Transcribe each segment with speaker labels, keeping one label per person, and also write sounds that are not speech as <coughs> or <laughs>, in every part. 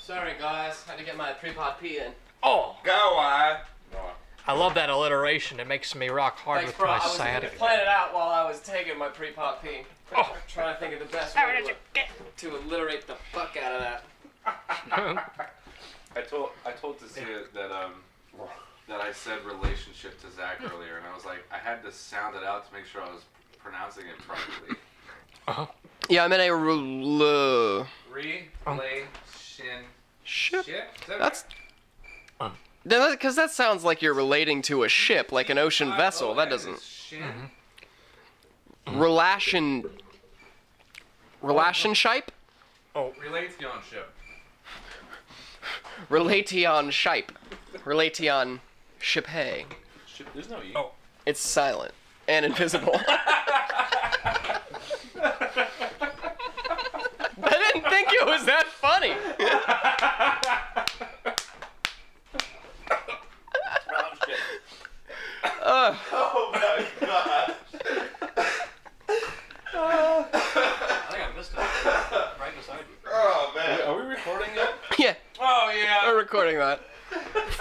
Speaker 1: Sorry, guys. Had to get my pre-pod pee in.
Speaker 2: Oh,
Speaker 3: Go I.
Speaker 2: I love that alliteration. It makes me rock hard
Speaker 1: Thanks,
Speaker 2: with
Speaker 1: bro.
Speaker 2: my
Speaker 1: I was
Speaker 2: sciatic.
Speaker 1: planning it out while I was taking my pre-pod pee.
Speaker 2: Oh.
Speaker 1: <laughs> Trying to think of the best way to, to alliterate the fuck out of that.
Speaker 3: I told I told Tasia that um that I said relationship to Zach earlier, and I was like, I had to sound it out to make sure I was pronouncing it properly.
Speaker 1: Yeah, I'm in a rule.
Speaker 3: Relationship.
Speaker 1: Ship.
Speaker 3: Is that
Speaker 1: That's.
Speaker 2: Uh.
Speaker 1: Because that sounds like you're relating to a ship, like an ocean
Speaker 3: right?
Speaker 1: vessel. That doesn't.
Speaker 3: Shin.
Speaker 1: Relation. Relationship?
Speaker 3: Relationship.
Speaker 1: Relation shipe. <laughs> Relation ship hey.
Speaker 3: Ship. There's no e.
Speaker 2: Oh.
Speaker 1: It's silent and invisible. <laughs> I didn't think it was that funny.
Speaker 3: Oh
Speaker 4: I think I missed it. Right beside you.
Speaker 3: Oh man. Are we recording yet?
Speaker 1: yeah,
Speaker 3: Oh yeah.
Speaker 1: we're recording that.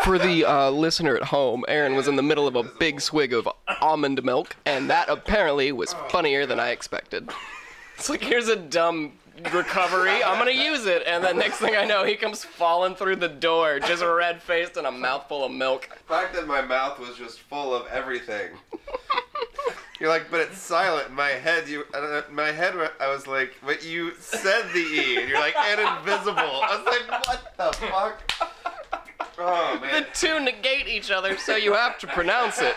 Speaker 1: For the uh, listener at home, Aaron was in the middle of a big swig of almond milk, and that apparently was funnier than I expected. It's like, here's a dumb recovery. I'm gonna use it. And then next thing I know, he comes falling through the door, just red faced and a mouthful of milk.
Speaker 5: The fact that my mouth was just full of everything. You're like, but it's silent. In my head, you, uh, in my head, I was like, but you said the e, and you're like, and invisible. I was like, what the fuck? Oh man.
Speaker 1: The two negate each other, so you have to pronounce it.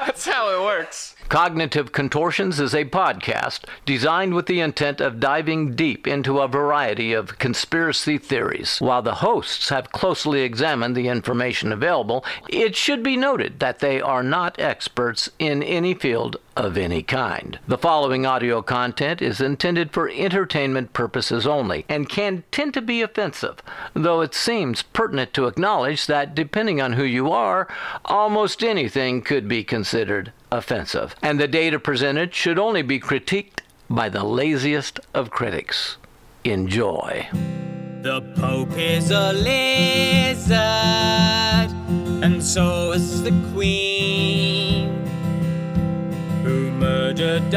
Speaker 1: That's how it works.
Speaker 6: Cognitive Contortions is a podcast designed with the intent of diving deep into a variety of conspiracy theories. While the hosts have closely examined the information available, it should be noted that they are not experts in any field of any kind. The following audio content is intended for entertainment purposes only and can tend to be offensive, though it seems pertinent to acknowledge that depending on who you are, almost anything could be considered offensive, and the data presented should only be critiqued by the laziest of critics. Enjoy.
Speaker 7: The Pope is a lizard, and so is the Queen, who murdered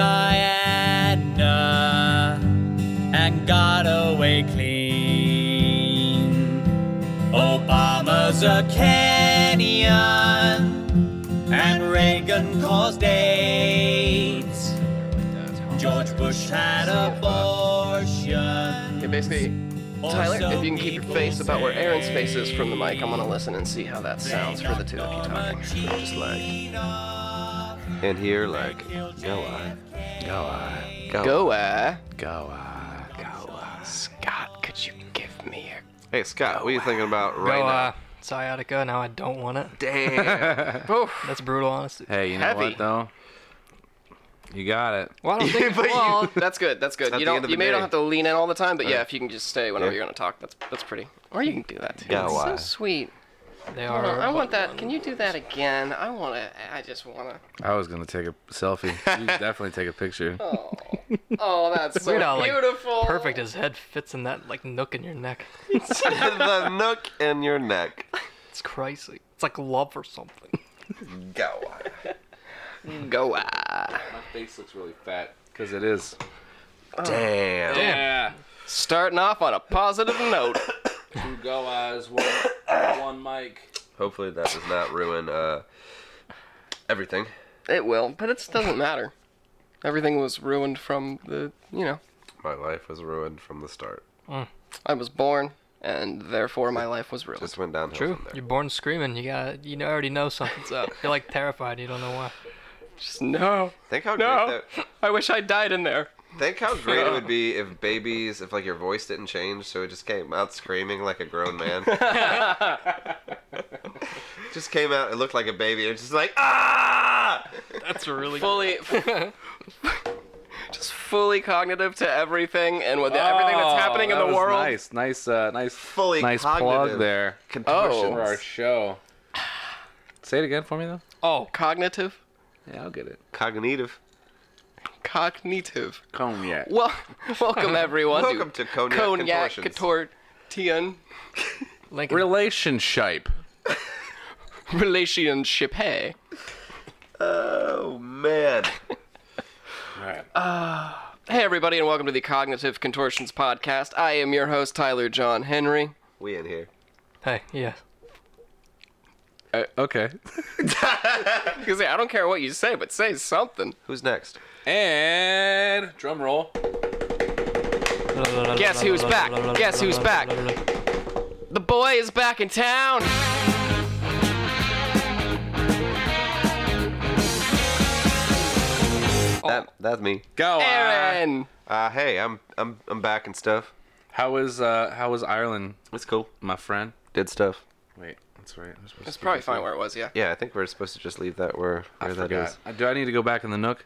Speaker 7: Diana and got away clean. Obama's a Kenyan, and Reagan caused AIDS. George Bush had abortion.
Speaker 1: Yeah, basically, Tyler, if you can keep your face about where Aaron's face is from the mic, I'm gonna listen and see how that sounds for the two of you talking.
Speaker 7: Just like.
Speaker 5: And here, like, go I, go I, go,
Speaker 1: Go, uh,
Speaker 5: go I, go I.
Speaker 1: Scott, could you give me a.
Speaker 5: Hey Scott, what are you thinking about right
Speaker 2: Oh,
Speaker 5: now?
Speaker 2: uh, sciatica. Now I don't want it.
Speaker 5: Damn.
Speaker 2: <laughs> That's brutal, honesty.
Speaker 8: Hey, you know
Speaker 1: Heavy.
Speaker 8: what though? You got it.
Speaker 2: Well, I don't think.
Speaker 5: But you-
Speaker 2: well,
Speaker 1: That's good, that's good.
Speaker 5: At
Speaker 1: you
Speaker 5: the
Speaker 1: don't,
Speaker 5: end of
Speaker 1: you
Speaker 5: the
Speaker 1: may not
Speaker 5: day.
Speaker 1: have to lean in all the time, but yeah, uh, if you can just stay whenever
Speaker 5: Yeah.
Speaker 1: you're gonna talk, that's that's pretty. Or you can do that too.
Speaker 5: Go
Speaker 1: That's so
Speaker 5: I.
Speaker 1: sweet.
Speaker 2: they
Speaker 1: Hold on,
Speaker 2: are.
Speaker 1: I want that. Can you do that again? I wanna. I just wanna.
Speaker 8: I was gonna take a selfie. You definitely take a picture.
Speaker 1: Oh, oh that's so
Speaker 2: Weird how, like,
Speaker 1: beautiful.
Speaker 2: Perfect. His head fits in that like nook in your neck.
Speaker 5: <laughs> the nook in your neck.
Speaker 2: It's crazy. It's like love or something.
Speaker 5: Go I.
Speaker 1: Go, uh.
Speaker 3: My face looks really fat.
Speaker 8: Cause it is.
Speaker 5: Damn.
Speaker 3: Yeah.
Speaker 1: Starting off on a positive
Speaker 8: <laughs>
Speaker 1: note.
Speaker 4: Two go eyes, one, one mic.
Speaker 5: Hopefully that does not ruin uh, everything.
Speaker 1: It will, but it doesn't matter. Everything was ruined from the, you know,
Speaker 5: My life was ruined from the start.
Speaker 1: I was born, and therefore my life was ruined.
Speaker 5: Just went downhill
Speaker 2: True.
Speaker 5: from there.
Speaker 2: You're born screaming. You got. to You already know something's up. You're like terrified. You don't know why.
Speaker 1: Just no,
Speaker 5: Think how
Speaker 1: no.
Speaker 5: great that,
Speaker 1: <laughs> I wish I died in there.
Speaker 5: think how great
Speaker 1: <laughs>
Speaker 5: it would be if babies if like your voice didn't change so it just came out screaming like a grown
Speaker 1: <laughs>
Speaker 5: man. just came out it looked like a baby and it's just like ah
Speaker 2: That's a really.
Speaker 1: Fully, just fully cognitive to everything and with everything that's happening in
Speaker 8: Oh, That
Speaker 1: the
Speaker 8: was
Speaker 1: world.
Speaker 8: Nice, nice, uh, nice,
Speaker 5: Fully
Speaker 8: nice
Speaker 5: cognitive.
Speaker 8: plug there for
Speaker 1: Oh,
Speaker 8: our show. Say it again for me though.
Speaker 2: Oh,
Speaker 1: cognitive,
Speaker 8: Yeah, I'll get it.
Speaker 5: Cognitive.
Speaker 1: cognitive.
Speaker 8: Cognac.
Speaker 1: Well, <laughs> welcome everyone.
Speaker 5: Welcome to Cognac
Speaker 1: Cognac
Speaker 5: Contortions.
Speaker 1: Contort- Tian.
Speaker 2: Lincoln.
Speaker 8: Relationship.
Speaker 1: Relationship, hey.
Speaker 5: Oh man.
Speaker 1: Hey, everybody, and welcome to the Cognitive Contortions Podcast. I am your host, Tyler John Henry.
Speaker 5: We in here.
Speaker 2: Hey, yeah.
Speaker 8: Uh, okay.
Speaker 1: Because I don't care what you say, but say something.
Speaker 5: Who's next?
Speaker 8: And drum roll.
Speaker 1: Guess who's back? Guess who's <laughs> back? The boy is back in town. Oh.
Speaker 5: That that's me.
Speaker 8: Go. uh,
Speaker 1: Aaron.
Speaker 5: Uh, hey, I'm I'm I'm back and stuff.
Speaker 8: How was uh how was Ireland,
Speaker 5: It's cool.
Speaker 8: my friend?
Speaker 5: Did stuff.
Speaker 8: Wait, that's right. I'm supposed
Speaker 1: It's
Speaker 8: to-
Speaker 1: probably fine where it was, yeah.
Speaker 5: Yeah, I think we're supposed to just leave that where
Speaker 8: I
Speaker 5: where that
Speaker 8: forgot.
Speaker 5: is.
Speaker 8: Uh, Do I need to go back in the nook?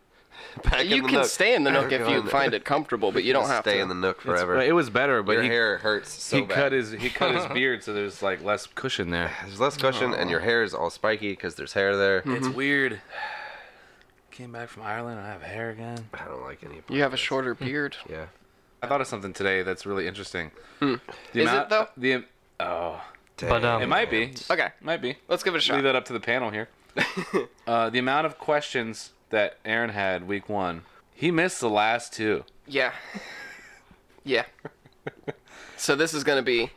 Speaker 5: Back
Speaker 1: You
Speaker 5: in the
Speaker 1: can
Speaker 5: nook.
Speaker 1: stay in the nook
Speaker 5: Back
Speaker 1: if
Speaker 5: in
Speaker 1: you
Speaker 5: the-
Speaker 1: find it comfortable, but you don't have
Speaker 5: stay
Speaker 1: to.
Speaker 5: in the nook
Speaker 8: It's-
Speaker 5: forever.
Speaker 8: It was better, but
Speaker 5: Your
Speaker 8: he,
Speaker 5: hair hurts so
Speaker 8: he
Speaker 5: bad.
Speaker 8: cut his he cut <laughs> his beard, so there's like less cushion there.
Speaker 5: There's less cushion, and your hair is all spiky because there's hair there.
Speaker 8: <laughs> It's weird. Came back from Ireland and I have hair again.
Speaker 5: I don't like any.
Speaker 1: you have a shorter beard.
Speaker 5: Yeah.
Speaker 8: I thought of something today that's really interesting. The
Speaker 1: Is it, though?
Speaker 8: The oh,
Speaker 2: But um,
Speaker 8: it might be.
Speaker 1: Okay,
Speaker 8: Might be.
Speaker 1: let's give it a shot.
Speaker 8: Leave that up to the panel <laughs> here. uh, the amount of questions that Aaron had week one, he missed the last two.
Speaker 1: Yeah. Yeah. so this is going to be.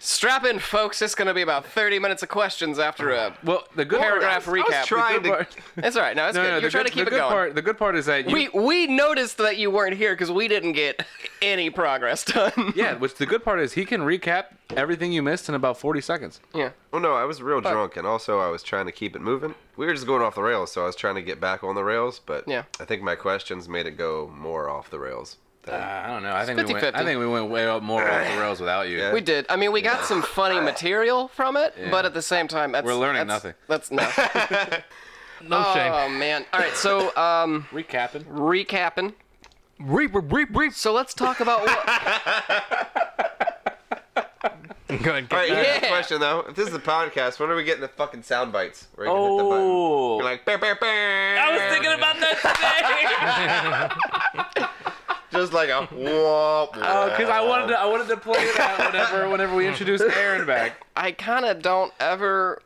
Speaker 1: Strap in, folks. It's going to be about 30 minutes of questions after a.
Speaker 8: Well, the good
Speaker 1: Paragraph
Speaker 8: part,
Speaker 1: recap.
Speaker 8: The
Speaker 5: trying
Speaker 8: good
Speaker 5: to-
Speaker 8: <laughs> part,
Speaker 1: It's all right. No, it's
Speaker 8: no,
Speaker 1: good.
Speaker 8: no, the
Speaker 1: You're trying
Speaker 8: good-
Speaker 1: to keep
Speaker 8: the
Speaker 1: it
Speaker 8: good
Speaker 1: going.
Speaker 8: Part, the good part is that you,
Speaker 1: We we noticed that you weren't here because we didn't get any progress
Speaker 8: <laughs>
Speaker 1: done.
Speaker 8: yeah, which the good part is he can recap everything you missed in about 40 seconds.
Speaker 1: yeah.
Speaker 5: Oh no, I was real drunk, and also I was trying to keep it moving. We were just going off the rails, so I was trying to get back on the rails, but
Speaker 1: Yeah.
Speaker 5: I think my questions made it go more off the rails. than-
Speaker 8: Uh, I don't know. I think we went,
Speaker 1: 50-50.
Speaker 8: I think we went way up more off the rails without you.
Speaker 5: Yeah.
Speaker 1: We did. I mean, we got some funny material from it, but at the same time, that's,
Speaker 8: We're learning
Speaker 1: that's- That's
Speaker 8: nothing. <laughs>
Speaker 1: no.
Speaker 2: no shame.
Speaker 1: oh man. All right. So um,
Speaker 8: Recapping.
Speaker 1: recapping.
Speaker 2: Reap, reap, reap, reap.
Speaker 1: So let's talk about
Speaker 8: <laughs>
Speaker 1: what.
Speaker 2: Go ahead.
Speaker 5: All right,
Speaker 2: yeah.
Speaker 5: here's the question though: If this is a podcast, when are we getting the fucking sound bites? Where you can hit the button? You're like, "Bah, bah, bah."
Speaker 7: I was thinking about that today.
Speaker 5: just like a <laughs> womp.
Speaker 8: Because Oh, Uh, I wanted to, I wanted to play it out whenever whenever we introduce Aaron back.
Speaker 1: I kind of don't ever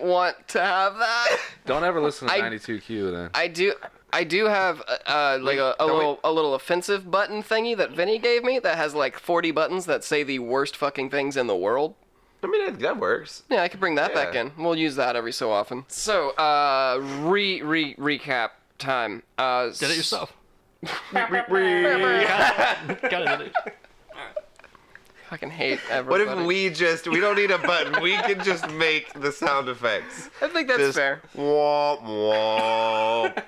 Speaker 1: want to have that.
Speaker 8: Don't ever listen to
Speaker 1: I-
Speaker 8: 92Q then.
Speaker 1: I do. I do have uh, uh, like a, a
Speaker 5: no,
Speaker 1: little a little offensive button thingy that Vinny gave me that has like 40 buttons that say the worst fucking things in the world.
Speaker 5: I mean, that- that works.
Speaker 1: Yeah, I could bring that back
Speaker 5: Yeah.
Speaker 1: in. We'll use that every so often. So, uh, re re recap time. Uh,
Speaker 2: Did it yourself. <laughs> Got it. did it.
Speaker 1: Fucking <laughs> hate
Speaker 5: What
Speaker 1: everybody.
Speaker 5: if we just we don't need a button? We can just make the sound effects.
Speaker 1: I think that's
Speaker 5: Just
Speaker 1: fair. <laughs>
Speaker 5: Womp womp.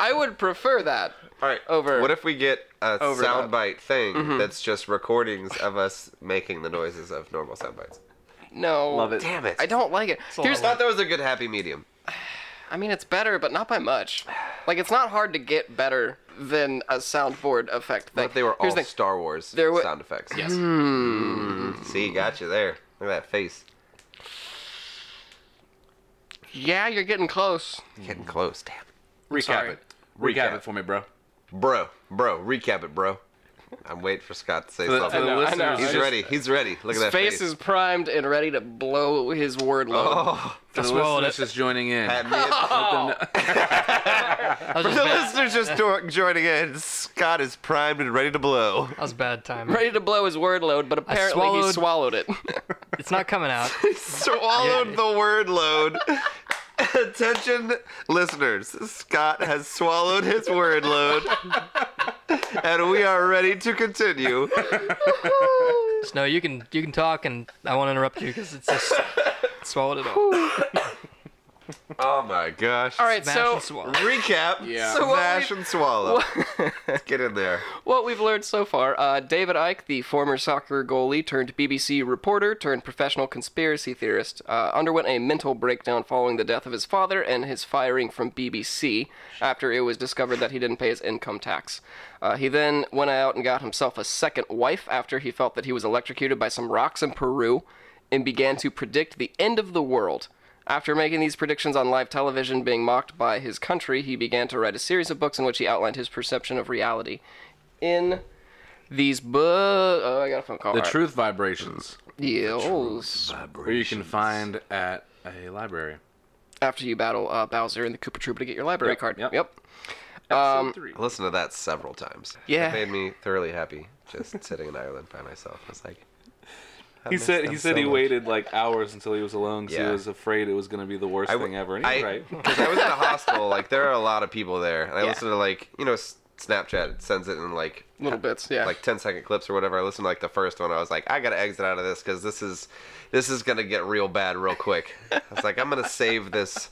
Speaker 1: I would prefer that.
Speaker 5: All right,
Speaker 1: Over. Mm-hmm.
Speaker 5: What if we get a
Speaker 1: Overlap.
Speaker 5: soundbite thing that's just recordings of us making the noises of normal soundbites?
Speaker 1: No. Love
Speaker 8: it.
Speaker 5: Damn it!
Speaker 1: I don't like it.
Speaker 2: a lot
Speaker 1: Here's
Speaker 5: thought that was a good happy medium.
Speaker 1: I mean, it's better, but not by much. Like, it's not hard to get better than a soundboard effect thing.
Speaker 5: What if they were
Speaker 1: Here's
Speaker 5: all
Speaker 1: the thing.
Speaker 5: Star Wars
Speaker 1: There wa-
Speaker 5: sound effects? Yes. See, got you there. Look at that face.
Speaker 1: Yeah, you're getting close.
Speaker 5: Getting close. Damn.
Speaker 8: Recap
Speaker 1: sorry.
Speaker 8: it. Recap,
Speaker 5: Recap.
Speaker 8: it for me, bro.
Speaker 5: Bro, bro, recap it, bro. I'm waiting for Scott to say
Speaker 8: For the, for
Speaker 5: something.
Speaker 8: the
Speaker 1: know, I
Speaker 8: listeners,
Speaker 1: know.
Speaker 5: He's
Speaker 8: just-
Speaker 5: ready. He's ready. Look
Speaker 1: His
Speaker 5: at that
Speaker 1: face, is primed and ready to blow his word load.
Speaker 5: Oh,
Speaker 8: For the
Speaker 2: swallowed
Speaker 8: listeners
Speaker 2: it.
Speaker 8: just joining in.
Speaker 1: <laughs>
Speaker 5: that man-
Speaker 2: Oh. <laughs>
Speaker 5: <laughs>
Speaker 2: That was,
Speaker 5: the
Speaker 2: just bad,
Speaker 5: listeners just jo- joining in. Scott is primed and ready to blow. <laughs>
Speaker 2: that was bad timing.
Speaker 1: Ready to blow his word load, but apparently he
Speaker 2: swallowed-
Speaker 1: swallowed it.
Speaker 2: It's not coming out.
Speaker 5: swallowed the word load. Attention, listeners. Scott has swallowed his word load. and we are ready to continue.
Speaker 2: No, you can you can talk, and I won't interrupt you because it's just swallowed it all.
Speaker 5: Oh my gosh.
Speaker 1: all right,
Speaker 2: Smash
Speaker 1: so
Speaker 2: and swallow.
Speaker 5: Recap,
Speaker 8: Yeah.
Speaker 1: So what
Speaker 5: smash
Speaker 1: we-
Speaker 5: and swallow. Let's get in there.
Speaker 1: what we've learned so far uh, David Icke, the former soccer goalie turned BBC reporter turned professional conspiracy theorist, uh, underwent a mental breakdown following the death of his father and his firing from BBC after it was discovered that he didn't pay his income tax. Uh, he then went out and got himself a second wife after he felt that he was electrocuted by some rocks in Peru and began to predict the end of the world. After making these predictions on live television, being mocked by his country, he began to write a series of books in which he outlined his perception of reality. In These bu- Oh, I got a phone call.
Speaker 8: The
Speaker 1: All right.
Speaker 8: Truth Vibrations,
Speaker 1: Yes.
Speaker 8: where you can find at a library.
Speaker 1: After you battle uh, Bowser and the Koopa Troopa to get your library
Speaker 8: Yep,
Speaker 1: card.
Speaker 8: yep.
Speaker 1: Um,
Speaker 8: three.
Speaker 5: I listened to that several times.
Speaker 1: Yeah.
Speaker 5: It made me thoroughly happy just sitting in Ireland by myself. I was like, I
Speaker 8: He
Speaker 5: miss
Speaker 8: said
Speaker 5: them
Speaker 8: he said
Speaker 5: so
Speaker 8: he
Speaker 5: much.
Speaker 8: waited like hours until he was alone because
Speaker 5: Yeah.
Speaker 8: he was afraid it was going to be the worst
Speaker 5: I
Speaker 8: thing
Speaker 5: w-
Speaker 8: ever. And
Speaker 5: I,
Speaker 8: he <laughs> was right.
Speaker 5: 'cause I was in a hostel. Like there are a lot of people there, and I
Speaker 1: Yeah.
Speaker 5: listened to like you know S- Snapchat it sends it in like
Speaker 1: Little bits, yeah.
Speaker 5: like 10 second clips or whatever. I listened to like the first one. I was like, I gotta exit out of this because this is this is gonna get real bad real quick. I was like, I'm gonna save this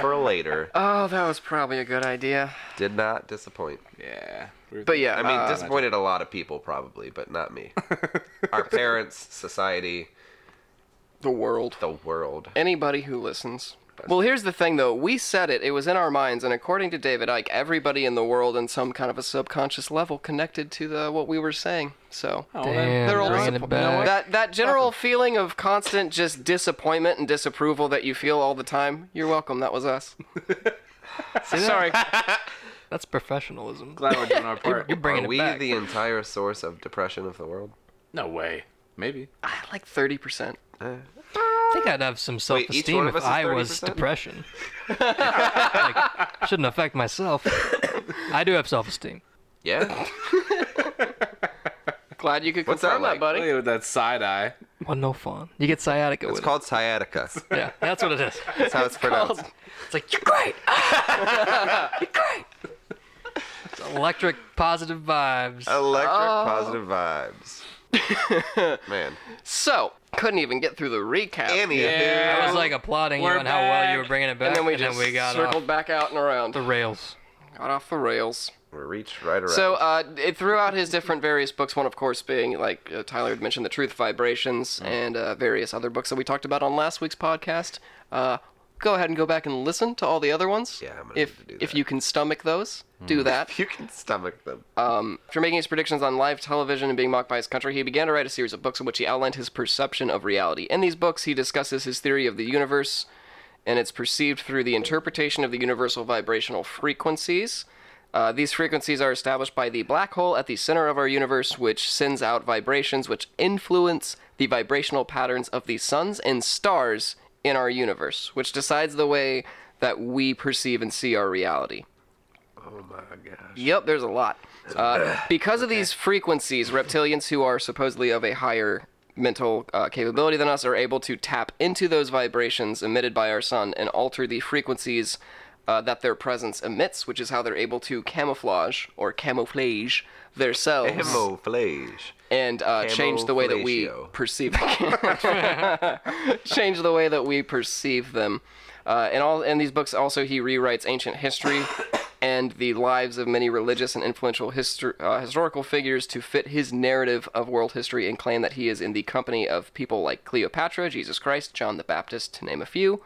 Speaker 5: for later.
Speaker 1: oh, that was probably a good idea.
Speaker 5: Did not disappoint.
Speaker 8: Yeah.
Speaker 1: But yeah,
Speaker 5: I mean,
Speaker 1: uh,
Speaker 5: disappointed a lot of people probably, but not me.
Speaker 1: <laughs>
Speaker 5: Our parents, society,
Speaker 1: the world.
Speaker 5: the world.
Speaker 1: Anybody who listens. Well, here's the thing, though. We said it. It was in our minds, and according to David Icke, everybody in the world, in some kind of a subconscious level, connected to the what we were saying. So
Speaker 8: Oh,
Speaker 2: Damn,
Speaker 1: they're all
Speaker 2: bringing
Speaker 1: disappo-
Speaker 2: it back.
Speaker 1: that that general feeling of constant just disappointment and disapproval that you feel all the time. You're welcome. That was us. <laughs> Sorry.
Speaker 2: That's professionalism.
Speaker 8: Glad we're doing
Speaker 2: <laughs>
Speaker 8: our part.
Speaker 2: You're
Speaker 5: Are
Speaker 2: bringing
Speaker 5: we
Speaker 2: it back.
Speaker 5: the entire source of depression of the world?
Speaker 8: no way. Maybe.
Speaker 1: like thirty percent.
Speaker 2: I think I'd have some
Speaker 5: Wait, each
Speaker 2: self-esteem
Speaker 5: one of
Speaker 2: if
Speaker 5: us is
Speaker 2: I was
Speaker 5: 30%?
Speaker 2: depression. like, shouldn't affect myself. I do have self-esteem.
Speaker 1: <laughs>
Speaker 5: Yeah.
Speaker 1: Glad you could
Speaker 5: What's
Speaker 1: confirm
Speaker 5: that
Speaker 1: that,
Speaker 5: like?
Speaker 1: buddy.
Speaker 8: Look at that side eye.
Speaker 2: Well, no fun. You get sciatica
Speaker 5: It's
Speaker 2: with
Speaker 5: called sciatica.
Speaker 2: it. Yeah, that's what it is.
Speaker 5: That's how it's pronounced.
Speaker 2: <laughs> It's like you're great. Ah, <laughs> you're great. It's electric positive vibes.
Speaker 1: Oh,
Speaker 5: Electric
Speaker 2: Oh.
Speaker 5: positive vibes.
Speaker 2: <laughs>
Speaker 5: Man.
Speaker 1: So couldn't even get through the recap.
Speaker 5: Anywho.
Speaker 2: I was like applauding you
Speaker 8: We're
Speaker 2: on how well you were
Speaker 8: back.
Speaker 2: bringing it back,
Speaker 1: and then we just
Speaker 2: got
Speaker 1: circled
Speaker 2: off
Speaker 1: back out and around.
Speaker 2: the rails.
Speaker 1: Got off the rails.
Speaker 5: We reach right around.
Speaker 1: So uh, it, throughout his different various books, one of course being like uh, Tyler had mentioned, the Truth Vibrations,
Speaker 5: Mm-hmm.
Speaker 1: and uh, various other books that we talked about on last week's podcast. Uh, go ahead and go back and listen to all the other ones.
Speaker 5: Yeah, I'm gonna
Speaker 1: if
Speaker 5: need to do
Speaker 1: if
Speaker 5: that. Mm-hmm.
Speaker 1: you can stomach those, do that.
Speaker 5: you can stomach them.
Speaker 1: After making his predictions on live television and being mocked by his country, he began to write a series of books in which he outlined his perception of reality. In these books, he discusses his theory of the universe, and it's perceived through the interpretation of the universal vibrational frequencies. Uh, these frequencies are established by the black hole at the center of our universe, which sends out vibrations which influence the vibrational patterns of the suns and stars in our universe, which decides the way that we perceive and see our reality.
Speaker 5: oh my gosh.
Speaker 1: Yep, there's a lot. Uh, because of these frequencies, reptilians who are supposedly of a higher mental uh, capability than us are able to tap into those vibrations emitted by our sun and alter the frequencies uh, that their presence emits, which is how they're able to camouflage or camouflage themselves
Speaker 5: Camouflage.
Speaker 1: and uh, change the way that we
Speaker 5: Camouflatio.
Speaker 1: perceive <laughs> change the way that we perceive them. Uh, and all in these books, also he rewrites ancient history and the lives of many religious and influential histor- uh, historical figures to fit his narrative of world history and claim that he is in the company of people like Cleopatra, Jesus Christ, John the Baptist, to name a few,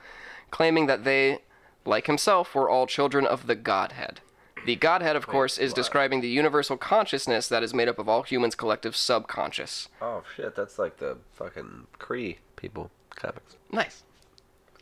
Speaker 1: claiming that they, like himself, were all children of the Godhead. The Godhead, of course, is describing the universal consciousness that is made up of all humans' collective subconscious.
Speaker 5: Oh shit, that's like the fucking Cree people. Comics.
Speaker 1: Nice.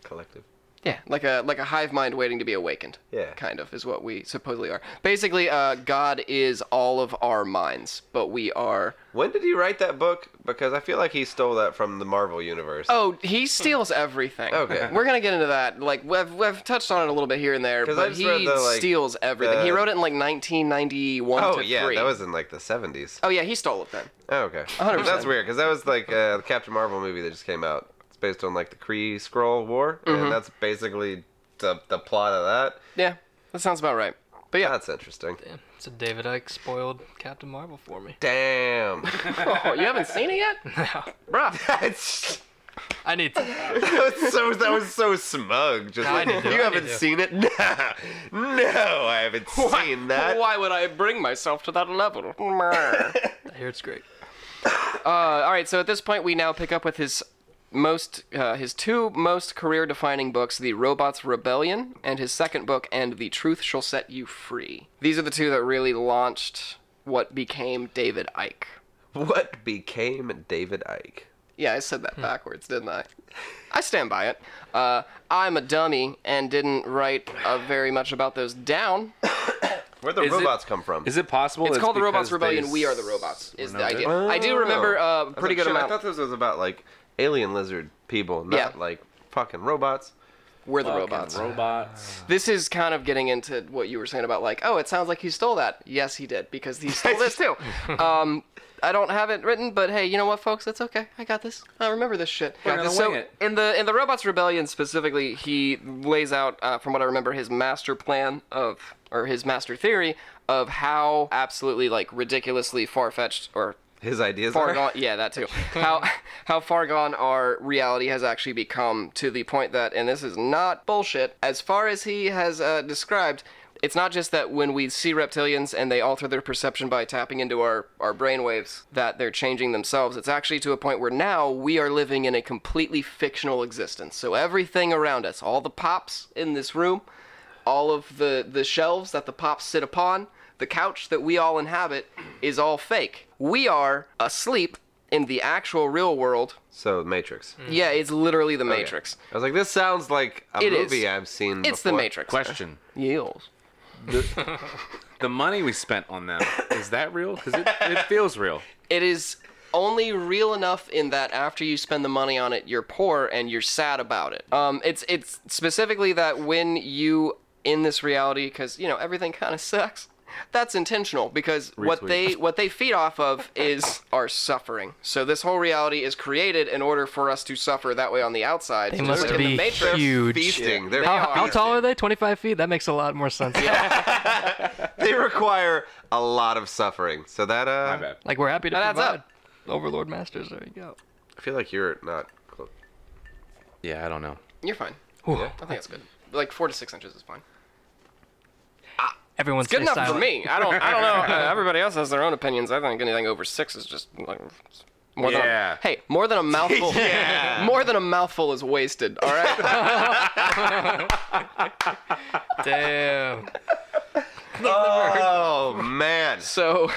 Speaker 5: Collective.
Speaker 1: Yeah, like a like a hive mind waiting to be awakened.
Speaker 5: Yeah.
Speaker 1: kind of is what we supposedly are. Basically, uh, God is all of our minds, but we are.
Speaker 5: When did he write that book? Because I feel like he stole that from the Marvel universe.
Speaker 1: Oh, he steals everything.
Speaker 5: Okay.
Speaker 1: <laughs> we're gonna get into that. Like we've we've touched on it a little bit here and there,
Speaker 5: 'Cause I
Speaker 1: but
Speaker 5: just
Speaker 1: he
Speaker 5: read the, like,
Speaker 1: steals everything. he
Speaker 5: the-
Speaker 1: wrote it in like 1991
Speaker 5: Oh,
Speaker 1: to
Speaker 5: yeah,
Speaker 1: three.
Speaker 5: that was in like the 70s.
Speaker 1: Oh yeah, he stole it then.
Speaker 5: Oh, okay.
Speaker 1: 100%.
Speaker 5: That's weird because that was like uh, the Captain Marvel movie that just came out. It's based on like the Kree Scroll War, and that's basically the, the plot of that.
Speaker 1: Yeah, that sounds about right.
Speaker 5: But yeah, that's interesting.
Speaker 2: It's a David Icke spoiled Captain Marvel for me.
Speaker 5: Damn. <laughs>
Speaker 1: Oh, you haven't seen it yet, bruh.
Speaker 5: that's
Speaker 2: I need to.
Speaker 5: that's so <laughs> that was so smug. Just
Speaker 2: No, I
Speaker 5: like,
Speaker 2: need to,
Speaker 5: you
Speaker 2: I
Speaker 5: haven't
Speaker 2: need to."
Speaker 5: seen it. <laughs> Nah. no, I haven't seen
Speaker 1: <laughs>
Speaker 5: that.
Speaker 1: Why would I bring myself to that <laughs> level?
Speaker 2: I hear it's great.
Speaker 1: Uh, all right, so at this point, we now pick up with his most uh, his two most career-defining books, The Robot's Rebellion and his second book, and The Truth Shall Set You Free. These are the two that really launched what became David Icke.
Speaker 5: What became David Icke?
Speaker 1: Yeah, I said that backwards, didn't I? I stand by it. Uh, I'm a dummy and didn't write uh, very much about those down. <laughs>
Speaker 5: Where'd the
Speaker 8: Is it-
Speaker 5: robots come from?
Speaker 8: Is it possible?
Speaker 1: It's called the Robots
Speaker 8: because they
Speaker 1: Rebellion. We are the
Speaker 8: s-
Speaker 1: robots. Is
Speaker 8: were
Speaker 1: the
Speaker 8: no good?
Speaker 1: idea?
Speaker 5: Oh.
Speaker 1: I do remember
Speaker 5: I
Speaker 1: uh,
Speaker 5: was
Speaker 1: pretty
Speaker 5: like,
Speaker 1: good
Speaker 5: "Shit, I
Speaker 1: amount.
Speaker 5: thought this was about like alien lizard people, not
Speaker 1: Yeah.
Speaker 5: like fucking robots.
Speaker 1: We're the
Speaker 8: Fucking
Speaker 1: robots.
Speaker 8: Robots.
Speaker 1: This is kind of getting into what you were saying about like, oh, it sounds like he stole that. Yes, he did because he stole this
Speaker 5: <laughs>
Speaker 1: too. Um, I don't have it written, but hey, you know what, folks? It's okay. I got this. I remember this shit.
Speaker 8: We're gonna
Speaker 1: so
Speaker 8: wing
Speaker 9: <laughs>
Speaker 8: it.
Speaker 1: in the in the Robots Rebellion specifically, he lays out, uh, from what I remember, his master plan of or his master theory of how absolutely like ridiculously far fetched or
Speaker 5: His ideas
Speaker 1: far
Speaker 5: are.
Speaker 1: gone yeah that too how how far gone our reality has actually become to the point that and this is not bullshit as far as he has uh, described it's not just that when we see reptilians and they alter their perception by tapping into our, our brainwaves that they're changing themselves. It's actually to a point where now we are living in a completely fictional existence. So everything around us, all the pops in this room, all of the, the shelves that the pops sit upon, the couch that we all inhabit, is all fake. We are asleep in the actual real world.
Speaker 5: So Matrix.
Speaker 1: Oh, Yeah, it's literally the Matrix.
Speaker 5: I was like, this sounds like a
Speaker 1: It is.
Speaker 5: movie I've seen.
Speaker 1: It's the
Speaker 5: before.
Speaker 1: Matrix.
Speaker 8: Question:
Speaker 1: Yields.
Speaker 8: The money we spent on them is that real? Because it, it feels real.
Speaker 1: It is only real enough in that after you spend the money on it, you're poor and you're sad about it. Um, it's it's specifically that when you in this reality, because you know everything kind of sucks. That's intentional because what
Speaker 8: Retweet.
Speaker 1: they what they feed off of is our suffering. So this whole reality is created in order for us to suffer that way on the outside.
Speaker 2: They
Speaker 1: Just
Speaker 2: must
Speaker 1: like in the
Speaker 2: be
Speaker 1: Matrix.
Speaker 2: huge.
Speaker 5: Feasting. They're
Speaker 1: They
Speaker 2: How, how
Speaker 1: are.
Speaker 2: tall are they? 25 feet? That makes a lot more sense.
Speaker 5: <laughs> They require a lot of suffering. So that uh,
Speaker 8: My bad.
Speaker 2: Like, we're happy to
Speaker 1: That adds
Speaker 2: provide.
Speaker 1: up.
Speaker 2: Overlord Masters, there you go.
Speaker 5: I feel like you're not. Close.
Speaker 8: Yeah, I don't know.
Speaker 1: You're fine.
Speaker 2: Whew.
Speaker 1: I think that's good. Like four to six inches is fine.
Speaker 2: Everyone's
Speaker 1: Good enough
Speaker 2: silent.
Speaker 1: for me. I don't. I don't
Speaker 5: <laughs>
Speaker 1: know. Uh, everybody else has their own opinions. I think anything over six is just like more
Speaker 8: Yeah.
Speaker 1: than a, hey, more than a <laughs> mouthful. More than a mouthful is wasted. All right.
Speaker 2: Damn.
Speaker 5: Oh man.
Speaker 1: so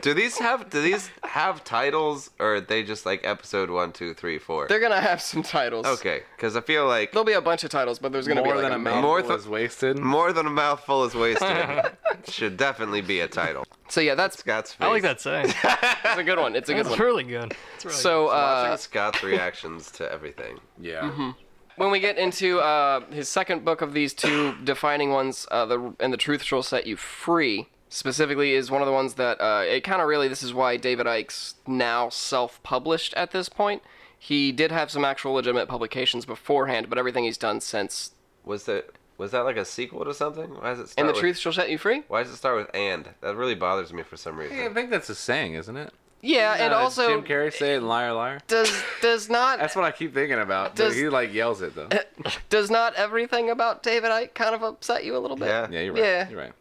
Speaker 5: Do these have do these have titles or are they just like episode one, two, three, four?
Speaker 1: they're gonna have some titles.
Speaker 5: okay, because I feel like
Speaker 1: There'll be a bunch of titles, but there's gonna
Speaker 8: More
Speaker 1: be like
Speaker 8: than a
Speaker 1: main-
Speaker 8: mouthful
Speaker 5: More
Speaker 8: more
Speaker 5: th-
Speaker 8: is wasted.
Speaker 5: more than a mouthful
Speaker 1: <laughs>
Speaker 5: is wasted. Should definitely be a title.
Speaker 1: So yeah, that's
Speaker 5: Scott's face.
Speaker 2: I like that saying.
Speaker 1: that's a good one. It's a good
Speaker 2: It's
Speaker 1: one.
Speaker 2: really good. It's really
Speaker 1: So
Speaker 5: Watching
Speaker 1: uh,
Speaker 5: Scott's reactions to everything.
Speaker 8: yeah.
Speaker 5: Mm-hmm.
Speaker 1: when we get into uh, his second book of these two <coughs> defining ones, uh, the and the truth shall set you free. Specifically, is one of the ones that uh, it kind of really. This is why David Icke's now self-published at this point. He did have some actual legitimate publications beforehand, but everything he's done since.
Speaker 5: Was that was that like a sequel to something? Why does it start
Speaker 1: And the
Speaker 5: with,
Speaker 1: truth shall set you free.
Speaker 5: Why does it start with and? That really bothers me for some
Speaker 8: Hey, I
Speaker 5: reason.
Speaker 8: think that's a saying, isn't it?
Speaker 1: Yeah, and
Speaker 8: Uh,
Speaker 1: also
Speaker 8: Jim Carrey say it, liar, liar.
Speaker 1: does does not <coughs>
Speaker 8: That's what I keep thinking about.
Speaker 1: Does- Uh,
Speaker 8: but he like yells it though.
Speaker 1: does not everything about David Icke kind of upset you a little bit?
Speaker 5: Yeah.
Speaker 8: Yeah, you're right.
Speaker 1: Yeah.
Speaker 8: You're right.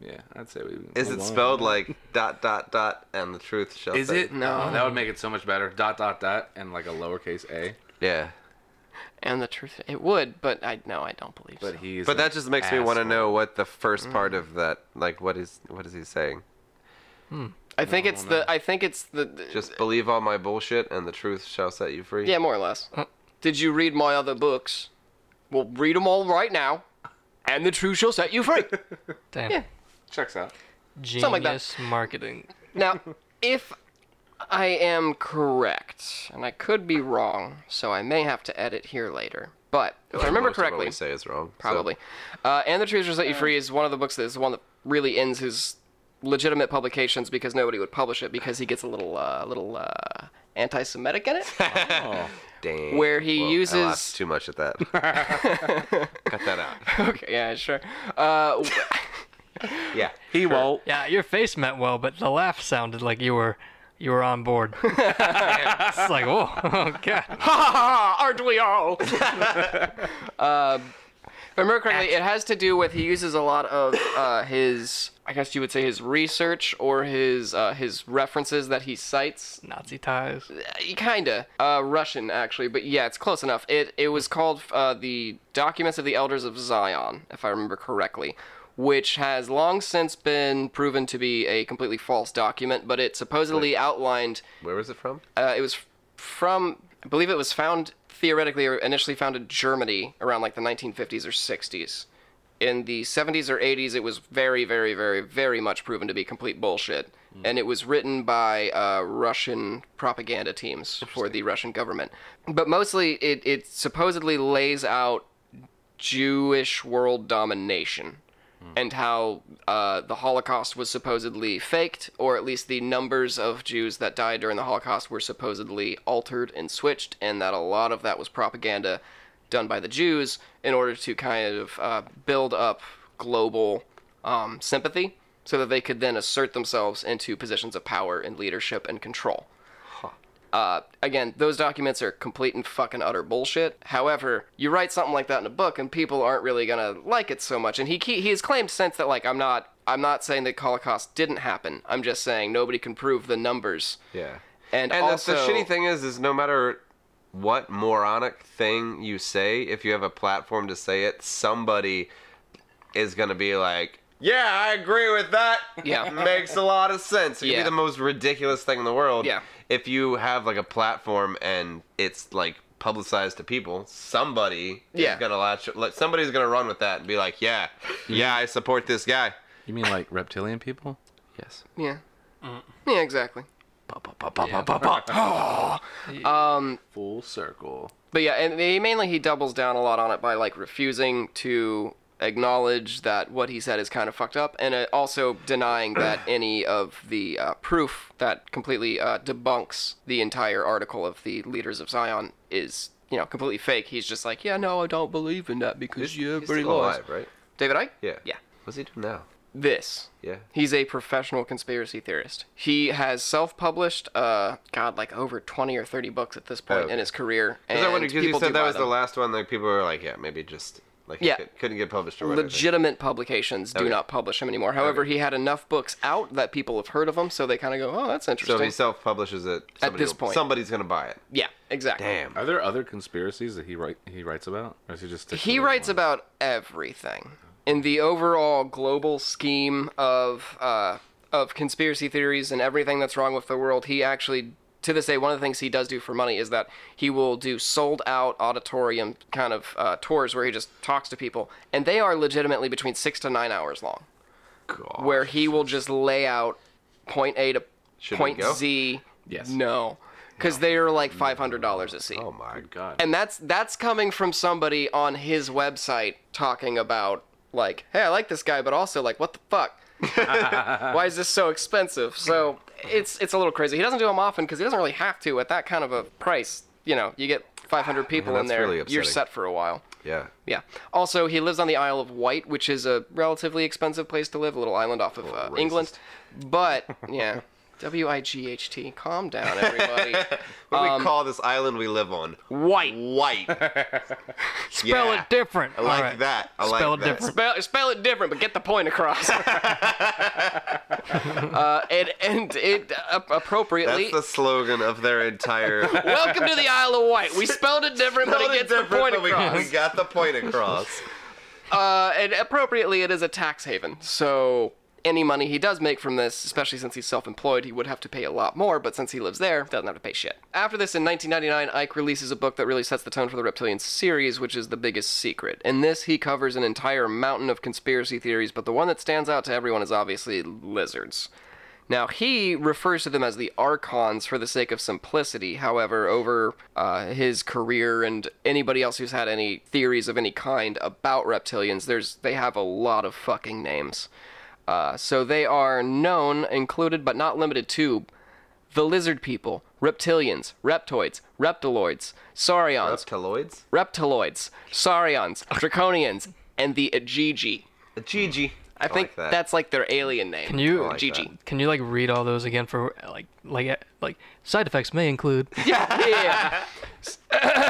Speaker 8: Yeah, I'd say we.
Speaker 5: Is
Speaker 8: move on.
Speaker 5: it spelled like dot dot dot and the truth shall
Speaker 8: Is
Speaker 5: set-
Speaker 8: it?
Speaker 1: No.
Speaker 8: Oh, that would make it so much better. Dot dot dot and like a lowercase a.
Speaker 5: Yeah.
Speaker 1: And the truth, it would, but I no, I don't believe so.
Speaker 8: But he's.
Speaker 5: But that
Speaker 8: an
Speaker 5: just makes me want to
Speaker 8: asshole.
Speaker 5: know what the first part
Speaker 1: Mm.
Speaker 5: of that like what is what is he saying?
Speaker 1: I think it's the I think it's the, the
Speaker 5: Just believe all my bullshit and the truth shall set you free.
Speaker 1: Yeah, more or less. Did you read my other books? Well, read them all right now, and the truth shall set you
Speaker 5: <laughs>
Speaker 1: free.
Speaker 2: Damn.
Speaker 1: Yeah.
Speaker 8: Checks out.
Speaker 2: Genius
Speaker 1: like that.
Speaker 2: marketing.
Speaker 1: now, if I am correct, and I could be wrong, so I may have to edit here later, but if I remember
Speaker 5: Most of what
Speaker 1: correctly,
Speaker 5: we say is wrong. so-
Speaker 1: probably. Uh, and the Truth Shall Set You Free is one of the books that is the one that really ends his legitimate publications because nobody would publish it because he gets a little uh, little uh, anti-Semitic in it.
Speaker 5: <laughs> Damn.
Speaker 1: where he
Speaker 5: Well, I
Speaker 1: uses-
Speaker 5: laughed too much at that.
Speaker 1: <laughs>
Speaker 5: Cut that <laughs> out.
Speaker 1: okay, yeah, sure. Uh,
Speaker 5: Yeah.
Speaker 8: He won't.
Speaker 2: Yeah, your face meant well, but the laugh sounded like you were you were on board. it's like, whoa, oh god.
Speaker 1: <laughs> aren't we all? uh, if I remember Um, correctly, it has to do with he uses a lot of uh, his, I guess you would say his research or his uh, his references that he cites.
Speaker 2: Nazi ties.
Speaker 1: Uh, Kinda uh, Russian actually, but yeah, it's close enough. It it was called uh, the Documents of the Elders of Zion, if I remember correctly. Which has long since been proven to be a completely false document, but it supposedly outlined
Speaker 5: Where was it from?
Speaker 1: uh, it was f- from I believe it was found theoretically or initially found in Germany around like the 1950s or 60s. in the 70s or 80s, it was very, very, very, very much proven to be complete bullshit. And it was written by uh, Russian propaganda teams for the Russian government. But mostly, it, it supposedly lays out Jewish world domination and how uh, the Holocaust was supposedly faked, or at least the numbers of Jews that died during the Holocaust were supposedly altered and switched, and that a lot of that was propaganda done by the Jews in order to kind of uh, build up global um, sympathy so that they could then assert themselves into positions of power and leadership and control. Uh, again, those documents are complete and fucking utter bullshit. However, you write something like that in a book, and people aren't really gonna like it so much. And he he he has claimed since that like I'm not I'm not saying that Holocaust didn't happen. I'm just saying nobody can prove the numbers.
Speaker 5: Yeah.
Speaker 1: And,
Speaker 5: And
Speaker 1: also,
Speaker 5: that's the shitty thing is, is no matter what moronic thing you say, if you have a platform to say it, somebody is gonna be like, "Yeah, I agree with that.
Speaker 1: Yeah.
Speaker 5: makes a lot of sense." It could
Speaker 1: Yeah.
Speaker 5: be the most ridiculous thing in the world.
Speaker 1: Yeah.
Speaker 5: If you have like a platform and it's like publicized to people, somebody
Speaker 1: Yeah.
Speaker 5: is gonna latch. like, Somebody's gonna run with that and be like, "Yeah, yeah, I support this guy."
Speaker 8: You mean like reptilian people?
Speaker 5: <laughs> Yes.
Speaker 1: Yeah. Yeah, exactly.
Speaker 8: <laughs>
Speaker 1: Um,
Speaker 8: Full circle.
Speaker 1: But yeah, and he mainly he doubles down a lot on it by like refusing to acknowledge that what he said is kind of fucked up, and uh, also denying
Speaker 5: <clears throat>
Speaker 1: that any of the uh, proof that completely uh, debunks the entire article of the leaders of Zion is you know completely fake. He's just like, yeah, no, I don't believe in that because you
Speaker 5: He's
Speaker 1: everybody
Speaker 5: still
Speaker 1: lies.
Speaker 5: alive, right?
Speaker 1: David Icke.
Speaker 5: Yeah.
Speaker 1: Yeah.
Speaker 5: What's he doing now?
Speaker 1: This.
Speaker 5: Yeah.
Speaker 1: He's a professional conspiracy theorist. He has self-published, uh, God, like over twenty or thirty books at this point
Speaker 5: Oh,
Speaker 1: in
Speaker 5: okay.
Speaker 1: his career.
Speaker 5: Because I
Speaker 1: and
Speaker 5: wonder because you
Speaker 1: people do
Speaker 5: said that
Speaker 1: buy
Speaker 5: was the
Speaker 1: them.
Speaker 5: last one that people were like, yeah, maybe just like
Speaker 1: Yeah.
Speaker 5: yeah. couldn't get published or whatever.
Speaker 1: legitimate publications do
Speaker 5: Okay.
Speaker 1: not publish him anymore. However, he had enough books out that people have heard of him, so they kind of go, "Oh, that's
Speaker 5: So if he
Speaker 1: interesting."
Speaker 5: self publishes it,
Speaker 1: At
Speaker 5: somebody
Speaker 1: this
Speaker 5: will-
Speaker 1: point.
Speaker 5: somebody's gonna buy it.
Speaker 1: yeah, exactly.
Speaker 5: Damn.
Speaker 8: Are there other conspiracies that he write he writes about, or is he just stick to
Speaker 1: He
Speaker 8: those
Speaker 1: writes
Speaker 8: ones?
Speaker 1: about everything in the overall global scheme of uh, of conspiracy theories and everything that's wrong with the world. He actually, to this day, one of the things he does do for money is that he will do sold out auditorium kind of uh, tours where he just talks to people, and they are legitimately between six to nine hours long. where he will just lay out point A to
Speaker 5: Should we
Speaker 1: point
Speaker 5: go?
Speaker 1: Z.
Speaker 8: Yes.
Speaker 1: No, because they are like five hundred dollars a seat,
Speaker 5: Oh my god.
Speaker 8: God.
Speaker 1: and that's that's coming from somebody on his website talking about like, hey, I like this guy, but also like, what the fuck?
Speaker 5: <laughs>
Speaker 1: Why is this so expensive? So it's it's a little crazy. He doesn't do them often because he doesn't really have to at that kind of a price. You know, you get five hundred people in
Speaker 5: that's
Speaker 1: there,
Speaker 5: really
Speaker 1: you're
Speaker 5: upsetting.
Speaker 1: set for a while.
Speaker 5: Yeah.
Speaker 1: Yeah. Also, he lives on the Isle of Wight, which is a relatively expensive place to live, a little island off of uh, England. But yeah, <laughs> W I G H T. Calm down,
Speaker 5: <laughs>
Speaker 1: everybody.
Speaker 5: What do we call this island we live on?
Speaker 2: White.
Speaker 5: White.
Speaker 2: Spell
Speaker 5: Yeah.
Speaker 2: it different.
Speaker 5: I like
Speaker 2: All right.
Speaker 5: that. I
Speaker 2: Spell
Speaker 5: like
Speaker 2: it
Speaker 5: that.
Speaker 2: different.
Speaker 1: spell, spell it different, but get the point across. uh, <laughs> and and it uh, appropriately.
Speaker 5: That's the slogan of their entire.
Speaker 1: Welcome to the Isle of Wight. We spelled it different, but
Speaker 5: Spelled
Speaker 1: it
Speaker 5: it
Speaker 1: gets the
Speaker 5: different,
Speaker 1: point
Speaker 5: but we,
Speaker 1: across.
Speaker 5: we got the point across.
Speaker 1: Uh, and appropriately, it is a tax haven. So any money he does make from this, especially since he's self-employed, he would have to pay a lot more. But since he lives there, doesn't have to pay shit. After this, in 1999, Ike releases a book that really sets the tone for the Reptilian series, which is The Biggest Secret. In this, he covers an entire mountain of conspiracy theories, but the one that stands out to everyone is obviously lizards. Now, he refers to them as the Archons for the sake of simplicity. However, over uh, his career and anybody else who's had any theories of any kind about reptilians, there's they have a lot of fucking names. Uh, so they are known, included but not limited to, the lizard people, reptilians, reptoids, reptiloids, saurians,
Speaker 5: Reptiloids.
Speaker 1: reptiloids,
Speaker 5: <laughs>
Speaker 1: saurians, draconians, and the Ajiji.
Speaker 5: A Gigi.
Speaker 1: I, think
Speaker 5: like that.
Speaker 1: that's like their alien name.
Speaker 2: Can you
Speaker 5: like
Speaker 1: Gigi.
Speaker 2: can you like read all those again for like like like side effects may include
Speaker 1: yeah, yeah.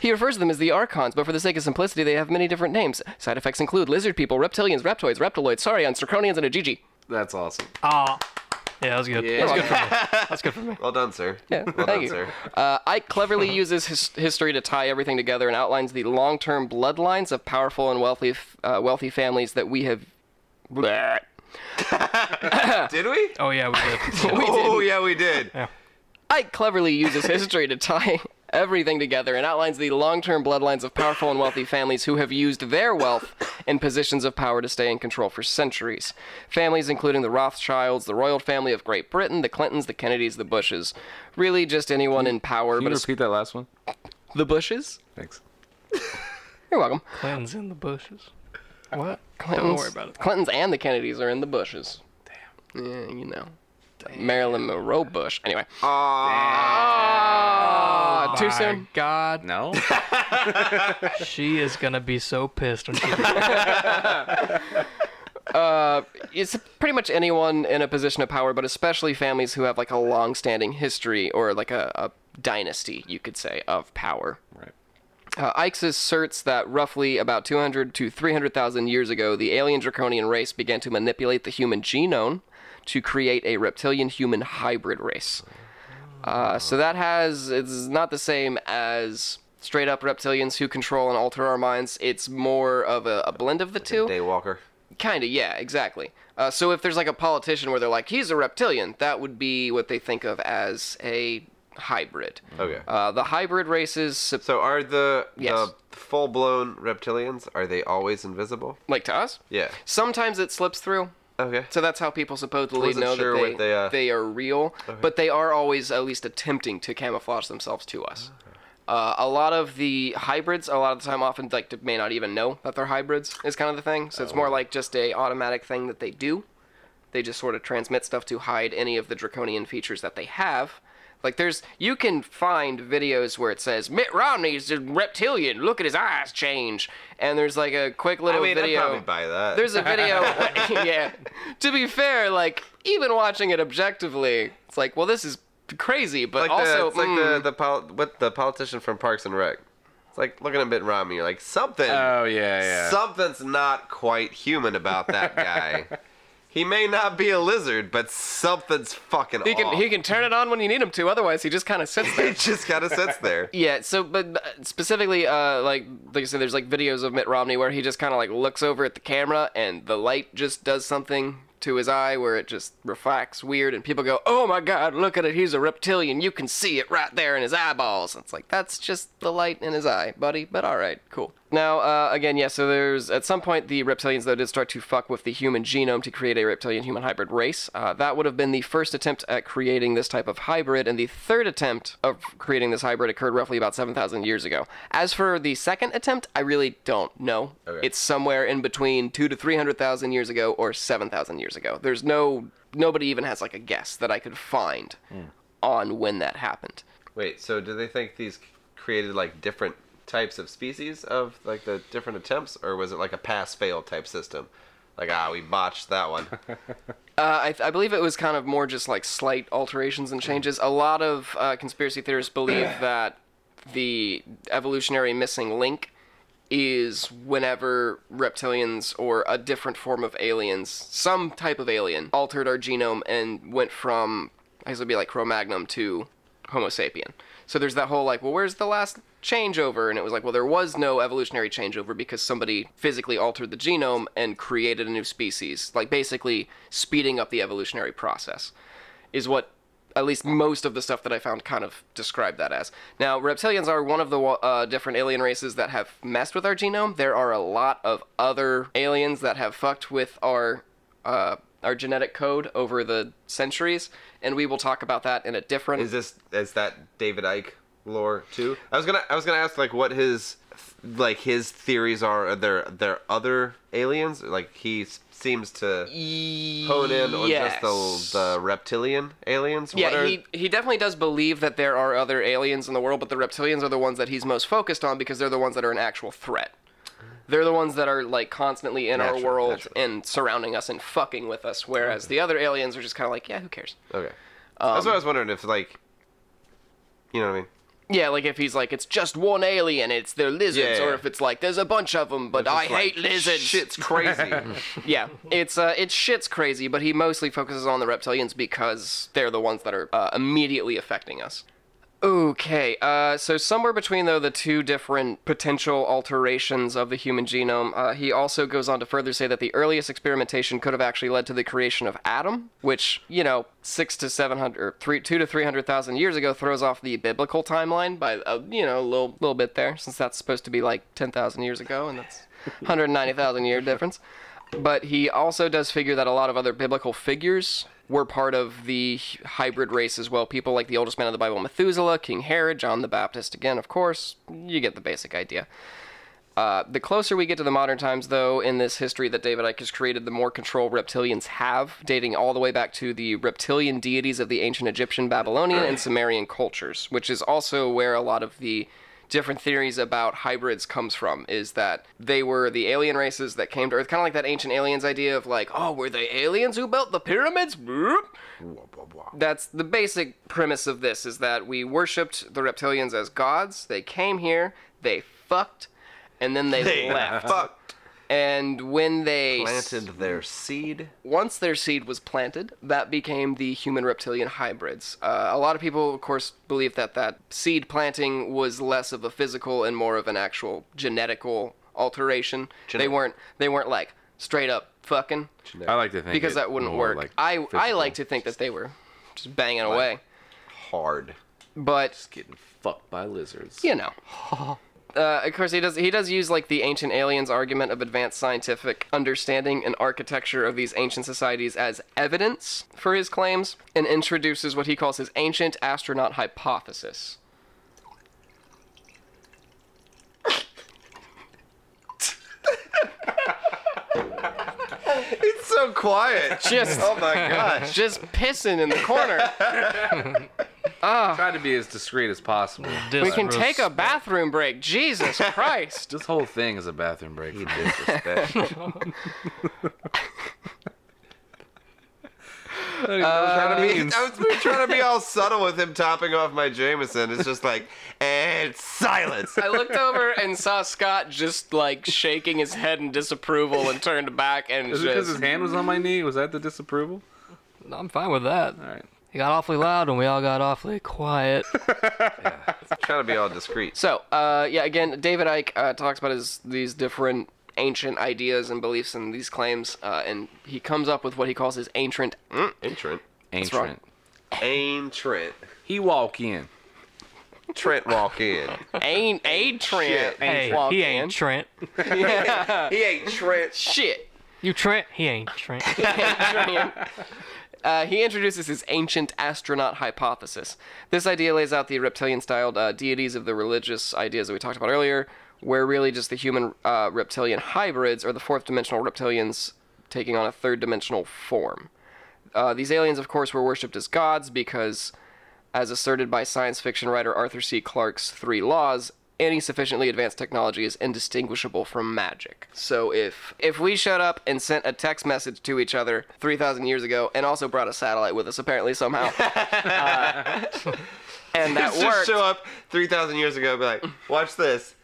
Speaker 1: he refers to them as the Archons, but for the sake of simplicity, they have many different names. Side effects include lizard people, reptilians, reptoids, reptiloids, saurians, draconians, and Ajiji.
Speaker 8: That's awesome.
Speaker 2: ah yeah that was good that was good for me
Speaker 5: <laughs>
Speaker 2: that's good for me
Speaker 5: Well done, sir.
Speaker 1: Yeah,
Speaker 5: Well
Speaker 1: thank
Speaker 5: done,
Speaker 1: you.
Speaker 5: sir.
Speaker 1: Uh, Ike cleverly <laughs> uses his history to tie everything together and outlines the long-term bloodlines of powerful and wealthy f- uh, wealthy families that we have. Bleh.
Speaker 5: Did we?
Speaker 2: oh yeah we did
Speaker 5: oh yeah, we did.
Speaker 1: Ike cleverly uses history to tie <laughs> everything together and outlines the long term bloodlines of powerful and wealthy families who have used their wealth in positions of power to stay in control for centuries. Families including the Rothschilds, the royal family of Great Britain, the Clintons, the Kennedys, the Bushes. Really, just anyone in power,
Speaker 8: Can you
Speaker 1: but it's
Speaker 8: repeat that last one?
Speaker 1: the Bushes?
Speaker 8: Thanks.
Speaker 1: You're welcome.
Speaker 2: Clinton's in the bushes. What?
Speaker 1: Clintons,
Speaker 2: Don't worry about it.
Speaker 1: Clintons and the Kennedys are in the bushes. Damn. Yeah, you know. Marilyn Monroe Bush. Anyway. Ah, too
Speaker 2: My
Speaker 1: soon.
Speaker 2: God,
Speaker 8: No.
Speaker 2: she is gonna be so pissed when she.
Speaker 1: It's pretty much anyone in a position of power, but especially families who have like a long-standing history or like a, a dynasty, you could say, of power.
Speaker 8: right.
Speaker 1: Uh, Ike's asserts that roughly about 200 to 300,000 years ago, the alien draconian race began to manipulate the human genome to create a reptilian human hybrid race. Uh, so that has, it's not the same as straight up reptilians who control and alter our minds. It's more of a, a blend of the two.
Speaker 5: Daywalker.
Speaker 1: Kinda, yeah, exactly. Uh, so if there's like a politician where they're like, he's a reptilian, that would be what they think of as a hybrid.
Speaker 5: Okay.
Speaker 1: Uh, the hybrid races, sup-
Speaker 5: so are the,
Speaker 1: Yes.
Speaker 5: the full-blown reptilians? Are they always invisible?
Speaker 1: like to us,
Speaker 5: Yeah.
Speaker 1: sometimes it slips through.
Speaker 5: Okay.
Speaker 1: So that's how people supposedly
Speaker 5: wasn't
Speaker 1: know
Speaker 5: sure
Speaker 1: that they,
Speaker 5: what they, uh,
Speaker 1: are real, but they are always at least attempting to camouflage themselves to us. Uh, a lot of the hybrids, a lot of the time, often like may not even know that they're hybrids. Is kind of the thing. So
Speaker 5: Oh.
Speaker 1: it's more like just a automatic thing that they do. They just sort of transmit stuff to hide any of the draconian features that they have. Like there's, you can find videos where it says Mitt Romney's a reptilian. Look at his eyes change. And there's like a quick little
Speaker 5: I mean,
Speaker 1: video.
Speaker 5: I'd probably buy that.
Speaker 1: There's a
Speaker 5: <laughs>
Speaker 1: video. <laughs> yeah. To be fair, like even watching it objectively, it's like, well, this is crazy, but
Speaker 5: like the,
Speaker 1: also
Speaker 5: it's like
Speaker 1: mm,
Speaker 5: the the pol- what the politician from Parks and Rec. It's like looking at Mitt Romney. You're like something.
Speaker 8: <laughs> Oh yeah, <laughs> yeah.
Speaker 5: Something's not quite human about that
Speaker 1: <laughs>
Speaker 5: guy. he may not be a lizard, but something's fucking
Speaker 1: he can
Speaker 5: off. <laughs>
Speaker 1: he can turn it on when you need him to. Otherwise, he just kind of sits there.
Speaker 5: it just kind of sits
Speaker 1: <laughs>
Speaker 5: there.
Speaker 1: Yeah, so but uh, specifically, uh, like like I said, there's like videos of Mitt Romney where he just kind of like looks over at the camera and the light just does something to his eye where it just refracts weird and people go, "Oh my God, look at it! He's a reptilian. You can see it right there in his eyeballs." It's like that's just the light in his eye, buddy. But all right, cool. Now, uh, again, yeah. So there's at some point the reptilians though did start to fuck with the human genome to create a reptilian human hybrid race. Uh, that would have been the first attempt at creating this type of hybrid, and the third attempt of creating this hybrid occurred roughly about 7,000 years ago. As for the second attempt, I really don't know. It's somewhere in between two to 300,000 years ago or 7,000 years ago. There's no nobody even has like a guess that I could find on when that happened.
Speaker 5: Wait, so do they think these created like different types of species of like the different attempts, or was it like a pass-fail type system? Like ah, we botched that one.
Speaker 1: Uh, I, I believe it was kind of more just like slight alterations and changes. A lot of uh, conspiracy theorists believe that the evolutionary missing link is whenever reptilians or a different form of aliens, some type of alien, altered our genome and went from, I guess it would be like Cro-Magnon to Homo sapien. So there's that whole like, well, where's the last changeover? And it was like, well, there was no evolutionary changeover because somebody physically altered the genome and created a new species, like basically speeding up the evolutionary process, is what at least most of the stuff that I found kind of described that as. Now, reptilians are one of the wa- uh, different alien races that have messed with our genome. There are a lot of other aliens that have fucked with our uh, our genetic code over the centuries, and we will talk about that in a different.
Speaker 5: Is this is that David Ike lore too? I was gonna I was gonna ask like what his like his theories are. Are there there other aliens? Like he s- seems to hone in on just the, the reptilian aliens. What
Speaker 1: Yeah,
Speaker 5: are-
Speaker 1: he, he definitely does believe that there are other aliens in the world, but the reptilians are the ones that he's most focused on because they're the ones that are an actual threat. They're the ones that are like constantly in
Speaker 5: Natural,
Speaker 1: our world
Speaker 5: natural.
Speaker 1: and surrounding us and fucking with us, whereas the other aliens are just kind of like, yeah, who cares?
Speaker 5: Okay, that's what I was wondering if like, you know what I mean.
Speaker 1: Yeah, like if he's like, it's just one alien, it's they're lizards,
Speaker 5: Yeah.
Speaker 1: or if it's like, there's a bunch of them, but I
Speaker 5: It's
Speaker 1: hate
Speaker 5: like,
Speaker 1: lizards.
Speaker 5: Shit's <laughs> crazy.
Speaker 1: yeah, it's uh, it's shit's crazy, but he
Speaker 9: <laughs>
Speaker 1: mostly focuses on the reptilians because they're the ones that are uh, immediately affecting us.
Speaker 9: Okay, uh, so somewhere between though the two different potential alterations of the human genome, uh, he also goes on to further say that the earliest experimentation could have actually led to the creation of Adam, which you know six to seven hundred, or three, two to three hundred thousand years ago throws off the biblical timeline by a you know a little little bit there, since that's supposed to be like ten thousand years ago, and that's hundred ninety thousand year difference. But he also does figure that a lot of other biblical figures were part of the hybrid race as well. People like the oldest man of the Bible, Methuselah, King Herod, John the Baptist, again, of course. You get the basic idea. Uh, the closer we get to the modern times, though, in this history that David Icke has created, the more control reptilians have, dating all the way back to the reptilian deities of the ancient Egyptian, Babylonian, and Sumerian cultures, which is also where a lot of the different theories about hybrids comes from is that they were the alien races that came to earth kind of like that ancient aliens idea of like oh were they aliens who built the pyramids Boop. that's the basic premise of this is that we worshipped the reptilians as gods they came here they fucked and then they, left
Speaker 5: Fucked.
Speaker 9: and when they s-
Speaker 1: Planted their seed.
Speaker 9: once their seed was planted, that became the human reptilian hybrids. Uh, a lot of people, of course, believe that that seed planting was less of a physical and more of an actual genetical alteration. They
Speaker 1: Genetic.
Speaker 9: weren't. They weren't like straight up fucking
Speaker 8: I like to think
Speaker 9: because
Speaker 8: it
Speaker 9: that wouldn't
Speaker 8: more
Speaker 9: work.
Speaker 8: like
Speaker 9: I I
Speaker 8: physical.
Speaker 9: like to think that they were just banging away,
Speaker 1: Hard.
Speaker 9: but
Speaker 8: getting fucked by lizards.
Speaker 9: you know. <laughs> Uh, of course, he does. He does use like the ancient aliens argument of advanced scientific understanding and architecture of these ancient societies as evidence for his claims, and introduces what he calls his ancient astronaut hypothesis.
Speaker 5: It's so quiet.
Speaker 9: <laughs> Just,
Speaker 5: Oh my gosh.
Speaker 9: just pissing in the corner.
Speaker 8: Try to be as discreet as <laughs> possible.
Speaker 9: we can take a bathroom break. Jesus Christ!
Speaker 8: This whole thing is a bathroom break.
Speaker 1: You
Speaker 8: <laughs>
Speaker 1: disrespect.
Speaker 8: Uh,
Speaker 5: I was we were trying to be all subtle with him topping off my Jameson. It's just like, and silence.
Speaker 9: I looked over and saw Scott just like shaking his head in disapproval and turned back
Speaker 8: <laughs>
Speaker 9: and
Speaker 8: Is it because his
Speaker 9: just.
Speaker 8: hand was on my knee? Was that the disapproval?
Speaker 2: I'm fine with that.
Speaker 8: All right.
Speaker 2: He got awfully loud and we all got awfully quiet.
Speaker 5: trying to be all discreet.
Speaker 9: So, uh, yeah, again, David Icke uh, talks about his these different ancient ideas and beliefs and these claims, uh, and he comes up with what he calls his
Speaker 8: <laughs>
Speaker 9: ancient.
Speaker 5: Entrant.
Speaker 9: wrong.
Speaker 8: Ancient.
Speaker 5: Aim Trent.
Speaker 8: He walk in.
Speaker 5: Trent walk in.
Speaker 9: Ain, aid Trent.
Speaker 2: hey,
Speaker 9: walk
Speaker 2: he
Speaker 9: in.
Speaker 2: ain't Trent.
Speaker 5: He ain't Trent.
Speaker 9: Shit.
Speaker 2: You Trent? He ain't Trent. <laughs>
Speaker 9: Uh, he introduces his ancient astronaut hypothesis. This idea lays out the reptilian styled uh, deities of the religious ideas that we talked about earlier, where really just the human uh, reptilian hybrids or the fourth dimensional reptilians taking on a third dimensional form. Uh, these aliens, of course, were worshipped as gods because, as asserted by science fiction writer Arthur C. Clarke's Three Laws, any sufficiently advanced technology is indistinguishable from magic. So if if we showed up and sent a text message to each other 3,000 years ago, and also brought a satellite with us,
Speaker 5: <laughs>
Speaker 9: apparently somehow, uh, and that
Speaker 5: Just
Speaker 9: worked,
Speaker 5: show up 3,000 years ago and be like, watch this.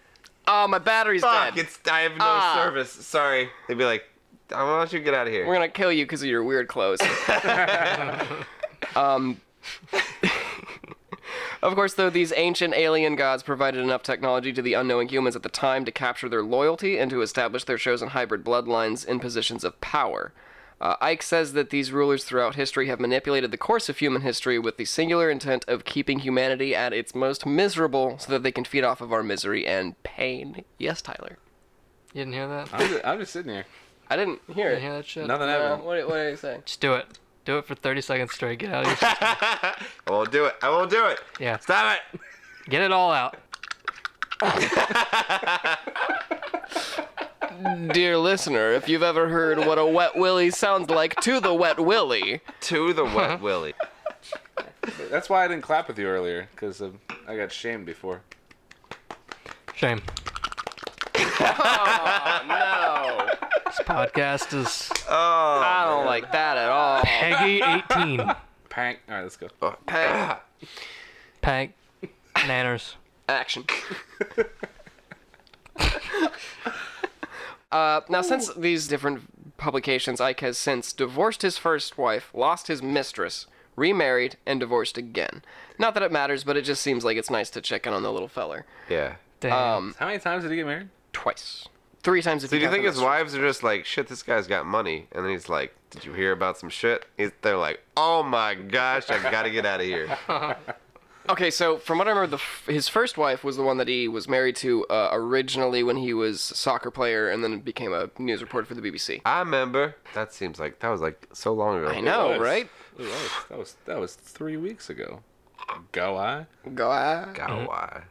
Speaker 9: oh my battery's
Speaker 5: Fuck,
Speaker 9: dead.
Speaker 5: it's, I have no
Speaker 9: Ah.
Speaker 5: service. Sorry. They'd be like, I want you to get out of here.
Speaker 9: We're gonna kill you because of your weird clothes. um, of course, though, these ancient alien gods provided enough technology to the unknowing humans at the time to capture their loyalty and to establish their chosen hybrid bloodlines in positions of power. Uh, Ike says that these rulers throughout history have manipulated the course of human history with the singular intent of keeping humanity at its most miserable so that they can feed off of our misery and pain. Yes, Tyler.
Speaker 2: You didn't hear that?
Speaker 8: I'm just, I'm just sitting here.
Speaker 9: I didn't hear
Speaker 2: You didn't hear
Speaker 9: it.
Speaker 2: that shit?
Speaker 8: Nothing <laughs>
Speaker 9: Uh,
Speaker 8: happened.
Speaker 9: what, what did I say?
Speaker 2: Just do it. Do it for 30 seconds straight. Get out of your
Speaker 9: <laughs>
Speaker 2: system.
Speaker 5: I won't do it. I won't do it.
Speaker 2: Yeah.
Speaker 5: Stop it.
Speaker 2: Get it all out.
Speaker 9: Dear listener, if you've ever heard what a wet willy sounds like to the wet willy,
Speaker 5: To the wet <laughs> willy.
Speaker 8: That's why I didn't clap with you earlier because um, I got shamed before.
Speaker 2: Shame. oh, no. This podcast is
Speaker 9: I don't like that at all.
Speaker 2: Peggy 18.
Speaker 9: <laughs>
Speaker 8: Pank. All right, let's go.
Speaker 2: Pank. Nanners.
Speaker 9: Action. uh, now, since these different publications, Ike has since divorced his first wife, lost his mistress, remarried, and divorced again. Not that it matters, but it just seems like it's nice to check in on the little feller.
Speaker 10: Yeah.
Speaker 2: Damn.
Speaker 9: Um,
Speaker 8: How many times did he get married?
Speaker 9: twice. Three times if
Speaker 5: So do you
Speaker 9: count
Speaker 5: think
Speaker 9: the
Speaker 5: his
Speaker 9: menstrual-
Speaker 5: wives are just like, shit, this guy's got money? And then he's like, did you hear about some shit? He's, they're like, oh my gosh, I gotta get out of <laughs> here.
Speaker 9: Okay, so from what I remember, the f- his first wife was the one that he was married to uh, originally when he was a soccer player and then became a news reporter for the BBC.
Speaker 5: I remember. That seems like that was like so long ago.
Speaker 9: I know,
Speaker 8: was.
Speaker 9: right?
Speaker 8: It was. That was that was three weeks ago. Go I.
Speaker 9: Go ah.
Speaker 5: God, why?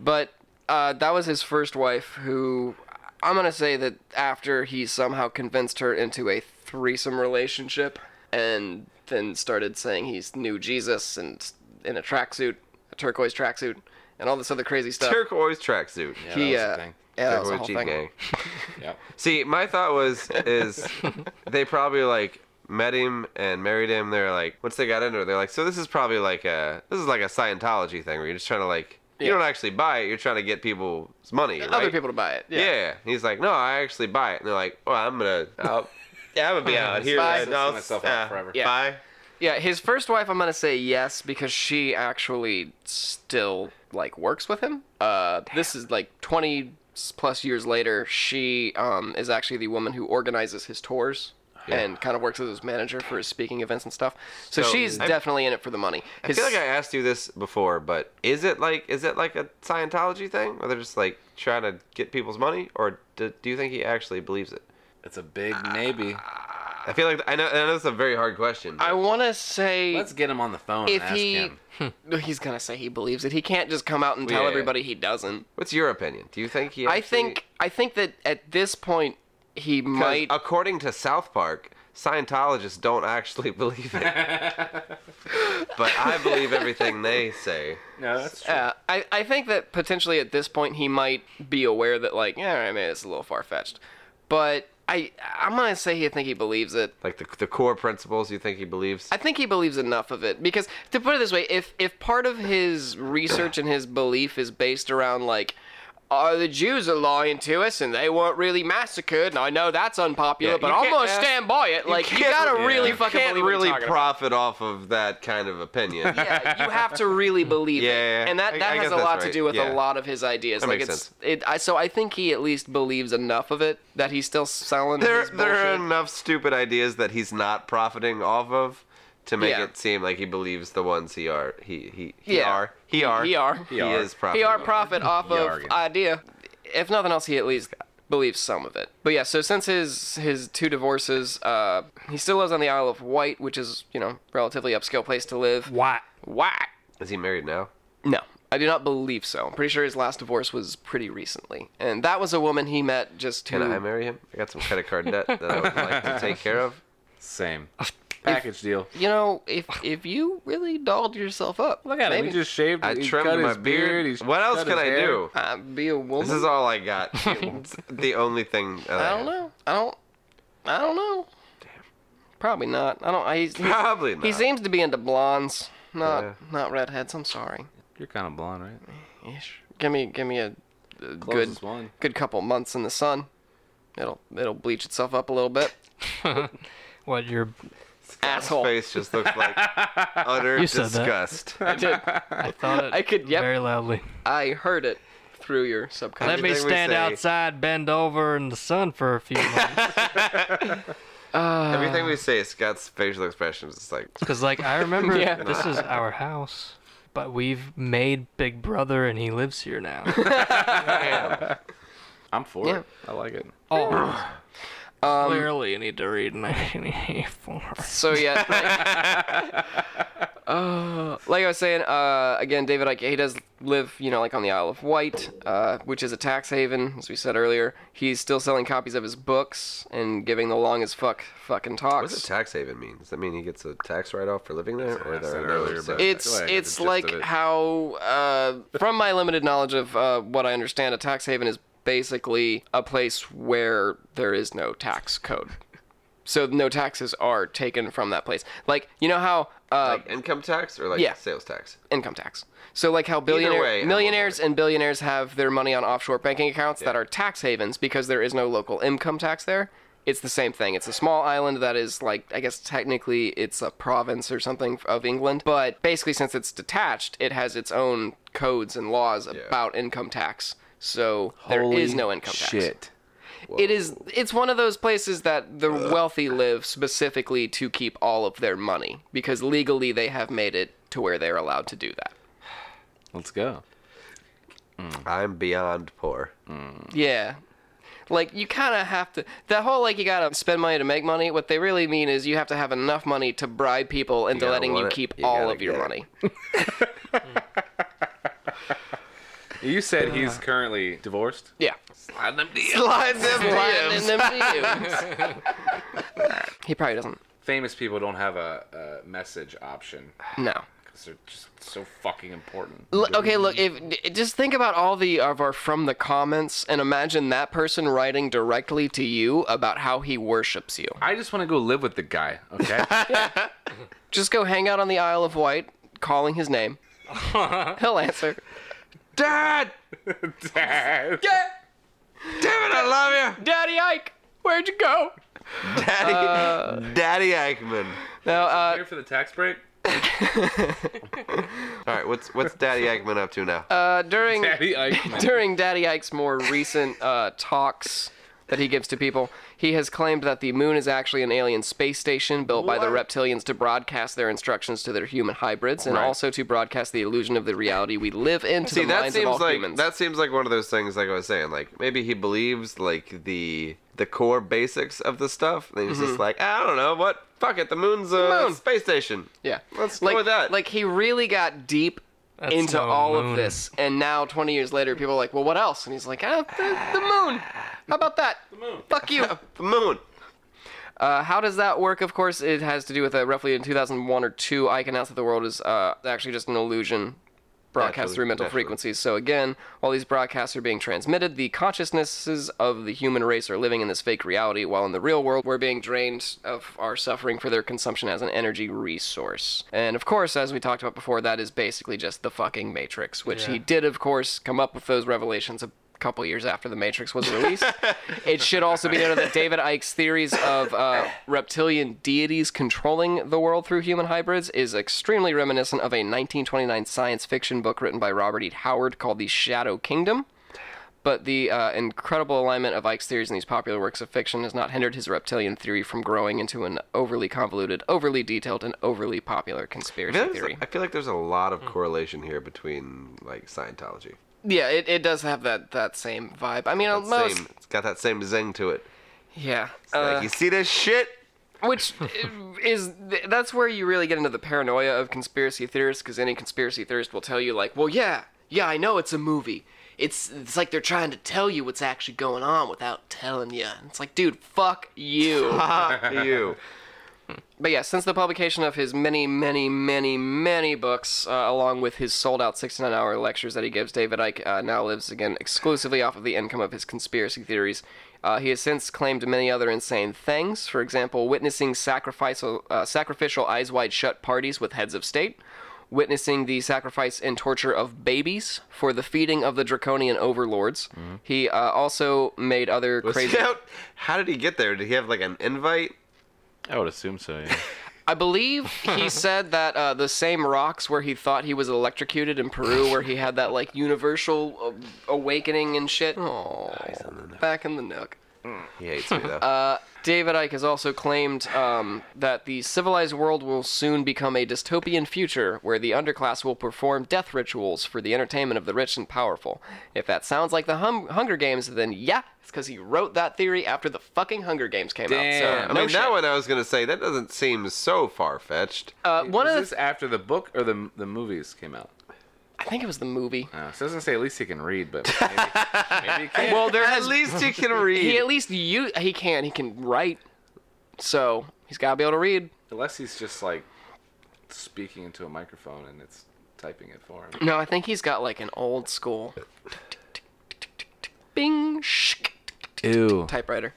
Speaker 9: But uh, that was his first wife, who I'm gonna say that after he somehow convinced her into a threesome relationship, and then started saying he's new Jesus and in a tracksuit, a turquoise tracksuit, and all this other crazy stuff.
Speaker 5: Turquoise tracksuit.
Speaker 8: Yeah,
Speaker 9: he,
Speaker 8: that was
Speaker 9: uh,
Speaker 8: the thing.
Speaker 9: yeah, that was the
Speaker 5: Turquoise
Speaker 9: whole
Speaker 5: Jeep
Speaker 9: thing.
Speaker 5: gang.
Speaker 8: Yeah.
Speaker 5: See, my thought was
Speaker 9: <laughs>
Speaker 5: is they probably like met him and married him. They're like, once they got into it, they're like, so this is probably like a this is like a Scientology thing where you're just trying to like you
Speaker 9: Yeah.
Speaker 5: don't actually buy it. You're trying to get people's money.
Speaker 9: Other
Speaker 5: right?
Speaker 9: people to buy it.
Speaker 5: Yeah. And He's like, no, I actually buy it. And they're like, well, I'm gonna, I'll, yeah, I'm gonna
Speaker 9: <laughs>
Speaker 5: be out here.
Speaker 9: Bye.
Speaker 5: and I'll-
Speaker 8: Set myself up
Speaker 5: yeah,
Speaker 8: forever.
Speaker 9: Yeah.
Speaker 5: Bye.
Speaker 9: Yeah, his first wife, I'm gonna say yes because she actually still like works with him. Uh, this is like 20 s- plus years later. She um, is actually the woman who organizes his tours and kind of works as his manager for his speaking events and stuff. So,
Speaker 5: So-
Speaker 9: she's
Speaker 5: I-
Speaker 9: definitely in it for the money.
Speaker 5: I
Speaker 9: His-
Speaker 5: feel like I asked you this before, but is it like is it like a Scientology thing where they're just like trying to get people's money, or do, do you think he actually believes it?
Speaker 8: It's a big
Speaker 9: Uh,
Speaker 8: maybe.
Speaker 5: I feel like I know. I know that's a very hard question.
Speaker 9: I want to say
Speaker 8: Let's get him on the phone and
Speaker 9: if
Speaker 8: ask
Speaker 9: he,
Speaker 8: him.
Speaker 9: he's gonna say he believes it. He can't just come out and tell
Speaker 5: Yeah.
Speaker 9: everybody he doesn't.
Speaker 5: What's your opinion? Do you think he?
Speaker 9: I
Speaker 5: actually-
Speaker 9: think I think that at this point he
Speaker 5: 'cause
Speaker 9: might.
Speaker 5: according to South Park, Scientologists don't actually <laughs> believe it,
Speaker 9: <laughs>
Speaker 5: but I believe everything they say.
Speaker 8: No, that's true.
Speaker 9: Yeah, I, I think that potentially at this point he might be aware that like, yeah, all right, man, it's a little far fetched, but I I'm gonna say he I think he believes it.
Speaker 5: Like the the core principles you think he believes.
Speaker 9: I think he believes enough of it because to put it this way, if if part of his research and his belief is based around like. Oh, the Jews are lying to us, and they weren't really massacred. And I know that's unpopular,
Speaker 5: Yeah,
Speaker 9: but
Speaker 5: you
Speaker 9: I'm
Speaker 5: can't
Speaker 9: gonna
Speaker 5: ask-
Speaker 9: stand by it. like you
Speaker 5: can't-
Speaker 9: gotta
Speaker 5: yeah.
Speaker 9: really
Speaker 5: You
Speaker 9: fucking
Speaker 5: can't
Speaker 9: believe what you're
Speaker 5: really
Speaker 9: talking about.
Speaker 5: profit off of that kind of opinion.
Speaker 9: <laughs> yeah, you have
Speaker 5: <laughs>
Speaker 9: to really believe
Speaker 5: Yeah, yeah,
Speaker 9: it,
Speaker 5: yeah.
Speaker 9: and that
Speaker 5: I-
Speaker 9: that
Speaker 5: I
Speaker 9: has
Speaker 5: guess
Speaker 9: a
Speaker 5: that's
Speaker 9: lot to
Speaker 5: right,
Speaker 9: do with
Speaker 5: yeah.
Speaker 9: a lot of his ideas.
Speaker 5: That
Speaker 9: like
Speaker 5: makes
Speaker 9: it's
Speaker 5: sense.
Speaker 9: it, I, so I think he at least believes enough of it that he's still selling
Speaker 5: there,
Speaker 9: his
Speaker 5: there are
Speaker 9: bullshit.
Speaker 5: enough stupid ideas that he's not profiting off of to make
Speaker 9: Yeah.
Speaker 5: it seem like he believes the ones he are he he, he
Speaker 9: Yeah.
Speaker 5: are he are
Speaker 9: he are
Speaker 5: he, is profiting.
Speaker 9: he are profit off
Speaker 5: Yargan.
Speaker 9: of idea. If nothing else, he at least believes some of it. But yeah, so since his his two divorces, uh, he still lives on the Isle of Wight, which is you know relatively upscale place to live.
Speaker 2: Why?
Speaker 9: Why?
Speaker 5: Is he married now?
Speaker 9: No, I do not believe so. I'm pretty sure his last divorce was pretty recently, and that was a woman he met just
Speaker 5: Can
Speaker 9: who-
Speaker 5: I marry him? I got some credit card debt that I would like to take
Speaker 8: <laughs>
Speaker 5: care of.
Speaker 9: <laughs>
Speaker 8: Same. Package deal.
Speaker 9: You know, if if you really dolled yourself up,
Speaker 8: Look at him.
Speaker 9: maybe
Speaker 8: He just shaved.
Speaker 5: I
Speaker 8: he
Speaker 5: trimmed
Speaker 8: cut
Speaker 5: my
Speaker 8: his
Speaker 5: beard.
Speaker 8: He's
Speaker 5: what else
Speaker 8: cut
Speaker 5: can I
Speaker 8: his hair.
Speaker 5: do?
Speaker 9: I'd be a woman.
Speaker 5: This is all
Speaker 8: <laughs>
Speaker 5: I got. It's the only thing. that
Speaker 9: I
Speaker 5: I <laughs>
Speaker 9: don't know. I don't. I don't know. Damn. Probably not. I don't. I, he's, he's-
Speaker 5: Probably
Speaker 9: He
Speaker 5: not.
Speaker 9: seems to be into blondes, not
Speaker 5: Oh. Yeah.
Speaker 9: not redheads. I'm sorry.
Speaker 8: You're kind of blonde, right?
Speaker 9: Ish. Give me give me a, a good
Speaker 8: Closest one.
Speaker 9: good couple months in the sun. It'll it'll bleach itself up a little bit.
Speaker 2: What? Your
Speaker 5: His
Speaker 9: Asshole.
Speaker 5: face just looks
Speaker 8: <laughs>
Speaker 5: like utter
Speaker 2: You said that.
Speaker 5: disgust.
Speaker 2: I thought it
Speaker 9: I could. Yep.
Speaker 2: very loudly.
Speaker 9: I heard it through your
Speaker 2: Let
Speaker 9: subconscious.
Speaker 2: me
Speaker 5: Everything we
Speaker 2: stand
Speaker 5: say-
Speaker 2: outside, bend over in the sun for a
Speaker 9: <laughs>
Speaker 2: few minutes.
Speaker 5: Everything
Speaker 9: Uh.
Speaker 5: we say, Scott's facial expression is just like
Speaker 2: Because, like,
Speaker 8: <laughs>
Speaker 2: I remember
Speaker 9: Yeah.
Speaker 2: this is our house, but we've made Big Brother and he lives here
Speaker 8: <laughs>
Speaker 2: now.
Speaker 8: I'm for
Speaker 9: Yeah.
Speaker 8: it. I like it.
Speaker 2: Oh,
Speaker 9: Um,
Speaker 2: clearly you need to read <laughs> 1984.
Speaker 9: So yeah. Like, uh, like I was saying, uh, again, David Icke, he does live, you know, like on the Isle of Wight, uh, which is a tax haven, as we said earlier. He's still selling copies of his books and giving the long as fuck fucking
Speaker 5: What
Speaker 9: talks.
Speaker 5: does a tax haven mean? Does that mean he gets a tax write off for living there? Or
Speaker 10: I
Speaker 5: there
Speaker 10: said
Speaker 5: are no
Speaker 10: earlier,
Speaker 5: tax-
Speaker 10: but-
Speaker 9: it's
Speaker 5: Right,
Speaker 9: it's
Speaker 5: the gist
Speaker 9: like
Speaker 5: of it.
Speaker 9: how, uh, from my limited knowledge of uh, what I understand, a tax haven is basically a place where there is no tax code. So no taxes are taken from that place. Like you know how uh,
Speaker 5: like income tax or like
Speaker 9: yeah.
Speaker 5: sales tax.
Speaker 9: income tax. So like how billionaire
Speaker 5: way, I'm
Speaker 9: millionaires and billionaires have their money on offshore banking accounts that are tax havens because there is no local income tax there.
Speaker 1: It's the same thing. It's a small island that is like I guess technically it's a province or something of England, but basically since it's detached, it has its own codes and laws about income tax. So there is
Speaker 8: Holy
Speaker 1: no income tax.
Speaker 8: Shit.
Speaker 1: It is. It's one of those places that the wealthy live specifically to keep all of their money because legally they have made it to where they're allowed to do that.
Speaker 8: Let's go.
Speaker 9: I'm beyond poor.
Speaker 1: Yeah. Like you kind of have to that whole like you got to spend money to make money. What they really mean is you have to have enough money to bribe people into
Speaker 9: gotta
Speaker 1: letting you
Speaker 9: want it,
Speaker 1: keep
Speaker 9: you
Speaker 1: all
Speaker 9: gotta
Speaker 1: of your
Speaker 9: get it.
Speaker 1: money.
Speaker 8: You said he's currently divorced.
Speaker 1: Yeah.
Speaker 9: Uh. Slide them DMs.
Speaker 1: Slide them DMs. in them DMs. <laughs>
Speaker 9: <laughs>
Speaker 1: he probably doesn't.
Speaker 8: Famous people don't have a, a message option
Speaker 1: No.
Speaker 8: because they're just so fucking important.
Speaker 1: L- okay, look, if d- just think about all the of our from the comments and imagine that person writing directly to you about how he worships you.
Speaker 8: <laughs> I just want to go live with the guy. Okay.
Speaker 1: Just go hang out on the Isle of Wight, calling his <laughs> name. He'll answer.
Speaker 8: Dad. <laughs> Dad. Damn it! I love you.
Speaker 9: <laughs>
Speaker 1: Daddy Ike, where'd you go?
Speaker 9: Daddy, Daddy Eichmann.
Speaker 1: No, uh,
Speaker 8: Here for the tax break.
Speaker 9: All right, what's what's Daddy Eichmann up to now?
Speaker 1: uh, <laughs> during
Speaker 8: Daddy Eichmann.
Speaker 1: during Daddy Ike's more recent uh, talks that he gives to people, he has claimed that the moon is actually an alien space station built by the reptilians to broadcast their instructions to their human hybrids and
Speaker 8: Right.
Speaker 1: also to broadcast the illusion of the reality we live in to
Speaker 9: See,
Speaker 1: the
Speaker 9: that
Speaker 1: minds of all
Speaker 9: seems like
Speaker 1: humans.
Speaker 9: that seems like one of those things. Like I was saying, like maybe he believes like the the core basics of the stuff. And he's just like, I don't know what. Fuck it, the moon's a
Speaker 1: Mm-hmm. moon.
Speaker 9: space station.
Speaker 1: Yeah,
Speaker 9: Let's go
Speaker 1: like,
Speaker 9: with that.
Speaker 1: Like he really got deep
Speaker 2: That's
Speaker 1: into
Speaker 2: no
Speaker 1: all of
Speaker 2: moon.
Speaker 1: this, and now 20 years later, people are like, "Well, what else?" And he's like, ah, the, "The moon. How about that? The moon. Fuck <laughs> you."
Speaker 9: the moon.
Speaker 1: Uh, how does that work? Of course, it has to do with uh, roughly in 2001 or two, Ike announced that the world is uh, actually just an illusion broadcast
Speaker 9: Naturally,
Speaker 1: through mental
Speaker 9: naturally.
Speaker 1: frequencies. So again, while these broadcasts are being transmitted, the consciousnesses of the human race are living in this fake reality, while in the real world, we're being drained of our suffering for their consumption as an energy resource. And of course, as we talked about before, that is basically just the fucking Matrix, which he did, of course, come up with those revelations a couple years after the Matrix was released. it should also be noted that David Icke's theories of uh, reptilian deities controlling the world through human hybrids is extremely reminiscent of a 1929 science fiction book written by Robert E. Howard called The Shadow Kingdom. But the uh, incredible alignment of Ike's theories in these popular works of fiction has not hindered his reptilian theory from growing into an overly convoluted, overly detailed, and overly popular
Speaker 9: I
Speaker 1: conspiracy
Speaker 9: feel, like
Speaker 1: theory. Mm.
Speaker 9: there's- I feel like there's a lot of correlation here between like Scientology.
Speaker 1: Yeah, it, it does have that, that same vibe. I mean, uh,
Speaker 9: That
Speaker 1: most.
Speaker 9: same, it's got that same zing to it.
Speaker 1: Yeah.
Speaker 9: like
Speaker 1: uh,
Speaker 9: you see this shit?
Speaker 1: which uh, is that's where you really get into the paranoia of conspiracy theorists because any conspiracy theorist will tell you like well yeah yeah i know it's a movie it's it's like they're trying to tell you what's actually going on without telling you And it's like dude fuck you <laughs>
Speaker 9: Fuck you.
Speaker 1: but yeah, since the publication of his many, many, many, many books, uh, along with his sold-out 69-hour lectures that he gives, David Icke uh, now lives again exclusively off of the income of his conspiracy theories. Uh, he has since claimed many other insane things. For example, witnessing sacrificial, uh, sacrificial eyes wide shut parties with heads of state, witnessing the sacrifice and torture of babies for the feeding of the draconian overlords. He uh, also made other
Speaker 9: Was he
Speaker 5: <laughs>
Speaker 1: crazy.
Speaker 9: out- <laughs> How did he get there? Did he have like an invite?
Speaker 8: <laughs> I would assume so. Yeah.
Speaker 1: I believe he said that uh, the same rocks where he thought he was electrocuted in Peru, where he had that like universal uh, awakening and shit. Oh, back in the nook.
Speaker 9: He hates me
Speaker 1: <laughs>
Speaker 9: though.
Speaker 1: Uh, David Icke has also claimed um, that the civilized world will soon become a dystopian future where the underclass will perform death rituals for the entertainment of the rich and powerful. If that sounds like the hum- Hunger Games, then yeah, it's because he wrote that theory after the fucking Hunger Games came out. So,
Speaker 8: Damn.
Speaker 9: I
Speaker 1: no
Speaker 9: mean,
Speaker 1: shit.
Speaker 9: that one I was gonna say that doesn't seem so far fetched.
Speaker 1: Uh, one
Speaker 8: Was
Speaker 1: of the,
Speaker 8: this after the book or the the movies came out?
Speaker 1: I think it was the movie.
Speaker 8: Uh, so it doesn't say at least he can read, but
Speaker 1: <laughs>
Speaker 8: maybe, maybe he can.
Speaker 1: Well, there
Speaker 9: At least you can read.
Speaker 1: he at least you he can he can write so he's got to be able to read
Speaker 8: Unless he's just like speaking into a microphone and it's typing it for him.
Speaker 1: no i think he's got like an old school bing shk
Speaker 8: Ew.
Speaker 1: typewriter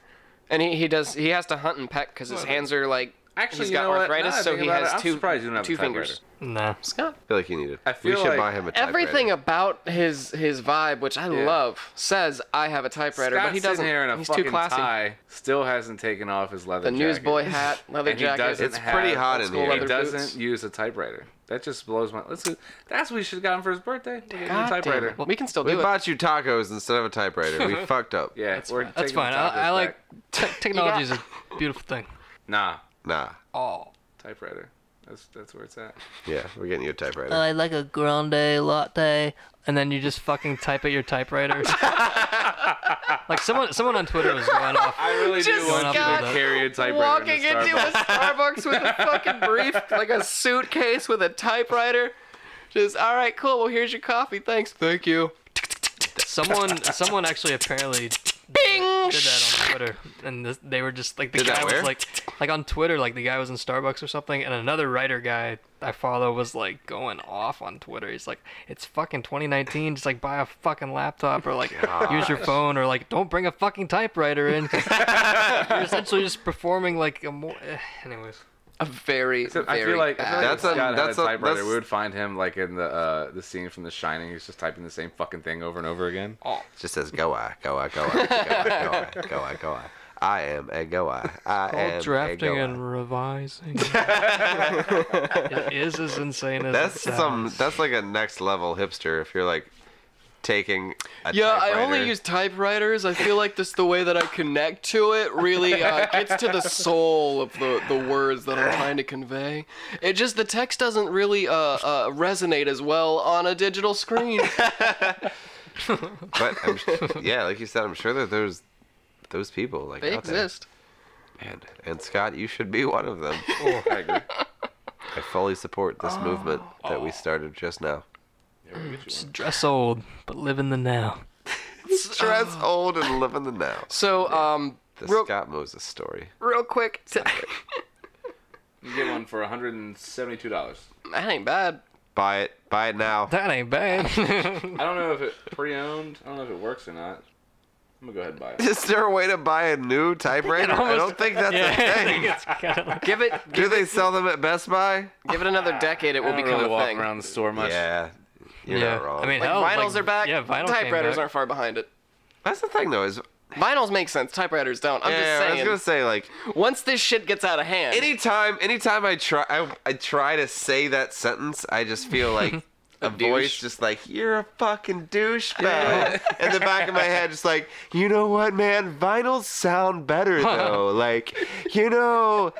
Speaker 1: and he, he does he has to hunt and peck because his hands are like
Speaker 8: Actually,
Speaker 1: He's
Speaker 8: you
Speaker 1: got
Speaker 8: know what?
Speaker 1: arthritis,
Speaker 8: Now that I
Speaker 1: so
Speaker 8: think
Speaker 1: he
Speaker 8: about
Speaker 1: has
Speaker 8: it, I'm
Speaker 1: two-
Speaker 8: surprised you don't have
Speaker 1: two
Speaker 8: a typewriter.
Speaker 1: fingers.
Speaker 2: Nah.
Speaker 1: Scott.
Speaker 5: I feel like you need it.
Speaker 8: I feel
Speaker 5: we should
Speaker 8: like
Speaker 5: buy him a typewriter.
Speaker 1: Everything about his his vibe, which I love, says I have a typewriter,
Speaker 8: Scott's
Speaker 1: but he doesn't.
Speaker 8: sitting here in a
Speaker 1: he's
Speaker 8: fucking
Speaker 1: too classy.
Speaker 8: tie. Still hasn't taken off his
Speaker 1: The
Speaker 8: leather. jacket.
Speaker 1: newsboy
Speaker 8: <laughs>
Speaker 1: hat, leather
Speaker 8: And he
Speaker 1: jacket.
Speaker 8: doesn't
Speaker 5: It's pretty
Speaker 8: have
Speaker 5: hot in
Speaker 1: old-school
Speaker 5: here.
Speaker 8: He
Speaker 1: leather
Speaker 8: doesn't
Speaker 1: boots.
Speaker 8: use a typewriter. That just blows my. Let's. That's what we should have gotten for his birthday. We get him a
Speaker 1: God damn it.
Speaker 8: typewriter.
Speaker 1: Well, we can still
Speaker 5: We
Speaker 1: do it.
Speaker 5: bought you tacos instead of a typewriter.
Speaker 8: <laughs>
Speaker 5: We fucked up.
Speaker 8: Yeah, we're
Speaker 2: That's
Speaker 8: taking the
Speaker 2: fine.
Speaker 8: tacos
Speaker 2: I, I like
Speaker 8: back. <laughs>
Speaker 2: te- technology is a beautiful thing.
Speaker 8: Nah,
Speaker 5: Nah.
Speaker 2: Oh.
Speaker 8: typewriter. That's that's where it's at.
Speaker 5: Yeah, we're getting you a typewriter.
Speaker 1: Uh,
Speaker 2: I like a grande latte. And then you just fucking type at your
Speaker 8: <laughs>
Speaker 2: typewriter. like someone, someone on Twitter was going off.
Speaker 8: I really do
Speaker 1: Just
Speaker 8: want to
Speaker 1: Scott
Speaker 8: carry a typewriter.
Speaker 1: Walking
Speaker 8: to
Speaker 1: into
Speaker 8: Starbucks.
Speaker 1: a Starbucks with a fucking brief, like a suitcase with a typewriter. Just all right, cool. Well, here's your coffee. Thanks. Thank you.
Speaker 5: <laughs>
Speaker 2: Someone, someone actually apparently
Speaker 1: Bing.
Speaker 2: did that on Twitter, and this, they were just like the
Speaker 5: Did that
Speaker 2: guy was
Speaker 5: where?
Speaker 2: like, like on Twitter, like the guy was in Starbucks or something, and another writer guy I follow was like going off on Twitter. He's like, "It's fucking 2019. Just like buy a fucking laptop or
Speaker 5: <laughs>
Speaker 2: like use your phone or like don't bring a fucking typewriter in." 'cause you're essentially just performing like a more. eh, anyways,
Speaker 1: A very,
Speaker 8: So I
Speaker 1: very
Speaker 8: feel like, I
Speaker 1: bad.
Speaker 8: feel like
Speaker 5: That's
Speaker 8: that's
Speaker 5: a-
Speaker 8: Scott had
Speaker 5: that's
Speaker 8: a
Speaker 5: a-
Speaker 8: typewriter.
Speaker 5: that's-
Speaker 8: We would find him like in the uh, the scene from The Shining. He's just typing the same fucking thing over and over again.
Speaker 5: just says go I, go I, go I, go I, go I, go I, go I. I am a go I. I am
Speaker 2: all drafting
Speaker 5: a Eh, go I.
Speaker 2: and
Speaker 5: <laughs>
Speaker 2: revising. it is as insane as
Speaker 5: That's
Speaker 2: it sounds.
Speaker 5: some. That's like a next level hipster. If you're like taking. A
Speaker 1: Yeah, I
Speaker 5: typewriter.
Speaker 1: only use typewriters. I feel like this the way that I connect to it really uh, gets to the soul of the, the words that I'm trying to convey. It just the text doesn't really uh, uh, resonate as well on a digital screen.
Speaker 5: But
Speaker 1: <laughs>
Speaker 5: I'm, yeah, like you said, I'm sure that there's those people like
Speaker 1: They
Speaker 5: out there.
Speaker 1: exist.
Speaker 5: Man, and Scott, you should be one of them.
Speaker 8: <laughs> Oh, I agree. Oh.
Speaker 5: I fully support this movement that we started just now.
Speaker 2: dress old but live in the now.
Speaker 5: Stress old and live in the now.
Speaker 1: So um,
Speaker 5: <laughs> The
Speaker 1: real
Speaker 5: Ah. Scott Moses story.
Speaker 1: real quick, t- <laughs>
Speaker 8: You get one for 172 dollars.
Speaker 1: that ain't bad.
Speaker 5: Buy it. Buy it now.
Speaker 2: That ain't <laughs> bad.
Speaker 8: I don't know if it pre-owned. I don't know if it works or not. I'm gonna go ahead and buy it.
Speaker 5: <laughs> Is there a way to buy a new typewriter? I don't think that's a thing. <laughs>
Speaker 1: Give it
Speaker 5: Do they sell them at Best Buy?
Speaker 1: give it another decade, it will
Speaker 8: I don't
Speaker 1: become a
Speaker 8: really walk
Speaker 1: thing.
Speaker 8: around the store much.
Speaker 5: Yeah, you're
Speaker 2: yeah,
Speaker 5: not wrong.
Speaker 2: I mean,
Speaker 1: Like,
Speaker 2: hell,
Speaker 1: vinyls
Speaker 2: like,
Speaker 1: are back.
Speaker 2: Yeah, vinyl came
Speaker 1: typewriters
Speaker 2: back.
Speaker 1: aren't far behind it.
Speaker 5: that's the thing though. Is
Speaker 1: Vinyls make sense. Typewriters don't. I'm
Speaker 5: yeah,
Speaker 1: just
Speaker 5: I
Speaker 1: saying.
Speaker 5: was gonna e- say like
Speaker 1: Once this shit gets out of hand,
Speaker 5: anytime, anytime I try, I, I try to say that sentence, I just feel like. <laughs> A, voice
Speaker 1: douche.
Speaker 5: just like you're a fucking douchebag <laughs> in the back of my head, just like you know what, man, vinyls sound better though. like you <laughs> know,